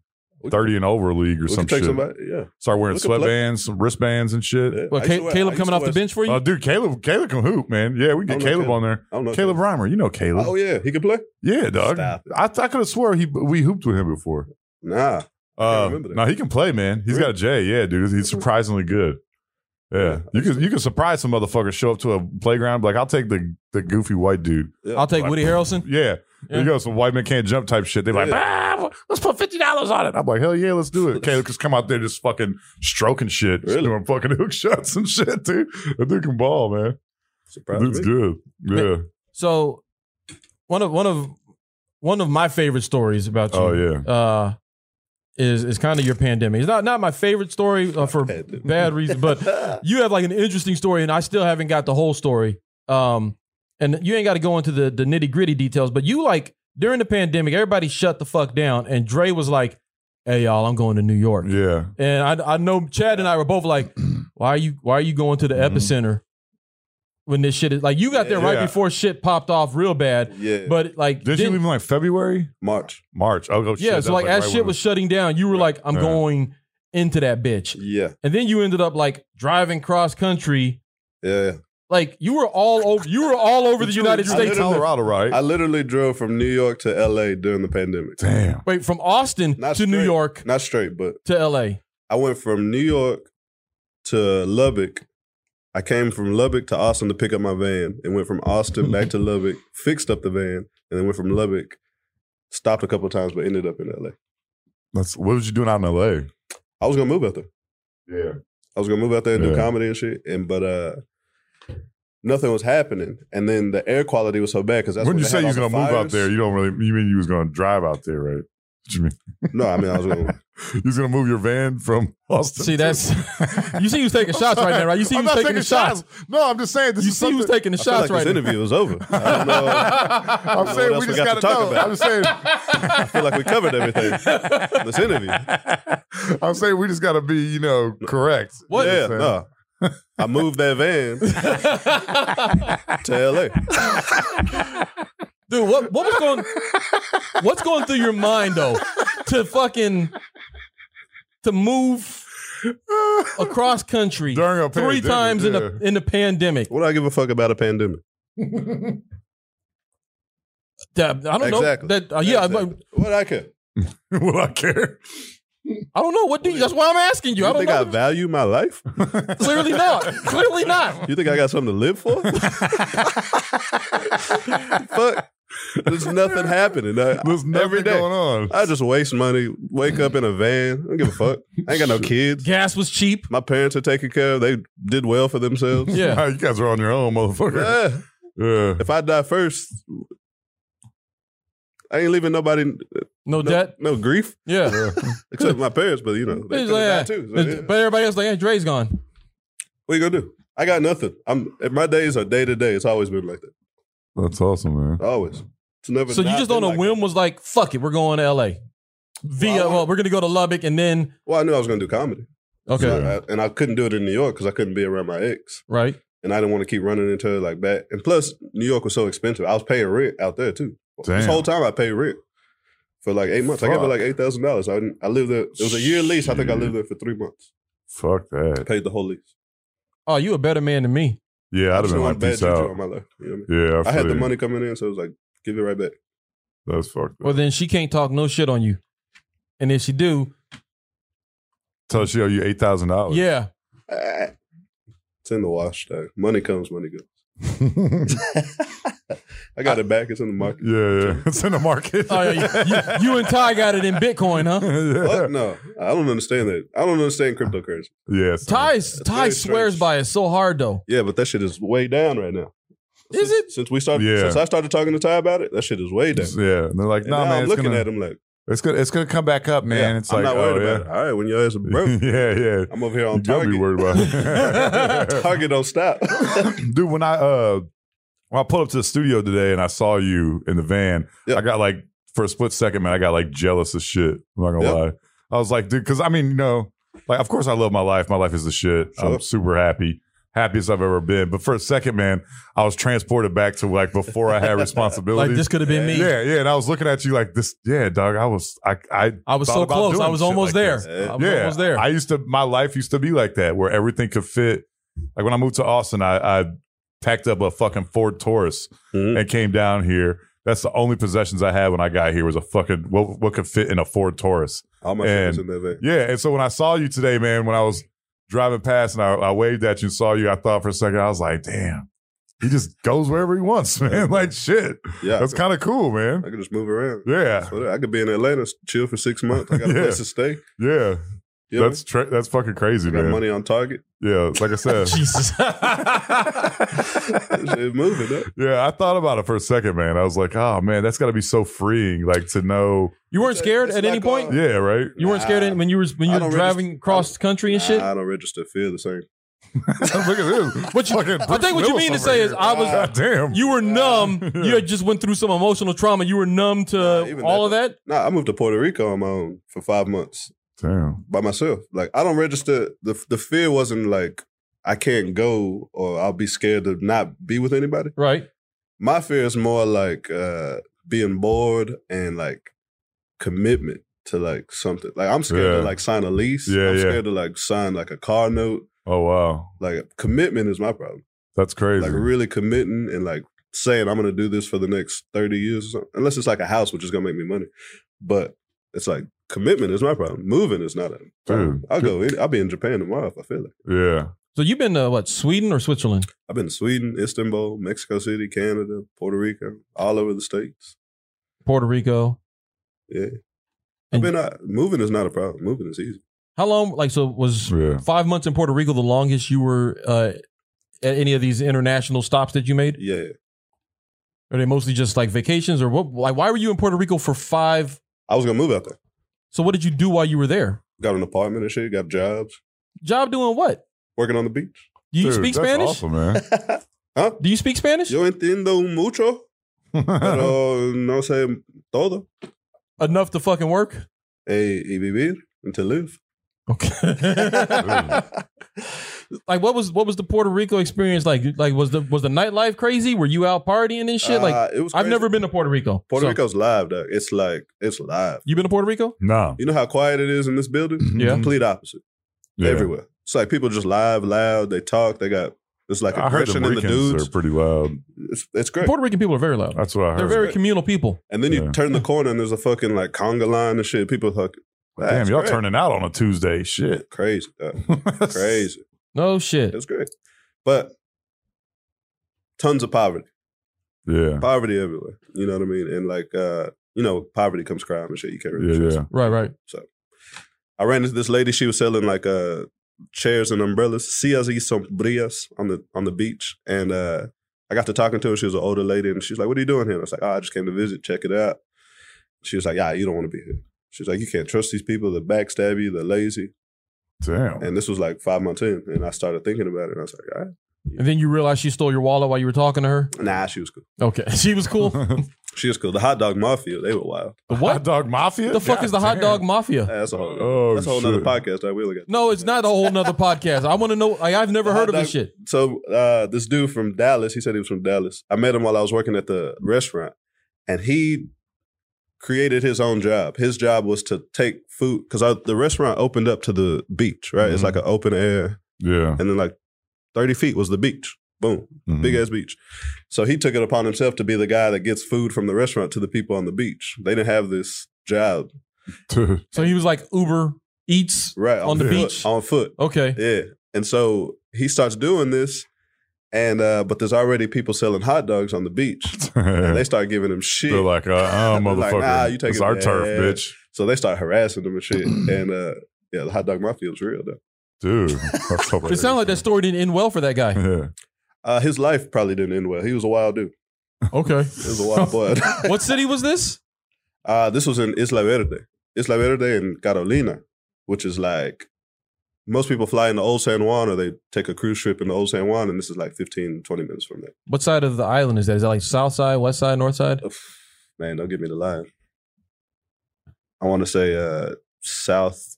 [SPEAKER 2] 30 and over league or
[SPEAKER 3] We
[SPEAKER 2] some
[SPEAKER 3] could take
[SPEAKER 2] shit.
[SPEAKER 3] somebody. Yeah.
[SPEAKER 2] Start wearing
[SPEAKER 3] We could play-
[SPEAKER 2] sweatbands, some wristbands and shit.
[SPEAKER 3] yeah.
[SPEAKER 4] What,
[SPEAKER 3] I used to
[SPEAKER 4] Ca-
[SPEAKER 3] wear- I
[SPEAKER 4] Caleb
[SPEAKER 3] used
[SPEAKER 4] coming
[SPEAKER 3] to
[SPEAKER 4] off
[SPEAKER 3] wear-
[SPEAKER 4] the bench for you?
[SPEAKER 2] Oh, dude, Caleb, Caleb can hoop, man. Yeah, we get
[SPEAKER 3] I don't know
[SPEAKER 2] Caleb
[SPEAKER 3] Caleb.
[SPEAKER 2] on there.
[SPEAKER 3] I don't know.
[SPEAKER 2] Caleb Reimer, you know Caleb.
[SPEAKER 3] Oh yeah, he could play.
[SPEAKER 2] yeah, dog.
[SPEAKER 3] Stop.
[SPEAKER 2] I, I could have swore he we hooped with him before.
[SPEAKER 3] Nah.
[SPEAKER 2] Uh,
[SPEAKER 3] remember that.
[SPEAKER 2] no, he can play, man. He's got a J. Yeah, dude, he's surprisingly good. Yeah,
[SPEAKER 3] Yeah.
[SPEAKER 2] you can you can surprise some motherfuckers. Show up to a playground, be like I'll take the the goofy white dude.
[SPEAKER 3] Yeah.
[SPEAKER 4] I'll take Woody Harrelson.
[SPEAKER 2] Yeah. There
[SPEAKER 4] Yeah.
[SPEAKER 2] you go. Some white men can't jump type shit. They're like, ah, let's put fifty dollars on it. I'm like, hell yeah, let's do it. Caleb just come out there just fucking stroking shit, just
[SPEAKER 3] Really?
[SPEAKER 2] doing fucking hook shots and shit, dude. That dude can ball, man.
[SPEAKER 3] Surprise
[SPEAKER 2] Dude's
[SPEAKER 3] me.
[SPEAKER 2] good. Yeah.
[SPEAKER 4] So one of one of one of my favorite stories about you
[SPEAKER 2] Oh yeah.
[SPEAKER 4] uh is is kind of your pandemic. It's not not my favorite story uh, for
[SPEAKER 3] Pandemic.
[SPEAKER 4] bad reason, but you have like an interesting story, and I still haven't got the whole story. Um, and you ain't got to go into the the nitty gritty details, but you like during the pandemic, everybody shut the fuck down, and Dre was like, "Hey y'all, I'm going to New York,"
[SPEAKER 2] Yeah.
[SPEAKER 4] and I I know Chad and I were both like, "Why are you Why are you going to the
[SPEAKER 2] Mhm.
[SPEAKER 4] epicenter when this shit is like you got there right
[SPEAKER 2] Yeah.
[SPEAKER 4] before shit popped off real bad?"
[SPEAKER 3] Yeah.
[SPEAKER 4] But like,
[SPEAKER 2] Didn't you
[SPEAKER 4] didn't-
[SPEAKER 2] leave in like February?
[SPEAKER 3] March.
[SPEAKER 2] March. Oh, oh shit.
[SPEAKER 4] yeah,
[SPEAKER 2] That
[SPEAKER 4] so like as
[SPEAKER 2] right
[SPEAKER 4] shit
[SPEAKER 2] when-
[SPEAKER 4] was shutting down, you were like, "I'm
[SPEAKER 2] Yeah.
[SPEAKER 4] going into that bitch,"
[SPEAKER 3] Yeah.
[SPEAKER 4] and then you ended up like driving cross country.
[SPEAKER 3] Yeah.
[SPEAKER 4] Like you were all over. You were all over the
[SPEAKER 2] You
[SPEAKER 4] United
[SPEAKER 2] were- you were
[SPEAKER 4] States.
[SPEAKER 2] in Colorado,
[SPEAKER 3] I
[SPEAKER 2] right?
[SPEAKER 3] literally drove from New York to L.A. during the pandemic.
[SPEAKER 2] Damn.
[SPEAKER 4] Wait, from Austin
[SPEAKER 3] Not
[SPEAKER 4] to New
[SPEAKER 3] straight.
[SPEAKER 4] York
[SPEAKER 3] Not straight, but
[SPEAKER 4] to L.A.
[SPEAKER 3] I went from New York to Lubbock. I came from Lubbock to Austin to pick up my van and went from Austin
[SPEAKER 2] Hmm.
[SPEAKER 3] back to Lubbock, fixed up the van, and then went from Lubbock, stopped a couple of times, but ended up in LA.
[SPEAKER 2] That's what was you doing out in L.A.
[SPEAKER 3] I was gonna move out there.
[SPEAKER 2] Yeah.
[SPEAKER 3] I was gonna move out there and
[SPEAKER 2] Yeah.
[SPEAKER 3] do comedy and shit. And but uh nothing was happening. And then the air quality was so bad because that's
[SPEAKER 2] when
[SPEAKER 3] when
[SPEAKER 2] you
[SPEAKER 3] they
[SPEAKER 2] say
[SPEAKER 3] had
[SPEAKER 2] you
[SPEAKER 3] all
[SPEAKER 2] was
[SPEAKER 3] the
[SPEAKER 2] gonna move out
[SPEAKER 3] fires.
[SPEAKER 2] there, you don't really you mean you was gonna drive out there, right? What you mean?
[SPEAKER 3] No, I mean I was gonna
[SPEAKER 2] you was gonna move your van from Austin.
[SPEAKER 4] See,
[SPEAKER 2] to-
[SPEAKER 4] that's- You see who's taking shots right now, right? You see
[SPEAKER 2] I'm
[SPEAKER 4] who's
[SPEAKER 2] not
[SPEAKER 4] taking the shots.
[SPEAKER 2] No, I'm just saying this
[SPEAKER 4] You
[SPEAKER 2] is
[SPEAKER 4] see who's
[SPEAKER 2] something-
[SPEAKER 4] taking the
[SPEAKER 3] I feel
[SPEAKER 4] shots right
[SPEAKER 3] like this
[SPEAKER 4] now.
[SPEAKER 3] interview is over. I don't know.
[SPEAKER 2] I'm
[SPEAKER 3] what
[SPEAKER 2] saying we
[SPEAKER 3] else we
[SPEAKER 2] just gotta
[SPEAKER 3] got to talk
[SPEAKER 2] know.
[SPEAKER 3] about.
[SPEAKER 2] I'm saying
[SPEAKER 3] I feel like we covered everything. this interview.
[SPEAKER 2] I'm saying we just gotta be, you know, correct.
[SPEAKER 4] What?
[SPEAKER 3] Yeah,
[SPEAKER 2] You know
[SPEAKER 3] no. I moved that van to LA.
[SPEAKER 4] Dude, what what was going? What's going through your mind though? To fucking to move
[SPEAKER 2] what I'm saying?
[SPEAKER 4] across country
[SPEAKER 2] During a
[SPEAKER 4] three
[SPEAKER 2] pandemic,
[SPEAKER 4] times in
[SPEAKER 2] yeah.
[SPEAKER 4] the in the pandemic.
[SPEAKER 3] What do I give a fuck about a pandemic?
[SPEAKER 4] That- I don't
[SPEAKER 3] Exactly.
[SPEAKER 4] know. That uh, yeah,
[SPEAKER 3] Exactly.
[SPEAKER 4] but
[SPEAKER 3] what I care.
[SPEAKER 2] Will I care?
[SPEAKER 4] I don't know. What do you? That's why I'm asking you.
[SPEAKER 3] You
[SPEAKER 4] I don't
[SPEAKER 3] think I
[SPEAKER 4] know.
[SPEAKER 3] value my life?
[SPEAKER 4] Clearly not. Clearly not.
[SPEAKER 3] You think I got something to live for? Fuck. There's nothing happening. I,
[SPEAKER 2] There's nothing
[SPEAKER 3] every day.
[SPEAKER 2] going on.
[SPEAKER 3] I just waste money, wake up in a van. I don't give a fuck. I ain't got no kids.
[SPEAKER 4] Gas was cheap.
[SPEAKER 3] My parents are taken care of. They did well for themselves.
[SPEAKER 4] Yeah.
[SPEAKER 2] you guys are on your own, motherfucker.
[SPEAKER 3] Yeah.
[SPEAKER 2] Yeah.
[SPEAKER 3] If I die first, I ain't leaving nobody
[SPEAKER 4] No,
[SPEAKER 3] No,
[SPEAKER 4] debt.
[SPEAKER 3] no grief,
[SPEAKER 4] Yeah.
[SPEAKER 3] except my parents. But you know, they
[SPEAKER 4] He's
[SPEAKER 3] could've
[SPEAKER 4] like,
[SPEAKER 3] died
[SPEAKER 4] yeah.
[SPEAKER 3] too. So, yeah.
[SPEAKER 4] But everybody else like, hey, Dre's gone.
[SPEAKER 3] What you gonna do? I got nothing. I'm if my days are day to day. It's always been like that.
[SPEAKER 2] That's awesome, man.
[SPEAKER 3] Always. It's never.
[SPEAKER 4] so you
[SPEAKER 3] not
[SPEAKER 4] just on
[SPEAKER 3] been
[SPEAKER 4] a
[SPEAKER 3] like
[SPEAKER 4] whim was like, fuck it, we're going to LA. Via,
[SPEAKER 3] Well, I-
[SPEAKER 4] well, we're going to go to Lubbock and then,
[SPEAKER 3] that. Well, I knew I was gonna do comedy.
[SPEAKER 4] okay,
[SPEAKER 3] So I- and I couldn't do it in New York because I couldn't be around my ex,
[SPEAKER 4] right.
[SPEAKER 3] and I didn't want to keep running into her like that. And plus, New York was so expensive. I was paying rent out there too. This
[SPEAKER 2] Damn.
[SPEAKER 3] whole time I paid rent for like eight months. I gave her
[SPEAKER 2] Fuck.
[SPEAKER 3] like eight thousand dollars. I didn't- I lived there. It was a year lease. I think I lived there for three months.
[SPEAKER 2] Fuck that.
[SPEAKER 3] Paid the whole lease.
[SPEAKER 4] Oh, you a better man than me.
[SPEAKER 2] Yeah, I'd have
[SPEAKER 3] Just
[SPEAKER 2] been
[SPEAKER 3] want
[SPEAKER 2] like,
[SPEAKER 3] bad
[SPEAKER 2] peace
[SPEAKER 3] juju
[SPEAKER 2] out.
[SPEAKER 3] on my life. You know what I mean?
[SPEAKER 2] Yeah,
[SPEAKER 3] I had
[SPEAKER 2] feel
[SPEAKER 3] the
[SPEAKER 2] you.
[SPEAKER 3] money coming in, so it was like, give it right back.
[SPEAKER 2] That's fucked up.
[SPEAKER 4] Well, then she can't talk no shit on you. And if she do,
[SPEAKER 2] Tell she owe you eight thousand
[SPEAKER 3] Oh,
[SPEAKER 2] dollars.
[SPEAKER 4] yeah.
[SPEAKER 3] Ah. It's in the wash. Though. Money comes, money goes. I got it back. It's in the market.
[SPEAKER 2] Yeah, yeah. It's in the market.
[SPEAKER 4] Oh, yeah, you, you and Ty got it in Bitcoin, huh?
[SPEAKER 2] yeah.
[SPEAKER 3] What? No, I don't understand that. I don't understand cryptocurrency.
[SPEAKER 2] yeah so-
[SPEAKER 4] Ty, is- Ty
[SPEAKER 3] very
[SPEAKER 4] swears
[SPEAKER 3] strange.
[SPEAKER 4] by it so hard, though.
[SPEAKER 3] Yeah, but that shit is way down right now.
[SPEAKER 4] Is
[SPEAKER 3] Since-
[SPEAKER 4] it?
[SPEAKER 3] Since we started,
[SPEAKER 2] Yeah.
[SPEAKER 3] since I started talking to Ty about it, that shit is way down.
[SPEAKER 2] Yeah. And they're like,
[SPEAKER 3] And
[SPEAKER 2] nah,
[SPEAKER 3] now
[SPEAKER 2] man,
[SPEAKER 3] I'm
[SPEAKER 2] it's
[SPEAKER 3] looking
[SPEAKER 2] gonna,
[SPEAKER 3] at him like,
[SPEAKER 2] It's gonna it's gonna come back up, man.
[SPEAKER 3] yeah,
[SPEAKER 2] it's
[SPEAKER 3] I'm
[SPEAKER 2] like
[SPEAKER 3] not worried
[SPEAKER 2] oh,
[SPEAKER 3] about it. All right, when your ass is broke,
[SPEAKER 2] yeah. yeah, yeah.
[SPEAKER 3] I'm over here
[SPEAKER 2] You
[SPEAKER 3] on
[SPEAKER 2] gotta be
[SPEAKER 3] target.
[SPEAKER 2] worried about it.
[SPEAKER 3] Target don't stop.
[SPEAKER 2] dude when i uh when i pulled up to the studio today and i saw you in the van
[SPEAKER 3] Yeah.
[SPEAKER 2] i got like for a split second man i got like jealous as shit i'm not gonna
[SPEAKER 3] Yeah.
[SPEAKER 2] lie i was like dude because i mean you know like of course i love my life my life is the shit i'm
[SPEAKER 3] Sure.
[SPEAKER 2] super happy happiest i've ever been but for a second man i was transported back to like before i had responsibilities
[SPEAKER 4] Like, this could have been me.
[SPEAKER 2] yeah yeah and i was looking at you like this yeah dog i was i i
[SPEAKER 4] I was
[SPEAKER 2] Thought
[SPEAKER 4] so
[SPEAKER 2] about
[SPEAKER 4] close.
[SPEAKER 2] doing
[SPEAKER 4] I was
[SPEAKER 2] shit
[SPEAKER 4] almost
[SPEAKER 2] like
[SPEAKER 4] there.
[SPEAKER 2] this.
[SPEAKER 4] I was almost there.
[SPEAKER 2] I used to my life used to be like that where everything could fit. Like when I moved to Austin, I, I packed up a fucking Ford Taurus
[SPEAKER 4] Mm.
[SPEAKER 3] Mhm.
[SPEAKER 2] and came down here. That's the only possessions I had when I got here was a fucking what what could fit in a Ford Taurus.
[SPEAKER 3] All my shit is
[SPEAKER 2] And-
[SPEAKER 3] in that van.
[SPEAKER 2] Yeah, and so when I saw you today, man, when I was driving past and I, I waved at you and saw you, I thought for a second, I was like, damn, he just goes wherever he wants, man. Like shit.
[SPEAKER 3] Yeah,
[SPEAKER 2] That's kind of cool, man.
[SPEAKER 3] I could just move around.
[SPEAKER 2] Yeah,
[SPEAKER 3] So I could be in Atlanta, chill for six months. I got a
[SPEAKER 2] Yeah.
[SPEAKER 3] place to stay.
[SPEAKER 2] yeah.
[SPEAKER 3] You know
[SPEAKER 2] That's tra- that's fucking crazy,
[SPEAKER 3] what I mean? I got
[SPEAKER 2] man.
[SPEAKER 3] money on Target.
[SPEAKER 2] Yeah, like I said.
[SPEAKER 4] Jesus.
[SPEAKER 3] It's moving. Huh?
[SPEAKER 2] Yeah, I thought about it for a second, man. I was like, oh man, that's got to be so freeing, like to know.
[SPEAKER 4] You weren't
[SPEAKER 3] It's a-
[SPEAKER 4] scared
[SPEAKER 3] it's
[SPEAKER 4] at any
[SPEAKER 3] like
[SPEAKER 4] point?
[SPEAKER 3] a-
[SPEAKER 2] Yeah, right.
[SPEAKER 4] You weren't scared in, when you were when
[SPEAKER 3] I
[SPEAKER 4] you were
[SPEAKER 3] don't register-
[SPEAKER 4] driving across country and shit.
[SPEAKER 3] I don't register feel the same.
[SPEAKER 2] Look at this.
[SPEAKER 4] What you-
[SPEAKER 2] Fucking
[SPEAKER 4] I think what
[SPEAKER 2] Bruce
[SPEAKER 4] you mean to
[SPEAKER 2] Willis
[SPEAKER 4] say
[SPEAKER 2] over
[SPEAKER 4] is I was-
[SPEAKER 2] God damn.
[SPEAKER 4] you were numb. You had just went through some emotional trauma. You were numb
[SPEAKER 3] Nah,
[SPEAKER 4] to
[SPEAKER 3] even
[SPEAKER 4] all
[SPEAKER 3] that-
[SPEAKER 4] of that.
[SPEAKER 3] Nah, I moved to Puerto Rico on my own for five months
[SPEAKER 2] damn.
[SPEAKER 3] by myself. Like I don't register the the fear wasn't like I can't go or I'll be scared to not be with anybody.
[SPEAKER 4] Right.
[SPEAKER 3] My fear is more like uh being bored and like commitment to like something. Like I'm scared to
[SPEAKER 2] Yeah.
[SPEAKER 3] like sign a lease.
[SPEAKER 2] Yeah,
[SPEAKER 3] I'm
[SPEAKER 2] yeah.
[SPEAKER 3] scared to like sign like a car note.
[SPEAKER 2] Oh wow,
[SPEAKER 3] Like commitment is my problem.
[SPEAKER 2] that's crazy.
[SPEAKER 3] like really committing and like saying I'm gonna do this for the next 30 years or something. Unless it's like a house, which is gonna make me money. But it's like commitment is my problem. Moving is not a problem.
[SPEAKER 4] Mm.
[SPEAKER 2] Dude,
[SPEAKER 3] I'll go in, I'll be in Japan tomorrow if I feel like it.
[SPEAKER 2] yeah,
[SPEAKER 4] So you've been to what Sweden or Switzerland?
[SPEAKER 3] I've been to Sweden, Istanbul, Mexico City, Canada, Puerto Rico, all over the states.
[SPEAKER 4] Puerto Rico.
[SPEAKER 3] Yeah. I've
[SPEAKER 4] And-
[SPEAKER 3] been out. Moving is not a problem. Moving is easy.
[SPEAKER 4] How long? Like so was
[SPEAKER 2] yeah.
[SPEAKER 4] five months in Puerto Rico the longest you were uh, at any of these international stops that you made?
[SPEAKER 3] Yeah.
[SPEAKER 4] Are they mostly just like vacations or what? Like why were you in Puerto Rico for five?
[SPEAKER 3] I was gonna move out there.
[SPEAKER 4] So what did you do while you were there?
[SPEAKER 3] Got an apartment and shit, got jobs,
[SPEAKER 4] Job doing what?
[SPEAKER 3] working on the beach.
[SPEAKER 4] Do you
[SPEAKER 2] Dude,
[SPEAKER 4] speak
[SPEAKER 2] that's
[SPEAKER 4] Spanish?
[SPEAKER 2] Awesome, man.
[SPEAKER 4] Do you speak Spanish?
[SPEAKER 3] Yo entiendo mucho, pero
[SPEAKER 4] Uh-huh.
[SPEAKER 3] no sé todo.
[SPEAKER 4] Enough to fucking work.
[SPEAKER 3] Hey, y vivir and to live.
[SPEAKER 4] Okay. like what was what was the Puerto Rico experience like? Like was the was the nightlife crazy? Were you out partying and shit? Like
[SPEAKER 3] Uh, it was
[SPEAKER 4] I've
[SPEAKER 3] crazy.
[SPEAKER 4] never been to Puerto Rico.
[SPEAKER 3] Puerto
[SPEAKER 4] So-
[SPEAKER 3] Rico's live, dog. It's like it's live.
[SPEAKER 4] You been to Puerto Rico?
[SPEAKER 2] no.
[SPEAKER 3] You know how quiet it is in this building?
[SPEAKER 4] Yeah.
[SPEAKER 3] Complete opposite.
[SPEAKER 2] Mm-hmm. Yeah.
[SPEAKER 3] Everywhere. It's like people just live, loud. They talk. They got it's like
[SPEAKER 2] I heard the
[SPEAKER 3] aggression in the
[SPEAKER 2] weekends
[SPEAKER 3] dudes.
[SPEAKER 2] are pretty loud.
[SPEAKER 3] It's, it's great.
[SPEAKER 4] Puerto Rican people are very loud.
[SPEAKER 2] That's what I heard.
[SPEAKER 4] They're very
[SPEAKER 3] Right.
[SPEAKER 4] communal people.
[SPEAKER 3] and then you
[SPEAKER 2] Yeah.
[SPEAKER 3] turn the corner and there's a fucking like conga line and shit. People hook.
[SPEAKER 2] Damn,
[SPEAKER 3] That's
[SPEAKER 2] y'all
[SPEAKER 3] great.
[SPEAKER 2] turning out on a Tuesday. Shit.
[SPEAKER 3] crazy, dog. crazy.
[SPEAKER 4] No shit.
[SPEAKER 3] It's great, but tons of poverty.
[SPEAKER 2] Yeah.
[SPEAKER 3] Poverty everywhere. You know what I mean? And like, uh, you know, poverty comes crime and shit. You can't really
[SPEAKER 2] Yeah.
[SPEAKER 3] trust
[SPEAKER 2] Yeah.
[SPEAKER 4] Right, right.
[SPEAKER 3] I ran into this lady. She was selling like uh chairs and umbrellas, sillas y sombrillas on the on the beach. And uh, I got to talking to her. She was an older lady, and she's like, "What are you doing here?" And I was like, "Oh, I just came to visit, check it out." She was like, "Yeah, you don't want to be here." She was like, "You can't trust these people. They backstab you. They're lazy."
[SPEAKER 2] Damn.
[SPEAKER 3] And this was like five months in, and I started thinking about it. And I was like, "All right,
[SPEAKER 4] And then you realize she stole your wallet while you were talking to her.
[SPEAKER 3] nah, she was cool.
[SPEAKER 4] Okay, she was cool.
[SPEAKER 3] She was cool." The hot dog mafia, they were wild.
[SPEAKER 4] The
[SPEAKER 2] hot
[SPEAKER 4] what?
[SPEAKER 2] dog mafia?
[SPEAKER 4] The fuck
[SPEAKER 2] God
[SPEAKER 4] is the hot
[SPEAKER 2] damn.
[SPEAKER 4] dog mafia?
[SPEAKER 3] That's a whole.
[SPEAKER 2] Oh,
[SPEAKER 3] that's a whole
[SPEAKER 2] shit.
[SPEAKER 3] nother podcast that we only got.
[SPEAKER 4] No, it's not a whole nother podcast. I want to know. Like, I've never
[SPEAKER 3] The
[SPEAKER 4] heard of
[SPEAKER 3] hot
[SPEAKER 4] this
[SPEAKER 3] dog-
[SPEAKER 4] shit.
[SPEAKER 3] So uh, this dude from Dallas, he said he was from Dallas. I met him while I was working at the restaurant, and he created his own job. His job was to take food because the restaurant opened up to the beach. Right,
[SPEAKER 2] Mhm.
[SPEAKER 3] it's
[SPEAKER 4] Mm-hmm.
[SPEAKER 3] like an open air,
[SPEAKER 2] Yeah.
[SPEAKER 3] and then like thirty feet was the beach. Boom,
[SPEAKER 2] Mhm.
[SPEAKER 4] Mm-hmm.
[SPEAKER 3] big ass beach. So he took it upon himself to be the guy that gets food from the restaurant to the people on the beach. They didn't have this job
[SPEAKER 4] So he was like Uber Eats.
[SPEAKER 3] right
[SPEAKER 4] On the
[SPEAKER 3] foot-
[SPEAKER 4] beach?
[SPEAKER 3] on foot.
[SPEAKER 4] Okay,
[SPEAKER 3] Yeah. And so he starts doing this, and uh, but there's already people selling hot dogs on the beach. And they
[SPEAKER 2] They're
[SPEAKER 3] start giving them shit.
[SPEAKER 2] like, uh, uh,
[SPEAKER 3] They're like,
[SPEAKER 2] motherfucker.
[SPEAKER 3] nah, you take
[SPEAKER 2] it's
[SPEAKER 3] it
[SPEAKER 2] our
[SPEAKER 3] back.
[SPEAKER 2] turf, bitch.
[SPEAKER 3] so they start harassing them and shit. and uh, yeah, the hot dog mafia was real though.
[SPEAKER 2] Dude. That's so
[SPEAKER 4] it sounds like that story didn't end well for that guy.
[SPEAKER 2] Yeah.
[SPEAKER 3] Uh, his life probably didn't end well. He was a wild dude.
[SPEAKER 4] Okay,
[SPEAKER 3] He was a wild boy.
[SPEAKER 4] what city was this?
[SPEAKER 3] uh, this was in Isla Verde. Isla Verde in Carolina, which is like most people fly into Old San Juan or they take a cruise trip into Old San Juan, and this is like 15, 20 minutes from there.
[SPEAKER 4] What side of the island is that? Is that like south side, west side, north side?
[SPEAKER 3] Oof, man, don't give me the line. I want to say uh, southeast,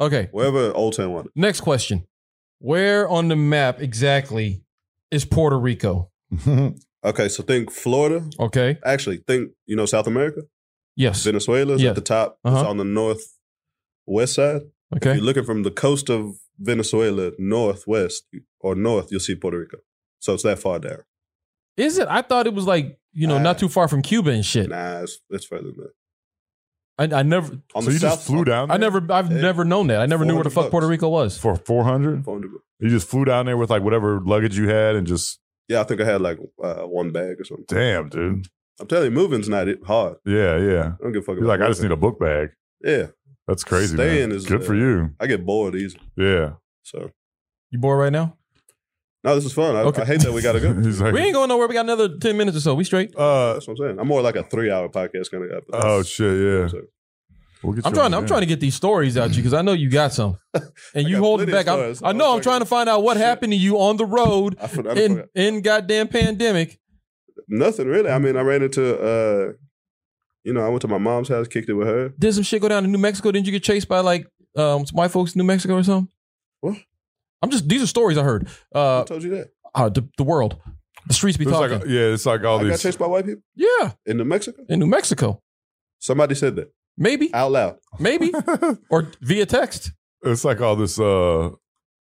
[SPEAKER 4] Okay.
[SPEAKER 3] wherever Old Town was.
[SPEAKER 4] Next question. Where on the map exactly is Puerto Rico?
[SPEAKER 3] Okay, so think Florida.
[SPEAKER 4] Okay.
[SPEAKER 3] Actually, think you know South America.
[SPEAKER 4] Yes.
[SPEAKER 3] Venezuela's
[SPEAKER 4] Yeah.
[SPEAKER 3] at the top.
[SPEAKER 4] Uh-huh.
[SPEAKER 3] It's on the north west side. If
[SPEAKER 4] Okay.
[SPEAKER 3] you're looking from the coast of Venezuela northwest or north, you'll see Puerto Rico. So it's that far down.
[SPEAKER 4] Is it? I thought it was like, you know, not
[SPEAKER 3] Nah.
[SPEAKER 4] too far from Cuba and shit.
[SPEAKER 3] Nah, it's, it's further than that.
[SPEAKER 4] I, I never
[SPEAKER 3] On
[SPEAKER 2] so you just flew down
[SPEAKER 4] I
[SPEAKER 2] there
[SPEAKER 4] never I've
[SPEAKER 3] Hey.
[SPEAKER 4] never known that. I never knew where the
[SPEAKER 3] 400
[SPEAKER 4] fuck Puerto
[SPEAKER 3] bucks.
[SPEAKER 4] Rico was.
[SPEAKER 2] for 400?
[SPEAKER 3] 400 bucks.
[SPEAKER 2] You just flew down there with like whatever luggage you had and just,
[SPEAKER 3] Yeah, I think I had like uh, one bag or something.
[SPEAKER 2] damn, dude.
[SPEAKER 3] I'm telling you, moving's not it hard.
[SPEAKER 2] Yeah, yeah.
[SPEAKER 3] I don't give a fuck
[SPEAKER 2] You're like,
[SPEAKER 3] about
[SPEAKER 2] I just need
[SPEAKER 3] moving.
[SPEAKER 2] a book bag.
[SPEAKER 3] Yeah,
[SPEAKER 2] That's crazy.
[SPEAKER 3] Staying
[SPEAKER 2] man.
[SPEAKER 3] is,
[SPEAKER 2] good
[SPEAKER 3] uh,
[SPEAKER 2] for you.
[SPEAKER 3] I get bored easy.
[SPEAKER 2] Yeah.
[SPEAKER 3] So
[SPEAKER 4] You bored right now?
[SPEAKER 3] no, this is fun. I,
[SPEAKER 4] Okay.
[SPEAKER 3] I hate that we gotta go.
[SPEAKER 2] He's like,
[SPEAKER 4] We ain't going nowhere. We got another 10 minutes or so. We straight.
[SPEAKER 2] uh,
[SPEAKER 3] That's what I'm saying. I'm more like a three hour podcast kind of guy. but
[SPEAKER 2] oh
[SPEAKER 3] that's-
[SPEAKER 2] shit, yeah.
[SPEAKER 3] so-
[SPEAKER 2] We'll get
[SPEAKER 4] I'm
[SPEAKER 2] you
[SPEAKER 4] trying
[SPEAKER 2] on
[SPEAKER 4] I'm
[SPEAKER 2] there.
[SPEAKER 4] trying to get these stories out you because I know you got some. And
[SPEAKER 3] I
[SPEAKER 4] you
[SPEAKER 3] got
[SPEAKER 4] holding
[SPEAKER 3] plenty of
[SPEAKER 4] back. I'm-
[SPEAKER 3] stories.
[SPEAKER 4] I know I'm trying to find out what
[SPEAKER 3] Shit.
[SPEAKER 4] happened to you on the road
[SPEAKER 3] I forgot, I
[SPEAKER 4] in
[SPEAKER 3] forgot.
[SPEAKER 4] in goddamn pandemic.
[SPEAKER 3] Nothing really. I mean, I ran into, uh, you know, I went to my mom's house, kicked it with her.
[SPEAKER 4] did some shit go down in New Mexico? Didn't you get chased by like um, some white folks in New Mexico or something?
[SPEAKER 3] What?
[SPEAKER 4] I'm just these are stories I heard.
[SPEAKER 3] I
[SPEAKER 4] Uh,
[SPEAKER 3] told you that.
[SPEAKER 4] uh the, the world, the streets be
[SPEAKER 2] It's like,
[SPEAKER 4] talking.
[SPEAKER 2] yeah, it's like all
[SPEAKER 3] I got
[SPEAKER 2] these.
[SPEAKER 3] chased by white people
[SPEAKER 4] yeah,
[SPEAKER 3] in New Mexico.
[SPEAKER 4] in New Mexico,
[SPEAKER 3] Somebody said that
[SPEAKER 4] maybe,
[SPEAKER 3] out loud.
[SPEAKER 4] maybe, or via text.
[SPEAKER 2] it's like all this. Uh,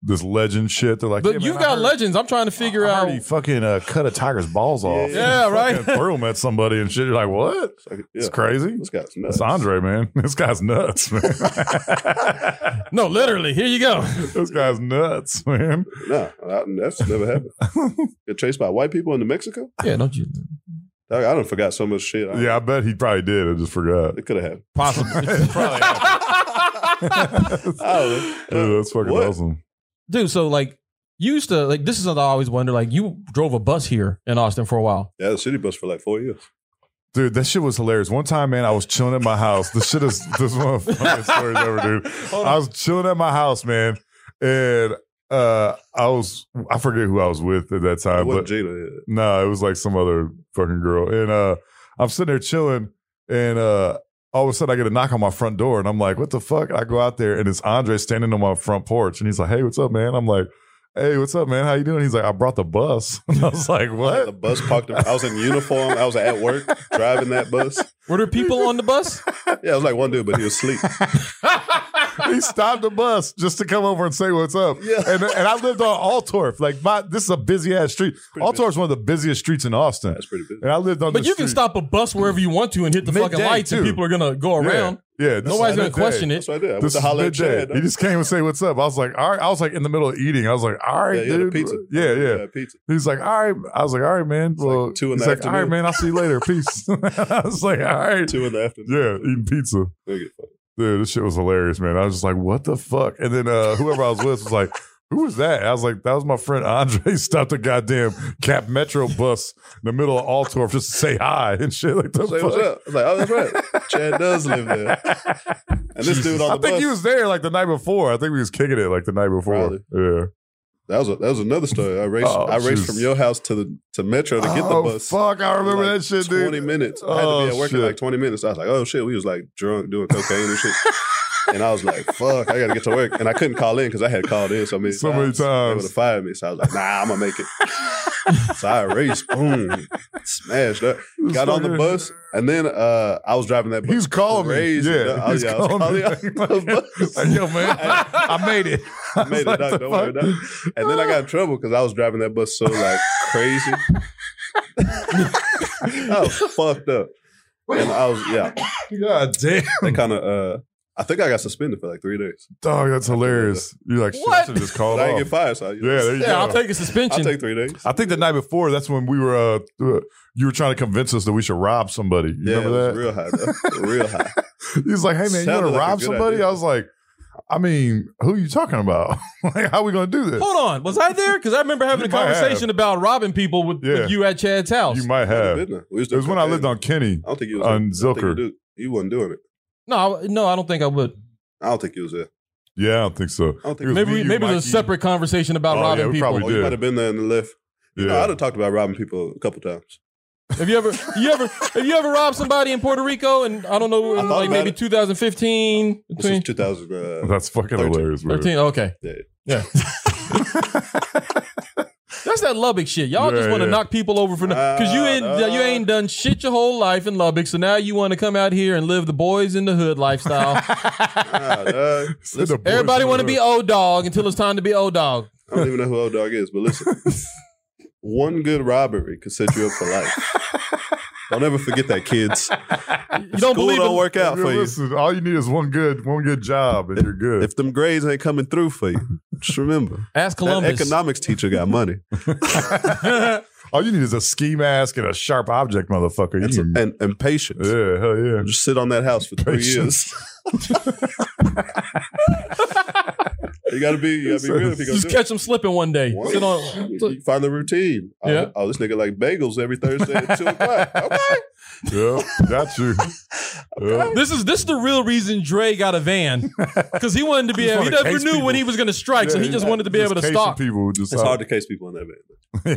[SPEAKER 2] this legend shit. They're like,
[SPEAKER 4] But
[SPEAKER 2] yeah, man,
[SPEAKER 4] you've
[SPEAKER 2] I
[SPEAKER 4] got
[SPEAKER 2] heard-
[SPEAKER 4] legends. I'm trying to figure
[SPEAKER 2] I heard
[SPEAKER 4] out.
[SPEAKER 2] He fucking uh, cut a tiger's balls off.
[SPEAKER 4] Yeah, right.
[SPEAKER 2] Fucking threw him at somebody and shit. You're like, what?
[SPEAKER 3] It's like, yeah,
[SPEAKER 2] It's crazy.
[SPEAKER 3] This guy's nuts.
[SPEAKER 2] It's Andre, man. This guy's nuts, man.
[SPEAKER 4] No, literally. Here you go.
[SPEAKER 2] this guy's nuts, man.
[SPEAKER 3] No, I- that's never happened. Get chased by white people in New Mexico?
[SPEAKER 4] Yeah, don't you?
[SPEAKER 3] Dog, I don't forgot so much shit. I-
[SPEAKER 2] Yeah, I bet he probably did. I just forgot.
[SPEAKER 3] it could have happened.
[SPEAKER 4] Possible.
[SPEAKER 3] I don't know.
[SPEAKER 2] Dude, that's fucking
[SPEAKER 3] What?
[SPEAKER 2] awesome.
[SPEAKER 4] Dude, so like you used to like this is something I always wonder. Like you drove a bus here in Austin for a while.
[SPEAKER 3] Yeah, the city bus for like four years.
[SPEAKER 2] Dude, that shit was hilarious. One time, man, I was chilling at my house. This shit is this is one of the funniest stories ever, dude. I was chilling at my house, man, and uh I was I forget who I was with at that
[SPEAKER 3] It
[SPEAKER 2] time, uh, but
[SPEAKER 3] wasn't Gina. yeah.
[SPEAKER 2] No, it was like some other fucking girl. And uh I'm sitting there chilling and uh all of a sudden I get a knock on my front door and I'm like, what the fuck? I go out there and it's Andre standing on my front porch and he's like, Hey, what's up, man? I'm like, Hey, what's up, man? How you doing? He's like, I brought the bus. And I was like,
[SPEAKER 3] Like, the
[SPEAKER 2] What?
[SPEAKER 3] bus parked. I was in uniform. I was at work driving that bus.
[SPEAKER 4] Were there people on the bus?
[SPEAKER 3] Yeah, it was like one dude, but he was asleep.
[SPEAKER 2] he stopped the bus just to come over and say what's up.
[SPEAKER 3] Yeah.
[SPEAKER 2] And and I lived on Altorf. Like my this is a busy ass street.
[SPEAKER 3] Pretty busy.
[SPEAKER 2] Altorf's one of the busiest streets in Austin.
[SPEAKER 3] That's pretty busy.
[SPEAKER 2] And I lived on
[SPEAKER 4] But
[SPEAKER 2] this
[SPEAKER 4] you can
[SPEAKER 2] street.
[SPEAKER 4] stop a bus wherever you want to and hit the fucking
[SPEAKER 2] Midday,
[SPEAKER 4] lights, and
[SPEAKER 2] too.
[SPEAKER 4] people are gonna go
[SPEAKER 2] Yeah.
[SPEAKER 4] around.
[SPEAKER 2] Yeah. this is
[SPEAKER 4] Nobody's gonna
[SPEAKER 2] midday.
[SPEAKER 4] question it.
[SPEAKER 3] That's what I did. I went
[SPEAKER 2] This
[SPEAKER 3] to
[SPEAKER 2] is
[SPEAKER 3] holler at
[SPEAKER 2] midday.
[SPEAKER 3] Chad.
[SPEAKER 2] He just came and say what's up. I was like, all right. I was like in the middle of eating. I was like, all right,
[SPEAKER 3] yeah, he had a
[SPEAKER 2] dude.
[SPEAKER 3] pizza.
[SPEAKER 2] Yeah, yeah.
[SPEAKER 3] Uh, pizza.
[SPEAKER 2] He's like, all right. I was like, all right, man.
[SPEAKER 3] like
[SPEAKER 2] Well,
[SPEAKER 3] two in
[SPEAKER 2] he's
[SPEAKER 3] the
[SPEAKER 2] like, all right,
[SPEAKER 3] afternoon.
[SPEAKER 2] man. I'll see you later. Peace. I was like, all right.
[SPEAKER 3] Two in the afternoon.
[SPEAKER 2] Yeah, eating pizza.
[SPEAKER 3] They get fucked.
[SPEAKER 2] Dude, this shit was hilarious, man. I was just like, what the fuck? And then uh, whoever I was with was like, Who was that? I was like, that was my friend Andre. Stopped a goddamn Cap Metro bus in the middle of Altorf just to say hi and shit. Like, the
[SPEAKER 3] I was like, what's
[SPEAKER 2] fuck?
[SPEAKER 3] up? I was like, oh, that's right. Chad does live there. And this dude
[SPEAKER 2] I
[SPEAKER 3] on the
[SPEAKER 2] think
[SPEAKER 3] bus.
[SPEAKER 2] he was there like the night before. I think we was kicking it like the night before.
[SPEAKER 3] Probably.
[SPEAKER 2] Yeah.
[SPEAKER 3] that was a, that was another story. I raced
[SPEAKER 2] Oh,
[SPEAKER 3] I raced
[SPEAKER 2] jeez.
[SPEAKER 3] from your house to the to Metro to get
[SPEAKER 2] oh,
[SPEAKER 3] the bus.
[SPEAKER 2] Fuck, I
[SPEAKER 3] for,
[SPEAKER 2] remember
[SPEAKER 3] like,
[SPEAKER 2] that shit,
[SPEAKER 3] 20
[SPEAKER 2] dude.
[SPEAKER 3] minutes. I had to be
[SPEAKER 2] Oh,
[SPEAKER 3] at work
[SPEAKER 2] shit.
[SPEAKER 3] in like 20 minutes. I was like, oh shit, we was like drunk doing cocaine and shit. and I was like, fuck, I gotta get to work. And I couldn't call in because I had called in so many
[SPEAKER 2] So many
[SPEAKER 3] They
[SPEAKER 2] times.
[SPEAKER 3] would have fired me. So I was like, nah, I'm gonna make it. so I raced, boom, smashed up. Got on the bus, and then uh, I was driving that bus.
[SPEAKER 2] He's calling me.
[SPEAKER 3] Crazy,
[SPEAKER 2] Yeah,
[SPEAKER 3] dog. I was-
[SPEAKER 2] he's
[SPEAKER 3] yeah, I was
[SPEAKER 2] calling me.
[SPEAKER 3] calling you on the bus.
[SPEAKER 2] Like, yo, man, I made it. I
[SPEAKER 3] made it,
[SPEAKER 2] was
[SPEAKER 3] dog.
[SPEAKER 2] the
[SPEAKER 3] Don't worry,
[SPEAKER 2] fuck?
[SPEAKER 3] dog. And then I got in trouble because I was driving that bus so like crazy. I was fucked up. And I was, yeah,
[SPEAKER 2] God damn,
[SPEAKER 3] they kind of, uh, I think I got suspended for like three days.
[SPEAKER 2] dog, that's hilarious. You're like, shit, I
[SPEAKER 4] What?
[SPEAKER 2] should just call
[SPEAKER 3] But I didn't
[SPEAKER 2] off.
[SPEAKER 3] get fired, so I,
[SPEAKER 2] Yeah, there you
[SPEAKER 4] Yeah,
[SPEAKER 2] go.
[SPEAKER 4] I'll take a
[SPEAKER 3] I'll
[SPEAKER 4] suspension.
[SPEAKER 3] take three days.
[SPEAKER 2] I think the night before, that's when we were. Uh, uh, you were trying to convince us that we should rob somebody. You
[SPEAKER 3] yeah,
[SPEAKER 2] remember that?
[SPEAKER 3] it was real high, though. real high.
[SPEAKER 2] He's like, "Hey man, you
[SPEAKER 3] Sounded
[SPEAKER 2] want to
[SPEAKER 3] like a
[SPEAKER 2] rob
[SPEAKER 3] good
[SPEAKER 2] somebody?"
[SPEAKER 3] idea.
[SPEAKER 2] I was like, "I mean, who you talking about? like, how we gonna do this?"
[SPEAKER 4] Hold on, was I there? Because I remember having
[SPEAKER 2] You
[SPEAKER 4] a
[SPEAKER 2] might have.
[SPEAKER 4] conversation about robbing people with,
[SPEAKER 2] Yeah.
[SPEAKER 4] with you at Chad's house.
[SPEAKER 2] You might have. It
[SPEAKER 3] We was
[SPEAKER 2] was when I lived on Kenny.
[SPEAKER 3] I don't think you was
[SPEAKER 2] on
[SPEAKER 3] there. I don't think
[SPEAKER 2] Zilker.
[SPEAKER 3] You, do- you wasn't doing it.
[SPEAKER 4] no, I- no, I don't think I would.
[SPEAKER 3] I don't think you was there.
[SPEAKER 2] Yeah, I don't think so.
[SPEAKER 3] I don't
[SPEAKER 2] It
[SPEAKER 3] think.
[SPEAKER 2] was
[SPEAKER 4] Maybe
[SPEAKER 2] me,
[SPEAKER 4] we,
[SPEAKER 2] you,
[SPEAKER 4] maybe it was
[SPEAKER 2] Mikey.
[SPEAKER 4] a separate conversation about
[SPEAKER 2] Oh, yeah,
[SPEAKER 4] robbing
[SPEAKER 2] we
[SPEAKER 4] people.
[SPEAKER 2] probably
[SPEAKER 3] Oh,
[SPEAKER 2] did.
[SPEAKER 3] you might have been there in the left.
[SPEAKER 2] Yeah.
[SPEAKER 3] No, I'd have talked about robbing people a couple times.
[SPEAKER 4] Have you ever you ever have you ever robbed somebody in Puerto Rico and I don't know
[SPEAKER 3] I thought
[SPEAKER 4] like
[SPEAKER 3] about
[SPEAKER 4] maybe
[SPEAKER 3] it.
[SPEAKER 4] 2015
[SPEAKER 3] This is
[SPEAKER 4] between
[SPEAKER 3] 2000. Uh,
[SPEAKER 2] That's fucking
[SPEAKER 3] 13.
[SPEAKER 2] hilarious. man.
[SPEAKER 4] 13 okay.
[SPEAKER 3] Yeah.
[SPEAKER 4] Yeah. That's that Lubbock shit. Y'all just
[SPEAKER 2] Yeah,
[SPEAKER 4] want to
[SPEAKER 2] yeah.
[SPEAKER 4] knock people over for no, cuz you ain't
[SPEAKER 3] Ah,
[SPEAKER 4] you ain't done shit your whole life in Lubbock, so now you want to come out here and live the boys in the hood lifestyle.
[SPEAKER 3] Nah, dog.
[SPEAKER 2] Said the
[SPEAKER 3] Listen,
[SPEAKER 2] boys
[SPEAKER 4] Everybody
[SPEAKER 2] in the
[SPEAKER 4] want to be
[SPEAKER 2] hood.
[SPEAKER 4] old dog until it's time to be old dog.
[SPEAKER 3] I don't even know who old dog is, but listen, one good robbery could set you up for life. Don't ever forget that, kids.
[SPEAKER 4] You don't
[SPEAKER 3] School
[SPEAKER 4] believe
[SPEAKER 3] don't
[SPEAKER 4] in,
[SPEAKER 3] work out for you.
[SPEAKER 2] Listen, all you need is one good, one good job, and you're good.
[SPEAKER 3] If them grades ain't coming through for you, just remember
[SPEAKER 4] ask
[SPEAKER 3] that
[SPEAKER 4] Columbus.
[SPEAKER 3] economics teacher got money,
[SPEAKER 2] all you need is a ski mask and a sharp object, motherfucker. You
[SPEAKER 3] and,
[SPEAKER 2] can-
[SPEAKER 3] some- and, and patience.
[SPEAKER 2] yeah, hell yeah.
[SPEAKER 3] Just sit on that house for three
[SPEAKER 2] Patience.
[SPEAKER 3] years. you gotta be, you gotta be real if you gonna
[SPEAKER 4] just
[SPEAKER 3] do it.
[SPEAKER 4] catch them slipping one day.
[SPEAKER 3] What?
[SPEAKER 4] Sit on
[SPEAKER 3] You find the routine. Oh,
[SPEAKER 4] Yeah.
[SPEAKER 3] Oh, this nigga like bagels every Thursday at two o'clock. Okay.
[SPEAKER 2] Yeah, got you. Yeah.
[SPEAKER 4] This is this is the real reason Dre got a van because he wanted to be.
[SPEAKER 2] Just
[SPEAKER 4] able,
[SPEAKER 2] wanted
[SPEAKER 4] he
[SPEAKER 2] to
[SPEAKER 4] never
[SPEAKER 2] case
[SPEAKER 4] knew
[SPEAKER 2] people.
[SPEAKER 4] when he was going to strike, so
[SPEAKER 2] Yeah,
[SPEAKER 4] he just wanted to be able to
[SPEAKER 2] casing
[SPEAKER 4] stop.
[SPEAKER 2] people. who Just
[SPEAKER 3] It's hard to case people in that van.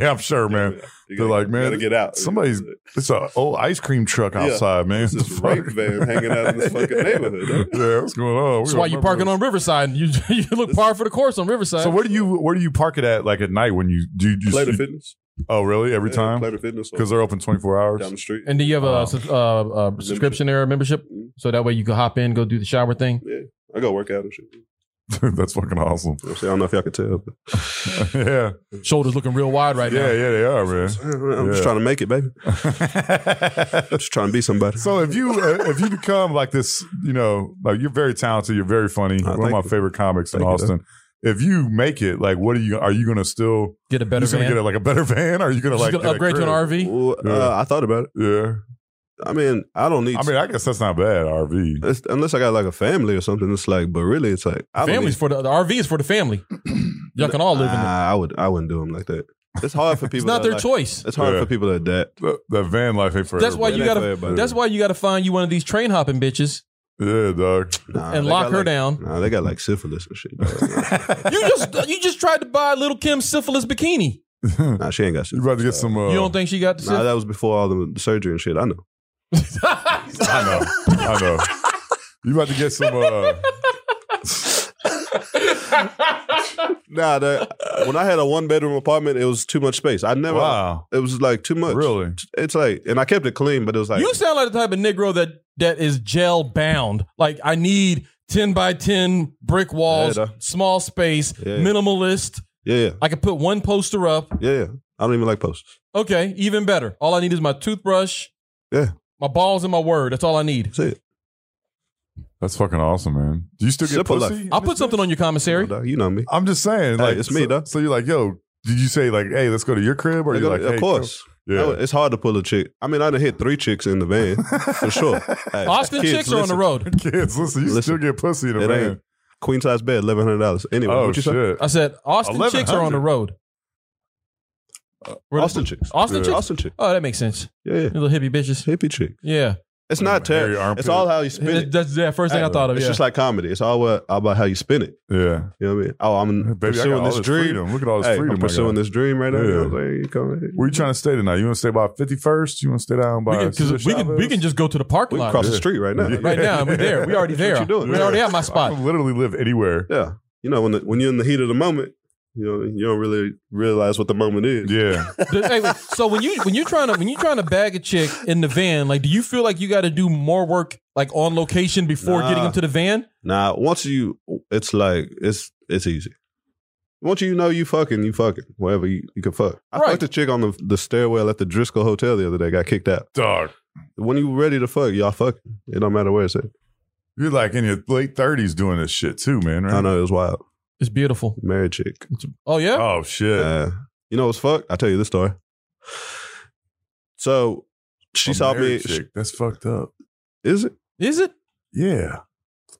[SPEAKER 2] yeah, I'm sure, man.
[SPEAKER 3] You
[SPEAKER 2] They're
[SPEAKER 3] gotta-
[SPEAKER 2] like,
[SPEAKER 3] you
[SPEAKER 2] man,
[SPEAKER 3] gotta get out.
[SPEAKER 2] somebody's- It's an old ice cream truck
[SPEAKER 3] Yeah.
[SPEAKER 2] outside, man.
[SPEAKER 3] It's this
[SPEAKER 2] What the
[SPEAKER 3] rape
[SPEAKER 2] fuck?
[SPEAKER 3] van hanging out in this fucking neighborhood. huh?
[SPEAKER 2] yeah, what's going on? We
[SPEAKER 4] That's
[SPEAKER 2] don't
[SPEAKER 4] why you
[SPEAKER 2] remember
[SPEAKER 4] parking
[SPEAKER 2] this.
[SPEAKER 4] on Riverside. You you look par for the course on Riverside.
[SPEAKER 2] So where do you where do you park it at? Like at night when you do you, you,
[SPEAKER 3] Planet
[SPEAKER 2] you-
[SPEAKER 3] Fitness.
[SPEAKER 2] Oh, really? Every
[SPEAKER 3] Yeah,
[SPEAKER 2] time
[SPEAKER 3] Planet Fitness. or
[SPEAKER 2] because they're open 24 hours.
[SPEAKER 3] down the street.
[SPEAKER 4] and do you have a
[SPEAKER 2] Wow.
[SPEAKER 4] subs- uh, uh, subscription era membership
[SPEAKER 3] Mhm.
[SPEAKER 4] so that way you can hop in, go do the shower thing?
[SPEAKER 3] I go work out and shit. You
[SPEAKER 2] Dude, that's fucking awesome.
[SPEAKER 3] know what I'm saying? I don't know if y'all can tell. But
[SPEAKER 2] yeah,
[SPEAKER 4] Shoulders looking real wide right
[SPEAKER 2] yeah,
[SPEAKER 4] now.
[SPEAKER 2] yeah. They are, man.
[SPEAKER 3] I'm
[SPEAKER 2] Yeah.
[SPEAKER 3] just trying to make it, baby. I'm just trying to be somebody.
[SPEAKER 2] So if you uh, if you become like this, you know, like you're very talented, you're very funny.
[SPEAKER 3] Uh,
[SPEAKER 2] One of
[SPEAKER 3] thank
[SPEAKER 2] my
[SPEAKER 3] you.
[SPEAKER 2] favorite comics in
[SPEAKER 3] Thank you,
[SPEAKER 2] Austin. If you make it, like, what are you? Are you gonna still?
[SPEAKER 4] Get a better
[SPEAKER 2] you just gonna
[SPEAKER 4] van.
[SPEAKER 2] get a, like a better van? Or are you gonna
[SPEAKER 4] Just
[SPEAKER 2] like
[SPEAKER 4] gonna
[SPEAKER 2] get a
[SPEAKER 4] upgrade to an
[SPEAKER 2] crib?
[SPEAKER 4] RV.
[SPEAKER 3] Well,
[SPEAKER 2] Yeah.
[SPEAKER 3] uh, I thought about it. I mean, I don't need.
[SPEAKER 2] Yeah, I mean, I guess that's not bad. RV.
[SPEAKER 3] it's- unless I got like a family or something. It's like, but really, it's like I don't
[SPEAKER 4] Family's
[SPEAKER 3] need-
[SPEAKER 4] for the, the RV is for the family. Y'all can all live in
[SPEAKER 3] Nah,
[SPEAKER 4] it.
[SPEAKER 3] I would. I wouldn't do them like that. It's hard for people.
[SPEAKER 4] It's not
[SPEAKER 3] that
[SPEAKER 4] their
[SPEAKER 3] like-
[SPEAKER 4] choice.
[SPEAKER 3] It's hard
[SPEAKER 2] Yeah.
[SPEAKER 3] for people to adapt.
[SPEAKER 2] That, that van life ain't for
[SPEAKER 4] That's why
[SPEAKER 3] It
[SPEAKER 4] you
[SPEAKER 3] ain't
[SPEAKER 2] everybody.
[SPEAKER 4] gotta.
[SPEAKER 3] for everybody.
[SPEAKER 4] That's why you gotta find you one of these train hopping bitches
[SPEAKER 2] Yeah, dog.
[SPEAKER 3] Nah,
[SPEAKER 4] and
[SPEAKER 3] they
[SPEAKER 4] lock
[SPEAKER 3] got,
[SPEAKER 4] her
[SPEAKER 3] like-
[SPEAKER 4] down.
[SPEAKER 3] Nah, they got like syphilis and shit. dog.
[SPEAKER 4] You just you just tried to buy little Kim syphilis bikini.
[SPEAKER 2] you
[SPEAKER 3] nah, she ain't got syphilis.
[SPEAKER 2] about to get some? Uh,
[SPEAKER 4] you don't think she got the
[SPEAKER 3] Nah, that was before all the surgery and shit. I know.
[SPEAKER 4] syphilis?
[SPEAKER 2] I know. I know. You about to get some? Uh,
[SPEAKER 3] Nah, that, when I had a one bedroom apartment, it was too much space. I never.
[SPEAKER 2] wow.
[SPEAKER 3] It was like too much.
[SPEAKER 2] Really?
[SPEAKER 3] It's like, and I kept it clean, but it was like,
[SPEAKER 4] you sound like the type of Negro that that is jail bound. Like I need ten by ten brick walls,
[SPEAKER 3] Yeah, duh.
[SPEAKER 4] small space,
[SPEAKER 3] Yeah.
[SPEAKER 4] minimalist.
[SPEAKER 3] yeah, yeah,
[SPEAKER 4] I can put one poster up.
[SPEAKER 3] yeah, yeah. I don't even like posters.
[SPEAKER 4] Okay, even better. All I need is my toothbrush.
[SPEAKER 3] Yeah.
[SPEAKER 4] My balls and my word. That's all I need.
[SPEAKER 3] That's it.
[SPEAKER 2] That's fucking awesome, man. Do you still get
[SPEAKER 3] Simple
[SPEAKER 2] pussy?
[SPEAKER 4] I'll put something on your commissary.
[SPEAKER 3] Come on, dog. You know me.
[SPEAKER 2] I'm just saying,
[SPEAKER 3] Hey,
[SPEAKER 2] like
[SPEAKER 3] it's me,
[SPEAKER 2] so,
[SPEAKER 3] dog.
[SPEAKER 2] so you're like, yo, did you say like, hey, let's go to your crib, or
[SPEAKER 3] They
[SPEAKER 2] you
[SPEAKER 3] go-
[SPEAKER 2] like,
[SPEAKER 3] of
[SPEAKER 2] hey,
[SPEAKER 3] course.
[SPEAKER 2] come- yeah,
[SPEAKER 3] That was- It's hard to pull a chick. I mean, I done hit three chicks in the van for sure. Hey,
[SPEAKER 4] Austin
[SPEAKER 3] kids,
[SPEAKER 4] chicks are on the
[SPEAKER 3] listen.
[SPEAKER 4] road.
[SPEAKER 2] kids, listen, you
[SPEAKER 3] Listen,
[SPEAKER 2] still get pussy in a
[SPEAKER 3] it
[SPEAKER 2] van.
[SPEAKER 3] ain't. Queen size bed, eleven hundred dollars. Anyway,
[SPEAKER 2] Oh
[SPEAKER 3] what you say?
[SPEAKER 2] shit!
[SPEAKER 4] I said Austin chicks are on
[SPEAKER 2] 1100.
[SPEAKER 4] the road. Where-
[SPEAKER 3] Austin chicks.
[SPEAKER 4] Austin
[SPEAKER 3] Yeah.
[SPEAKER 4] chicks?
[SPEAKER 3] Austin chick.
[SPEAKER 4] Oh, that makes sense.
[SPEAKER 3] Yeah, yeah.
[SPEAKER 4] You little hippie bitches.
[SPEAKER 3] Hippie chick.
[SPEAKER 4] Yeah,
[SPEAKER 3] It's not
[SPEAKER 2] hairy
[SPEAKER 3] terrible.
[SPEAKER 2] armpit.
[SPEAKER 3] It's all how you spin it.
[SPEAKER 4] That- that's the first thing I thought of.
[SPEAKER 3] It's
[SPEAKER 4] Yeah.
[SPEAKER 3] just like comedy. It's all what, about how you spin it.
[SPEAKER 2] Yeah,
[SPEAKER 3] You know what I mean? Oh, I'm
[SPEAKER 2] baby, I got
[SPEAKER 3] pursuing
[SPEAKER 2] all
[SPEAKER 3] this
[SPEAKER 2] this
[SPEAKER 3] dream.
[SPEAKER 2] freedom. Look at all this
[SPEAKER 3] Hey,
[SPEAKER 2] freedom.
[SPEAKER 3] I'm
[SPEAKER 2] I got.
[SPEAKER 3] pursuing this dream right now. You know
[SPEAKER 2] Yeah.
[SPEAKER 3] what I'm saying? You come here.
[SPEAKER 2] Where you trying to stay tonight? You want to stay by fifty first? You want to stay down by?
[SPEAKER 4] we can, 'cause we can we can just go to the parking
[SPEAKER 3] We can
[SPEAKER 4] lot
[SPEAKER 3] cross the street right now.
[SPEAKER 4] right now. and We're there. We already
[SPEAKER 3] That's
[SPEAKER 4] there.
[SPEAKER 3] what you doing.
[SPEAKER 4] We already at my
[SPEAKER 2] I
[SPEAKER 4] spot.
[SPEAKER 2] can literally live anywhere.
[SPEAKER 3] Yeah. You know, when the, when you're in the heat of the moment, you know, you don't really realize what the moment is.
[SPEAKER 2] Yeah,
[SPEAKER 4] Hey, wait, so when you when you're trying to when you're trying to bag a chick in the van, like, do you feel like you got to do more work like on location before
[SPEAKER 3] Nah.
[SPEAKER 4] getting them to the van?
[SPEAKER 3] Now, once you, it's like it's it's easy. Once you know you fucking, you fucking wherever you, you can fuck. I
[SPEAKER 4] Right.
[SPEAKER 3] fucked a chick on the, the stairwell at the Driscoll Hotel the other day. Got kicked out.
[SPEAKER 2] dog.
[SPEAKER 3] When you ready to fuck, y'all fucking. It don't matter where it's at.
[SPEAKER 2] You're like in your late thirties doing this shit too, man. Right?
[SPEAKER 3] I know it was wild.
[SPEAKER 4] It's beautiful.
[SPEAKER 3] Married chick.
[SPEAKER 4] Oh yeah.
[SPEAKER 2] Oh shit!
[SPEAKER 3] Uh, you know what's fucked? I'll tell you this story. So she
[SPEAKER 2] A
[SPEAKER 3] saw me.
[SPEAKER 2] married chick. That's fucked up.
[SPEAKER 3] Is it
[SPEAKER 4] Is it?
[SPEAKER 2] Yeah.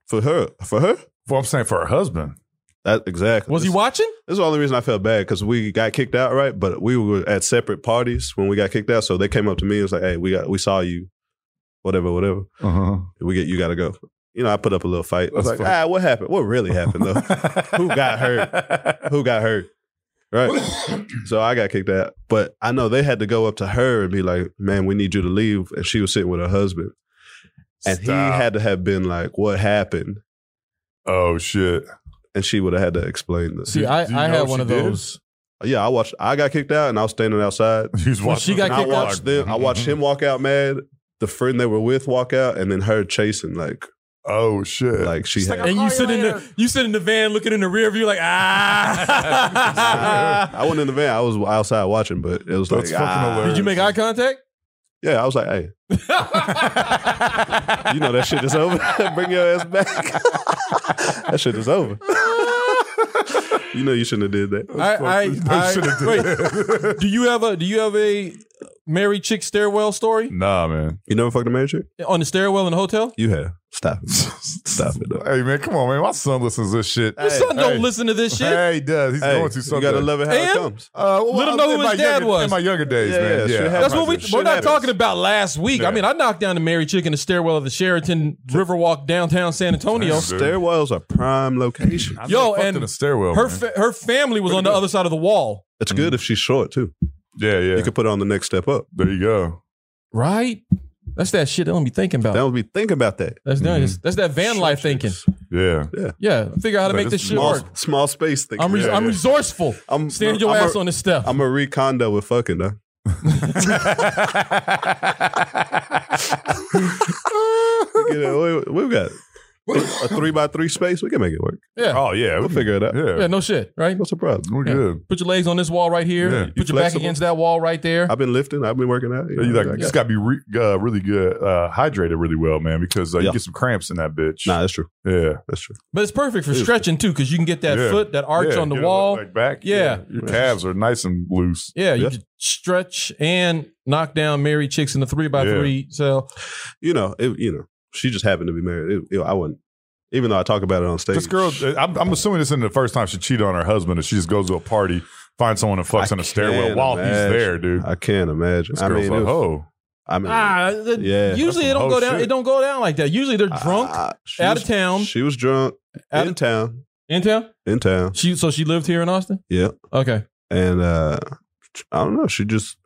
[SPEAKER 3] for her? For her?
[SPEAKER 2] Well, I'm saying for her husband.
[SPEAKER 3] That exactly.
[SPEAKER 4] Was he
[SPEAKER 3] This-
[SPEAKER 4] watching?
[SPEAKER 3] This is the only reason I felt bad because we got kicked out, right? But we were at separate parties when we got kicked out. So they came up to me and was like, "Hey, we got, we saw you, whatever, whatever.
[SPEAKER 2] Uh-huh.
[SPEAKER 3] We get, you got to go." You know, I put up a little fight. I was
[SPEAKER 2] That's
[SPEAKER 3] like,
[SPEAKER 2] fine.
[SPEAKER 3] "Ah, what happened? What really happened though? Who got
[SPEAKER 2] hurt?
[SPEAKER 3] Who got hurt?" Right. so I got kicked out, but I know they had to go up to her and be like, "Man, we need you to leave." And she was sitting with her husband, and he had to have been like, "What happened?"
[SPEAKER 2] Oh shit!
[SPEAKER 3] And she would have had to explain this.
[SPEAKER 4] See, I,
[SPEAKER 2] do you
[SPEAKER 4] I
[SPEAKER 2] know
[SPEAKER 4] had
[SPEAKER 2] what
[SPEAKER 4] one
[SPEAKER 2] she
[SPEAKER 4] of
[SPEAKER 2] did?
[SPEAKER 4] those.
[SPEAKER 3] Yeah, I watched. I got kicked out, and I was standing outside.
[SPEAKER 2] He was
[SPEAKER 4] Well, she
[SPEAKER 2] watching-
[SPEAKER 4] got
[SPEAKER 3] And I
[SPEAKER 4] kicked out. mm-hmm.
[SPEAKER 3] watched them. I watched him walk out mad. The friend they were with walk out, and then her chasing like
[SPEAKER 2] Oh shit!
[SPEAKER 3] like she had.
[SPEAKER 4] And you sit in the you sit in the van looking in the rear view like ah.
[SPEAKER 3] I wasn't in the van. I was outside watching, but it was
[SPEAKER 2] That's
[SPEAKER 3] like,
[SPEAKER 2] fucking
[SPEAKER 3] ah.
[SPEAKER 2] hilarious.
[SPEAKER 4] Did you make eye contact?
[SPEAKER 3] yeah. I was like, hey, you know that shit is over. Bring your ass back. that shit is over. you know you shouldn't have did that.
[SPEAKER 4] I, I, I-
[SPEAKER 2] should've did
[SPEAKER 4] wait, do you have a do you have a married chick stairwell story
[SPEAKER 2] Nah, man.
[SPEAKER 3] You never fucked a married chick?
[SPEAKER 4] on the stairwell in the hotel?
[SPEAKER 3] You have. Stop it. Stop it. Though.
[SPEAKER 2] Hey, man, come on, man. My son listens to this shit.
[SPEAKER 4] Your son don't
[SPEAKER 2] hey.
[SPEAKER 4] listen to this shit.
[SPEAKER 2] Hey, he does. He's
[SPEAKER 3] Hey,
[SPEAKER 2] going to
[SPEAKER 3] you
[SPEAKER 2] something.
[SPEAKER 3] gotta love it how it
[SPEAKER 4] And-
[SPEAKER 3] comes.
[SPEAKER 2] Uh, well,
[SPEAKER 4] Let him
[SPEAKER 2] I-
[SPEAKER 4] know
[SPEAKER 2] in
[SPEAKER 4] who
[SPEAKER 2] my
[SPEAKER 4] his dad
[SPEAKER 2] younger-
[SPEAKER 4] was.
[SPEAKER 2] In my younger days,
[SPEAKER 3] Yeah,
[SPEAKER 2] man.
[SPEAKER 3] yeah,
[SPEAKER 2] Yeah,
[SPEAKER 3] shit
[SPEAKER 2] I-
[SPEAKER 4] That's what we
[SPEAKER 3] Shit
[SPEAKER 4] we're not
[SPEAKER 3] happens.
[SPEAKER 4] talking about last week. I
[SPEAKER 2] Yeah.
[SPEAKER 4] mean, I knocked down the married chick in the stairwell of the Sheraton Riverwalk downtown San
[SPEAKER 2] Damn,
[SPEAKER 4] Antonio.
[SPEAKER 2] dude.
[SPEAKER 3] Stairwells are prime location.
[SPEAKER 2] I
[SPEAKER 4] Yo,
[SPEAKER 2] fucked
[SPEAKER 4] and
[SPEAKER 2] in a stairwell.
[SPEAKER 4] Her
[SPEAKER 2] man.
[SPEAKER 4] fa- her family was on the other side of the wall.
[SPEAKER 3] It's good if she's short too.
[SPEAKER 2] yeah, yeah.
[SPEAKER 3] You could put her on the next step up.
[SPEAKER 2] there you go.
[SPEAKER 4] Right? That's that shit that don't be thinking about.
[SPEAKER 3] That would be think about that.
[SPEAKER 4] That's that's, that's that van life thinking.
[SPEAKER 2] Yeah.
[SPEAKER 4] Yeah, figure out how to
[SPEAKER 2] Like,
[SPEAKER 4] make
[SPEAKER 2] this
[SPEAKER 4] this
[SPEAKER 2] is
[SPEAKER 4] shit
[SPEAKER 3] Small,
[SPEAKER 4] work.
[SPEAKER 3] small space thinking.
[SPEAKER 4] I'm, re-
[SPEAKER 2] yeah,
[SPEAKER 4] I'm
[SPEAKER 2] yeah.
[SPEAKER 4] resourceful.
[SPEAKER 3] I'm-
[SPEAKER 4] Stand your
[SPEAKER 3] I'm
[SPEAKER 4] ass
[SPEAKER 3] a-
[SPEAKER 4] on the step.
[SPEAKER 3] I'm a recondo with fucking though. Get it, we, we've got a three by three space. We can make it work.
[SPEAKER 4] yeah.
[SPEAKER 2] oh yeah,
[SPEAKER 3] We'll figure it out.
[SPEAKER 2] Yeah,
[SPEAKER 4] yeah, no shit, right?
[SPEAKER 3] What's the problem?
[SPEAKER 2] we're good.
[SPEAKER 4] Put your legs on this wall right here.
[SPEAKER 2] Yeah.
[SPEAKER 4] Put
[SPEAKER 3] You
[SPEAKER 4] your back
[SPEAKER 3] flexible?
[SPEAKER 4] against that wall right there.
[SPEAKER 3] I've been lifting. I've been working out.
[SPEAKER 2] You
[SPEAKER 3] know,
[SPEAKER 2] like just got to be re- uh, really good, uh, hydrated really well, man, because uh,
[SPEAKER 3] Yeah.
[SPEAKER 2] you get some cramps in that bitch.
[SPEAKER 3] Nah, that's true.
[SPEAKER 2] Yeah,
[SPEAKER 3] That's true.
[SPEAKER 4] But it's perfect for
[SPEAKER 3] Dude.
[SPEAKER 4] stretching too, because you can get that
[SPEAKER 2] Yeah.
[SPEAKER 4] foot, that arch
[SPEAKER 2] Yeah,
[SPEAKER 4] on the
[SPEAKER 2] get it
[SPEAKER 4] wall.
[SPEAKER 2] like back.
[SPEAKER 4] Yeah.
[SPEAKER 2] your calves are nice and loose.
[SPEAKER 4] yeah, you
[SPEAKER 3] Yeah.
[SPEAKER 4] can stretch and knock down married chicks in the three by three. So
[SPEAKER 3] You know, it, you know, she just happened to be married. It, you know, I wouldn't, even though I talk about it on stage.
[SPEAKER 2] This girl,
[SPEAKER 4] uh,
[SPEAKER 2] I'm, I'm assuming this isn't the first time she cheated on her husband, and she just goes to a party, finds someone and fucks
[SPEAKER 3] I
[SPEAKER 2] on a stairwell
[SPEAKER 3] can't
[SPEAKER 2] while he's
[SPEAKER 3] imagine.
[SPEAKER 2] there, dude.
[SPEAKER 3] I can't imagine.
[SPEAKER 2] This
[SPEAKER 3] I
[SPEAKER 2] girl's
[SPEAKER 3] mean,
[SPEAKER 2] like,
[SPEAKER 3] it was-
[SPEAKER 2] oh,
[SPEAKER 3] I mean,
[SPEAKER 4] ah, the-
[SPEAKER 3] Yeah, that's
[SPEAKER 4] usually it
[SPEAKER 2] some
[SPEAKER 4] don't go
[SPEAKER 2] whole
[SPEAKER 4] down.
[SPEAKER 2] shit.
[SPEAKER 4] It don't go down like that. Usually they're drunk,
[SPEAKER 3] I- she
[SPEAKER 4] out
[SPEAKER 3] was-
[SPEAKER 4] of town,
[SPEAKER 3] She was drunk
[SPEAKER 4] Out
[SPEAKER 3] in
[SPEAKER 4] of-
[SPEAKER 3] town.
[SPEAKER 4] in town.
[SPEAKER 3] In town.
[SPEAKER 4] She so she lived here in Austin.
[SPEAKER 3] Yeah.
[SPEAKER 4] Okay.
[SPEAKER 3] and uh I don't know. She just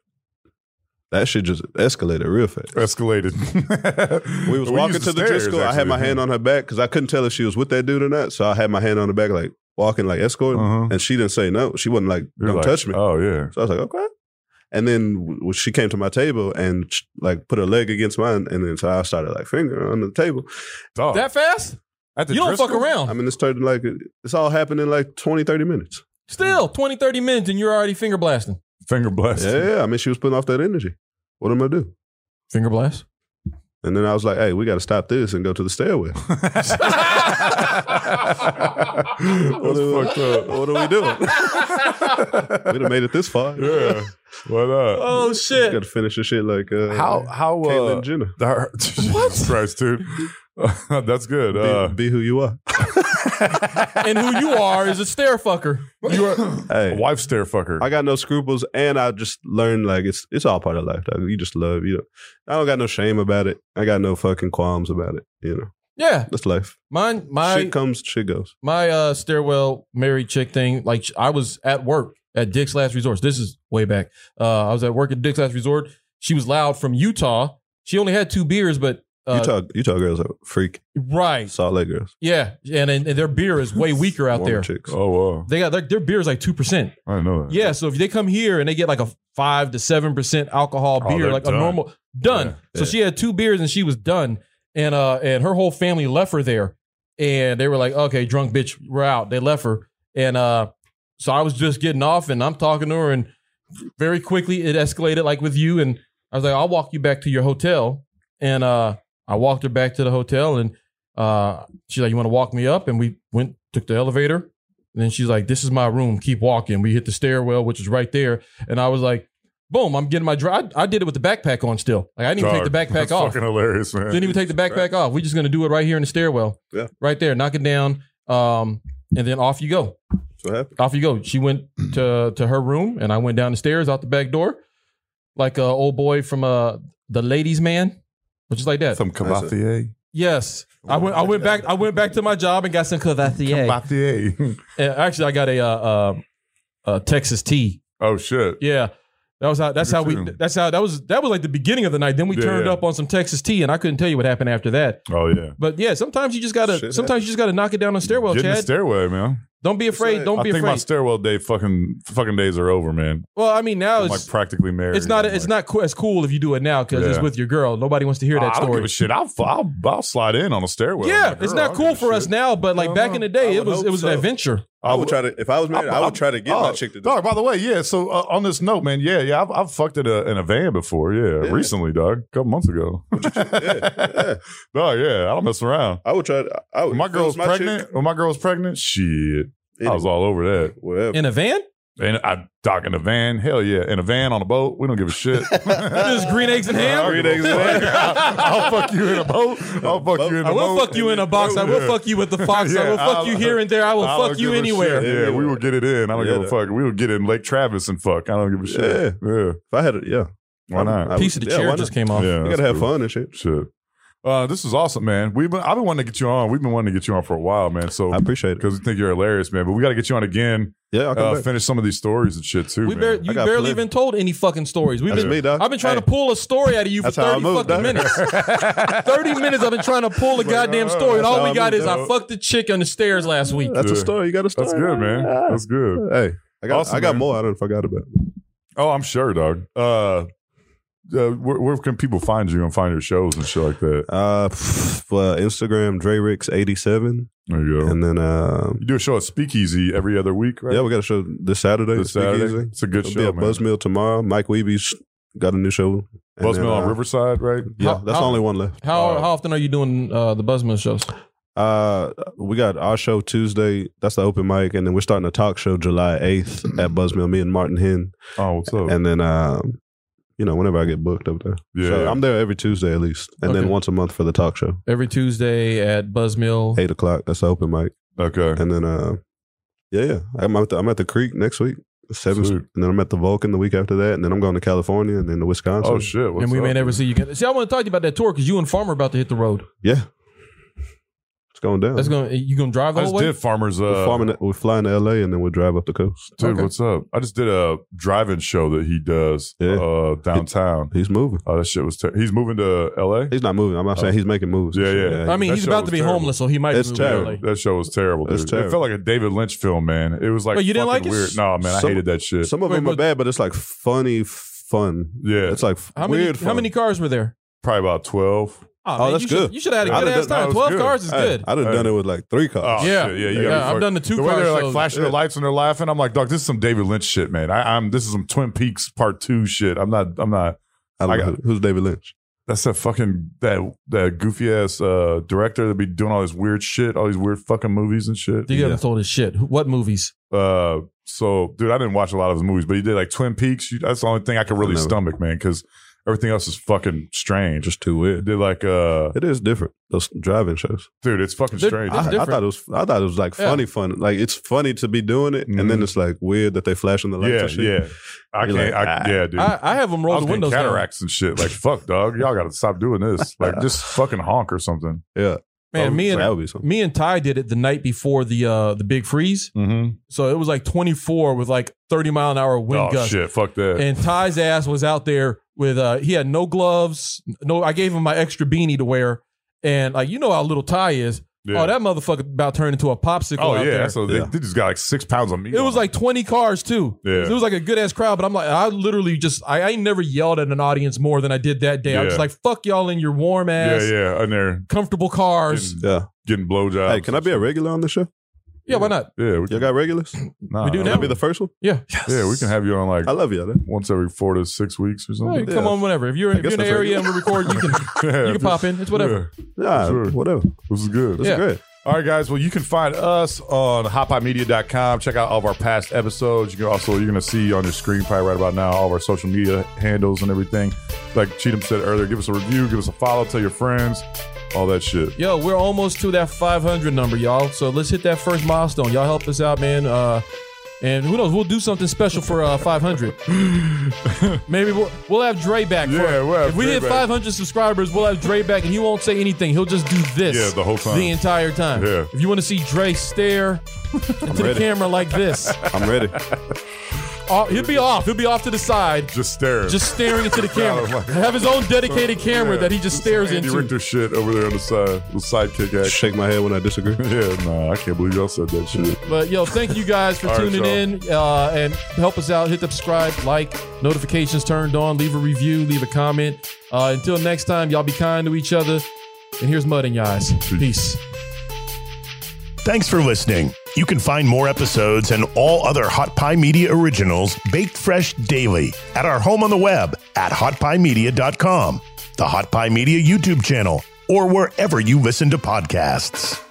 [SPEAKER 3] that shit just escalated real fast.
[SPEAKER 2] escalated.
[SPEAKER 3] We was walking to the Driscoll. I had my hand on her back because I couldn't tell if she was with that dude or not. So I had my hand on her back, like walking, like escorting,
[SPEAKER 2] Uh-huh.
[SPEAKER 3] and she didn't say no. She wasn't like, "Don't touch me."
[SPEAKER 2] Oh yeah.
[SPEAKER 3] So I was like, "Okay." And then w- w- she came to my table and sh- like put her leg against mine, and then so I started like finger on the table.
[SPEAKER 2] Dog.
[SPEAKER 4] That fast?
[SPEAKER 2] At the
[SPEAKER 4] you don't fuck
[SPEAKER 2] Oh. Driscoll?
[SPEAKER 4] around.
[SPEAKER 3] I mean, this turned like it's all happened in like 20, 30 minutes.
[SPEAKER 4] Still 20, 30 minutes and you're already finger blasting.
[SPEAKER 2] Finger blast.
[SPEAKER 3] Yeah, yeah. I mean, she was putting off that energy. What am I gonna do?
[SPEAKER 4] Finger blast?
[SPEAKER 3] And then I was like, "Hey, we got to stop this and go to the stairway."
[SPEAKER 2] That's fucked up.
[SPEAKER 3] What are we doing? we done made it this far.
[SPEAKER 2] Yeah. What up?
[SPEAKER 4] Oh
[SPEAKER 3] Got
[SPEAKER 4] shit.
[SPEAKER 3] to finish this shit like uh,
[SPEAKER 2] how how
[SPEAKER 3] Caitlyn
[SPEAKER 2] uh,
[SPEAKER 3] Jenner.
[SPEAKER 2] her, Jesus Christ, dude. That's good.
[SPEAKER 3] Be,
[SPEAKER 2] Uh,
[SPEAKER 3] be who you are.
[SPEAKER 4] and who you are is a stair fucker.
[SPEAKER 2] you are a
[SPEAKER 3] Hey,
[SPEAKER 2] wife stare fucker.
[SPEAKER 3] I got no scruples, and I just learned like it's it's all part of life. Dog. You just love, you know. I don't got no shame about it. I got no fucking qualms about it. You know,
[SPEAKER 4] Yeah,
[SPEAKER 3] that's life.
[SPEAKER 4] mine, my
[SPEAKER 3] shit comes, shit goes.
[SPEAKER 4] my uh stairwell married chick thing like sh- i was at work at dick's last resort this is way back uh i was at work at dick's last resort she was loud from utah she only had two beers but uh,
[SPEAKER 3] Utah, Utah girls are freak.
[SPEAKER 4] right
[SPEAKER 3] Salt Lake girls,
[SPEAKER 4] yeah and, and their beer is way weaker out
[SPEAKER 3] Mormon
[SPEAKER 4] there
[SPEAKER 3] Chicks.
[SPEAKER 2] oh wow,
[SPEAKER 4] they got their, their beer is like 2%
[SPEAKER 2] I didn't know that.
[SPEAKER 4] yeah so if they come here and they get like a 5 to 7% alcohol
[SPEAKER 2] Oh,
[SPEAKER 4] beer
[SPEAKER 2] they're
[SPEAKER 4] like a
[SPEAKER 2] done.
[SPEAKER 4] normal done
[SPEAKER 3] Yeah,
[SPEAKER 4] so
[SPEAKER 3] yeah.
[SPEAKER 4] she had two beers and she was done and uh and her whole family left her there and they were like okay drunk bitch we're out they left her and uh so i was just getting off and i'm talking to her and very quickly it escalated like with you and i was like i'll walk you back to your hotel and uh i walked her back to the hotel and uh she's like you want to walk me up and we went took the elevator and then she's like this is my room keep walking we hit the stairwell which is right there and i was like boom i'm getting my drive i did it with the backpack on still like i didn't even take the
[SPEAKER 2] Dog,
[SPEAKER 4] backpack
[SPEAKER 2] that's
[SPEAKER 4] off
[SPEAKER 2] Fucking hilarious, man.
[SPEAKER 4] didn't even take the backpack off. We're just gonna do it right here in the stairwell.
[SPEAKER 3] Yeah.
[SPEAKER 4] Right there. Knock it down. Um, and then off you go.
[SPEAKER 3] That's what happened.
[SPEAKER 4] Off you go. She went to to her room and I went down the stairs out the back door. Like a old boy from uh the ladies man. But just like that.
[SPEAKER 2] some Cabathier.
[SPEAKER 4] yes. I went I went back I went back to my job and got some Cavassier.
[SPEAKER 2] Cabathier.
[SPEAKER 4] Actually I got a uh, uh uh Texas tea.
[SPEAKER 2] oh shit.
[SPEAKER 4] Yeah. That was how that's
[SPEAKER 2] Good
[SPEAKER 4] how
[SPEAKER 2] for
[SPEAKER 4] we
[SPEAKER 2] them.
[SPEAKER 4] that's how that was that was like the beginning of the night. Then we
[SPEAKER 2] Yeah,
[SPEAKER 4] turned
[SPEAKER 2] yeah.
[SPEAKER 4] up on some Texas tea and I couldn't tell you what happened after that.
[SPEAKER 2] Oh yeah.
[SPEAKER 4] But yeah, sometimes you just gotta
[SPEAKER 3] Shit
[SPEAKER 4] sometimes you just gotta knock it down on stairwell,
[SPEAKER 2] Get in the
[SPEAKER 4] Chad.
[SPEAKER 2] stairway, man.
[SPEAKER 4] don't be afraid.
[SPEAKER 3] like-
[SPEAKER 4] don't
[SPEAKER 2] I
[SPEAKER 4] be
[SPEAKER 2] think my
[SPEAKER 4] afraid.
[SPEAKER 2] stairwell day fucking fucking days are over, man.
[SPEAKER 4] well, I mean now
[SPEAKER 2] I'm
[SPEAKER 4] it's
[SPEAKER 2] like practically married.
[SPEAKER 4] it's not
[SPEAKER 2] I'm
[SPEAKER 4] it's
[SPEAKER 2] like,
[SPEAKER 4] not co- as cool if you do it now because it's
[SPEAKER 2] Yeah. Oh,
[SPEAKER 4] with your girl. Nobody wants to hear that
[SPEAKER 2] I don't give
[SPEAKER 4] story.
[SPEAKER 2] a shit. I'll, I'll I'll slide in on a stairwell.
[SPEAKER 4] yeah,
[SPEAKER 2] with my
[SPEAKER 4] it's
[SPEAKER 2] girl. I
[SPEAKER 4] not
[SPEAKER 2] don't
[SPEAKER 4] cool
[SPEAKER 2] give a
[SPEAKER 4] for us
[SPEAKER 2] shit.
[SPEAKER 4] now, but like
[SPEAKER 2] No,
[SPEAKER 4] back
[SPEAKER 2] no.
[SPEAKER 4] in the
[SPEAKER 3] I
[SPEAKER 4] day, it
[SPEAKER 3] would
[SPEAKER 4] was
[SPEAKER 3] hope
[SPEAKER 4] it was an
[SPEAKER 3] so.
[SPEAKER 4] adventure.
[SPEAKER 3] I would try to if I was married. I, would try to get my
[SPEAKER 2] oh,
[SPEAKER 3] chick to do.
[SPEAKER 2] Dog, by the way, yeah. So uh, on this note, man, yeah, yeah, I've, I've fucked at a, in a van before, yeah,
[SPEAKER 3] Yeah.
[SPEAKER 2] recently, dog, a couple months ago.
[SPEAKER 3] Yeah, yeah.
[SPEAKER 2] Dog, yeah, I don't mess around.
[SPEAKER 3] I would try. To,
[SPEAKER 4] Oh,
[SPEAKER 3] I would.
[SPEAKER 2] When my
[SPEAKER 3] if it
[SPEAKER 2] girl's
[SPEAKER 3] was chick,
[SPEAKER 2] pregnant. when my girl's pregnant, shit, I
[SPEAKER 3] any-
[SPEAKER 2] was all over that.
[SPEAKER 3] whatever.
[SPEAKER 4] In a van?
[SPEAKER 2] And I dog in a van, hell yeah, in a van on a boat, we don't give a shit.
[SPEAKER 4] There's green eggs and ham?
[SPEAKER 2] Green eggs and ham. I'll, I'll fuck you in a boat. I'll fuck you in a
[SPEAKER 4] I will
[SPEAKER 2] boat.
[SPEAKER 4] fuck you in a box. I will
[SPEAKER 2] Yeah.
[SPEAKER 4] fuck you with the fox. I
[SPEAKER 2] Yeah,
[SPEAKER 4] will fuck
[SPEAKER 2] I'll-
[SPEAKER 4] you here and there. I will
[SPEAKER 2] I don't
[SPEAKER 4] fuck you
[SPEAKER 2] give a
[SPEAKER 4] anywhere.
[SPEAKER 2] shit. Yeah, we will get it in. I don't
[SPEAKER 3] Yeah.
[SPEAKER 2] give a fuck. We will get in Lake Travis and fuck. I don't give a shit. Yeah,
[SPEAKER 3] If I had it, yeah,
[SPEAKER 2] why not?
[SPEAKER 3] I
[SPEAKER 4] Piece of the
[SPEAKER 3] Yeah, why
[SPEAKER 4] chair
[SPEAKER 3] not?
[SPEAKER 4] just came off.
[SPEAKER 2] yeah,
[SPEAKER 3] you
[SPEAKER 2] that's
[SPEAKER 3] gotta have
[SPEAKER 2] cool.
[SPEAKER 3] fun and shit.
[SPEAKER 2] Shit. Uh, this is awesome, man. We've been, I've been wanting to get you on. We've been wanting to get you on for a while, man. So
[SPEAKER 3] I appreciate it.
[SPEAKER 2] because we think you're hilarious, man. But we got to get you on again.
[SPEAKER 3] Yeah, I'll come
[SPEAKER 2] Uh,
[SPEAKER 3] back.
[SPEAKER 2] finish some of these stories and shit too.
[SPEAKER 4] We
[SPEAKER 2] man.
[SPEAKER 4] bar- you
[SPEAKER 3] I got
[SPEAKER 4] barely
[SPEAKER 3] plenty.
[SPEAKER 4] even told any fucking stories. We've
[SPEAKER 3] That's
[SPEAKER 4] been
[SPEAKER 3] me, dog.
[SPEAKER 4] I've been trying
[SPEAKER 3] Hey.
[SPEAKER 4] to pull a story out of you for
[SPEAKER 3] That's how I
[SPEAKER 4] 30 fucking
[SPEAKER 3] moved, dog.
[SPEAKER 4] minutes. 30 minutes I've been trying to pull a goddamn
[SPEAKER 2] uh,
[SPEAKER 4] story, and
[SPEAKER 2] that's
[SPEAKER 3] how
[SPEAKER 4] all we
[SPEAKER 3] I
[SPEAKER 4] got
[SPEAKER 3] moved
[SPEAKER 4] is I
[SPEAKER 2] out.
[SPEAKER 4] fucked the chick on the stairs last week.
[SPEAKER 3] That's a
[SPEAKER 2] Yeah.
[SPEAKER 3] story. You got a story.
[SPEAKER 2] That's good, man. That's good.
[SPEAKER 3] Hey, I got
[SPEAKER 2] Awesome,
[SPEAKER 3] I got
[SPEAKER 2] man.
[SPEAKER 3] more. I done forgot about.
[SPEAKER 2] Oh, I'm sure, dog. Uh, uh, where, where can people find you and find your shows and shit like that?
[SPEAKER 3] Uh, for Instagram, Drayrix eighty seven,
[SPEAKER 2] There you go.
[SPEAKER 3] and then um,
[SPEAKER 2] you do a show at Speakeasy every other week, right?
[SPEAKER 3] Yeah, we got a show this Saturday.
[SPEAKER 2] This Saturday.
[SPEAKER 3] Speakeasy.
[SPEAKER 2] It's a good
[SPEAKER 3] It'll
[SPEAKER 2] show,
[SPEAKER 3] Be at
[SPEAKER 2] man.
[SPEAKER 3] Buzzmill tomorrow. Mike Weeby's got a new show. And
[SPEAKER 2] Buzzmill
[SPEAKER 3] then,
[SPEAKER 2] on
[SPEAKER 3] uh,
[SPEAKER 2] Riverside, right?
[SPEAKER 3] Yeah,
[SPEAKER 4] How-
[SPEAKER 3] that's
[SPEAKER 4] how-
[SPEAKER 3] the only one left.
[SPEAKER 4] How
[SPEAKER 2] Uh,
[SPEAKER 4] how often are you doing uh, the Buzzman shows?
[SPEAKER 3] Uh, we got our show Tuesday. That's the open mic, and then we're starting a talk show July eighth at Buzzmill. Me and Martin Hen,
[SPEAKER 2] Oh, what's up?
[SPEAKER 3] and then um, you know, whenever I get booked up there,
[SPEAKER 2] yeah,
[SPEAKER 3] so I'm there every Tuesday at least, and
[SPEAKER 4] Okay.
[SPEAKER 3] then once a month for the talk show,
[SPEAKER 4] Every Tuesday at Buzzmill.
[SPEAKER 3] eight o'clock. That's the open mic,
[SPEAKER 2] okay.
[SPEAKER 3] and then uh, yeah, yeah, I'm at the, I'm at the Creek next week. Seven,
[SPEAKER 2] Sweet.
[SPEAKER 3] and then I'm at the Vulcan the week after that, and then I'm going to California and then to Wisconsin.
[SPEAKER 2] Oh shit! What's
[SPEAKER 4] and we
[SPEAKER 2] up?
[SPEAKER 4] may never see you again. See, I want to talk to you about that tour because you and Farmer are about to hit the road.
[SPEAKER 3] Yeah. It's going down.
[SPEAKER 4] That's gonna you gonna drive the
[SPEAKER 2] I
[SPEAKER 4] whole
[SPEAKER 2] just
[SPEAKER 4] way?
[SPEAKER 2] did farmers.
[SPEAKER 3] we're,
[SPEAKER 2] Uh,
[SPEAKER 3] farming, we're flying to LA and then we'll drive up the coast.
[SPEAKER 2] dude,
[SPEAKER 4] Okay.
[SPEAKER 2] what's up? I just did a driving show that he does
[SPEAKER 3] Yeah.
[SPEAKER 2] uh, downtown.
[SPEAKER 3] He's moving.
[SPEAKER 2] Oh, that shit was. Ter- he's moving to L.A.
[SPEAKER 3] He's not moving. I'm not saying he's making moves.
[SPEAKER 2] Oh. Yeah, yeah.
[SPEAKER 4] I mean,
[SPEAKER 2] That
[SPEAKER 4] he's
[SPEAKER 2] show
[SPEAKER 4] about
[SPEAKER 2] was
[SPEAKER 4] to be
[SPEAKER 2] terrible.
[SPEAKER 4] homeless, so he might.
[SPEAKER 3] It's
[SPEAKER 4] move
[SPEAKER 3] terrible.
[SPEAKER 4] early.
[SPEAKER 2] That show was terrible.
[SPEAKER 3] That's
[SPEAKER 2] Dude. It
[SPEAKER 3] terrible.
[SPEAKER 2] felt like a David Lynch film, man. It was like
[SPEAKER 4] Wait, Oh, you didn't
[SPEAKER 2] fucking
[SPEAKER 4] like it?
[SPEAKER 2] weird. No, man, I
[SPEAKER 3] Some-
[SPEAKER 2] hated that shit.
[SPEAKER 3] Some of
[SPEAKER 4] Wait,
[SPEAKER 3] them
[SPEAKER 4] but-
[SPEAKER 3] are bad, but it's like funny fun.
[SPEAKER 2] yeah,
[SPEAKER 3] It's like
[SPEAKER 4] How many
[SPEAKER 3] weird fun.
[SPEAKER 4] how many cars were there?
[SPEAKER 2] probably about twelve.
[SPEAKER 3] Oh, that's
[SPEAKER 4] you should-
[SPEAKER 3] good.
[SPEAKER 4] you should have had
[SPEAKER 3] I
[SPEAKER 4] a good
[SPEAKER 3] done
[SPEAKER 4] ass
[SPEAKER 3] that-
[SPEAKER 2] that
[SPEAKER 4] time.
[SPEAKER 2] was
[SPEAKER 4] Twelve
[SPEAKER 2] good.
[SPEAKER 4] cars is
[SPEAKER 3] Hey,
[SPEAKER 4] good.
[SPEAKER 3] I done
[SPEAKER 2] Hey.
[SPEAKER 3] done it with like three cars.
[SPEAKER 2] Oh,
[SPEAKER 4] yeah,
[SPEAKER 2] shit, yeah, you
[SPEAKER 4] yeah.
[SPEAKER 2] gotta be
[SPEAKER 4] I've
[SPEAKER 2] fucked.
[SPEAKER 4] done the two
[SPEAKER 2] the way
[SPEAKER 4] car
[SPEAKER 2] they're like
[SPEAKER 4] shows.
[SPEAKER 2] flashing their lights when they're laughing, I'm like, dog, this is some David Lynch shit, man. I, I'm this is some Twin Peaks Part Two shit. I'm not. I'm not.
[SPEAKER 3] I don't
[SPEAKER 2] I
[SPEAKER 3] know
[SPEAKER 2] got-
[SPEAKER 3] who- who's David Lynch.
[SPEAKER 2] That's that fucking that that goofy ass uh, director that be doing all this weird shit, all these weird fucking movies and shit.
[SPEAKER 4] You haven't told us shit. Who- What movies?
[SPEAKER 2] Uh, so dude, I didn't watch a lot of his movies, but he did like Twin Peaks. You- That's the only thing I could really
[SPEAKER 3] Never.
[SPEAKER 2] stomach, man, because Everything else is fucking strange.
[SPEAKER 3] Just too weird.
[SPEAKER 2] They're like, uh,
[SPEAKER 3] It is different. Those driving shows.
[SPEAKER 2] dude, it's fucking
[SPEAKER 4] They're-
[SPEAKER 2] strange.
[SPEAKER 4] It's
[SPEAKER 3] I, I
[SPEAKER 4] different.
[SPEAKER 3] thought it was. I thought it was like
[SPEAKER 4] Yeah.
[SPEAKER 3] funny, fun. Like it's funny to be doing it, and then
[SPEAKER 2] Mhm.
[SPEAKER 3] it's like weird that they flashing the lights
[SPEAKER 2] yeah,
[SPEAKER 3] and shit.
[SPEAKER 2] yeah. I
[SPEAKER 3] You're
[SPEAKER 2] can't.
[SPEAKER 3] like,
[SPEAKER 2] I,
[SPEAKER 3] ah.
[SPEAKER 2] yeah, dude.
[SPEAKER 4] I, I have them
[SPEAKER 2] I
[SPEAKER 4] roll
[SPEAKER 2] was
[SPEAKER 4] the
[SPEAKER 2] getting
[SPEAKER 4] windows down.
[SPEAKER 2] cataracts and shit. Like, fuck, dog. Y'all got to stop doing this. Like, just fucking honk or something.
[SPEAKER 3] Yeah.
[SPEAKER 4] Man, me
[SPEAKER 3] Oh, that
[SPEAKER 4] and
[SPEAKER 3] would be something.
[SPEAKER 4] me and Ty did it the night before the uh the big freeze.
[SPEAKER 2] Mm-hmm.
[SPEAKER 4] So it was like 24 with like 30 mile an hour wind
[SPEAKER 2] Oh,
[SPEAKER 4] gusts.
[SPEAKER 2] shit. Fuck that.
[SPEAKER 4] And Ty's ass was out there with uh he had no gloves. No, I gave him my extra beanie to wear. And like you know how little Ty is.
[SPEAKER 2] Yeah.
[SPEAKER 4] Oh, that motherfucker about turned into a popsicle
[SPEAKER 2] Oh,
[SPEAKER 4] out
[SPEAKER 2] yeah.
[SPEAKER 4] there.
[SPEAKER 2] So they,
[SPEAKER 3] Yeah.
[SPEAKER 2] they just got like six pounds of meat.
[SPEAKER 4] It
[SPEAKER 2] on
[SPEAKER 4] was
[SPEAKER 2] them.
[SPEAKER 4] like 20 cars too.
[SPEAKER 2] Yeah.
[SPEAKER 4] It was like a good ass crowd, but I'm like, I literally just, I, I ain't never yelled at an audience more than I did that day. I was
[SPEAKER 2] Yeah.
[SPEAKER 4] just like, fuck y'all in your warm ass,
[SPEAKER 2] yeah, yeah. And they're
[SPEAKER 4] comfortable cars.
[SPEAKER 2] getting,
[SPEAKER 3] Yeah.
[SPEAKER 2] getting blowjobs.
[SPEAKER 3] Hey, can I be a regular on this show?
[SPEAKER 4] Yeah, why not?
[SPEAKER 2] Yeah, we
[SPEAKER 3] Y'all
[SPEAKER 2] can,
[SPEAKER 3] got regulars?
[SPEAKER 2] nah,
[SPEAKER 4] we do
[SPEAKER 2] nah,
[SPEAKER 3] Can
[SPEAKER 4] now.
[SPEAKER 3] I be the first one?
[SPEAKER 4] Yeah.
[SPEAKER 2] Yeah, we can have you on like
[SPEAKER 3] I love y'all. Then.
[SPEAKER 2] once every four to six weeks or
[SPEAKER 4] Hey,
[SPEAKER 2] something.
[SPEAKER 4] Come on, whenever. If you're in, if
[SPEAKER 3] guess
[SPEAKER 4] you're in the
[SPEAKER 3] that's
[SPEAKER 4] area and we record, you can you can pop in. It's whatever.
[SPEAKER 2] Yeah,
[SPEAKER 3] Yeah,
[SPEAKER 2] Sure.
[SPEAKER 3] whatever.
[SPEAKER 2] this is good.
[SPEAKER 3] That's
[SPEAKER 4] Yeah.
[SPEAKER 3] great.
[SPEAKER 2] All right, guys. Well, you can find us on hotpotmedia.com. Check out all of our past episodes. You can also, you're going to see on your screen probably right about now all of our social media handles and everything. Like Cheatham said earlier, give us a review, give us a follow, tell your friends, all that shit.
[SPEAKER 4] Yo, we're almost to that 500 number, y'all. So let's hit that first milestone. Y'all help us out, man. Uh, and who knows? We'll do something special for uh, 500. Maybe we'll, we'll have Dre back. for-
[SPEAKER 2] Yeah, we'll have
[SPEAKER 4] if we
[SPEAKER 2] Dre
[SPEAKER 4] hit
[SPEAKER 2] back.
[SPEAKER 4] 500 subscribers, we'll have Dre back, and he won't say anything. He'll just do this.
[SPEAKER 2] Yeah, the whole time.
[SPEAKER 4] the entire time.
[SPEAKER 2] Yeah.
[SPEAKER 4] If you want to see Dre stare into the
[SPEAKER 3] ready.
[SPEAKER 4] camera like this,
[SPEAKER 3] I'm ready.
[SPEAKER 4] off- he'll be off. He'll be off to the side,
[SPEAKER 2] Just stare.
[SPEAKER 4] just staring into the camera.
[SPEAKER 2] my-
[SPEAKER 4] have his own dedicated camera
[SPEAKER 2] Yeah.
[SPEAKER 4] that he just stares
[SPEAKER 2] Andy
[SPEAKER 4] into.
[SPEAKER 2] Richter shit over there on the side, the sidekick action.
[SPEAKER 3] Shake my head when I disagree.
[SPEAKER 2] Yeah, nah, I can't believe y'all said that shit.
[SPEAKER 4] But yo, thank you guys for
[SPEAKER 2] All right,
[SPEAKER 4] tuning
[SPEAKER 2] y'all.
[SPEAKER 4] in uh, and help us out. Hit the subscribe, like, notifications turned on. Leave a review, leave a comment. Uh, until next time, y'all be kind to each other. And here's mud in your eyes. Peace.
[SPEAKER 1] Thanks for listening. You can find more episodes and all other Hot Pie Media originals baked fresh daily at our home on the web at hotpiemedia.com, the Hot Pie Media YouTube channel, or wherever you listen to podcasts.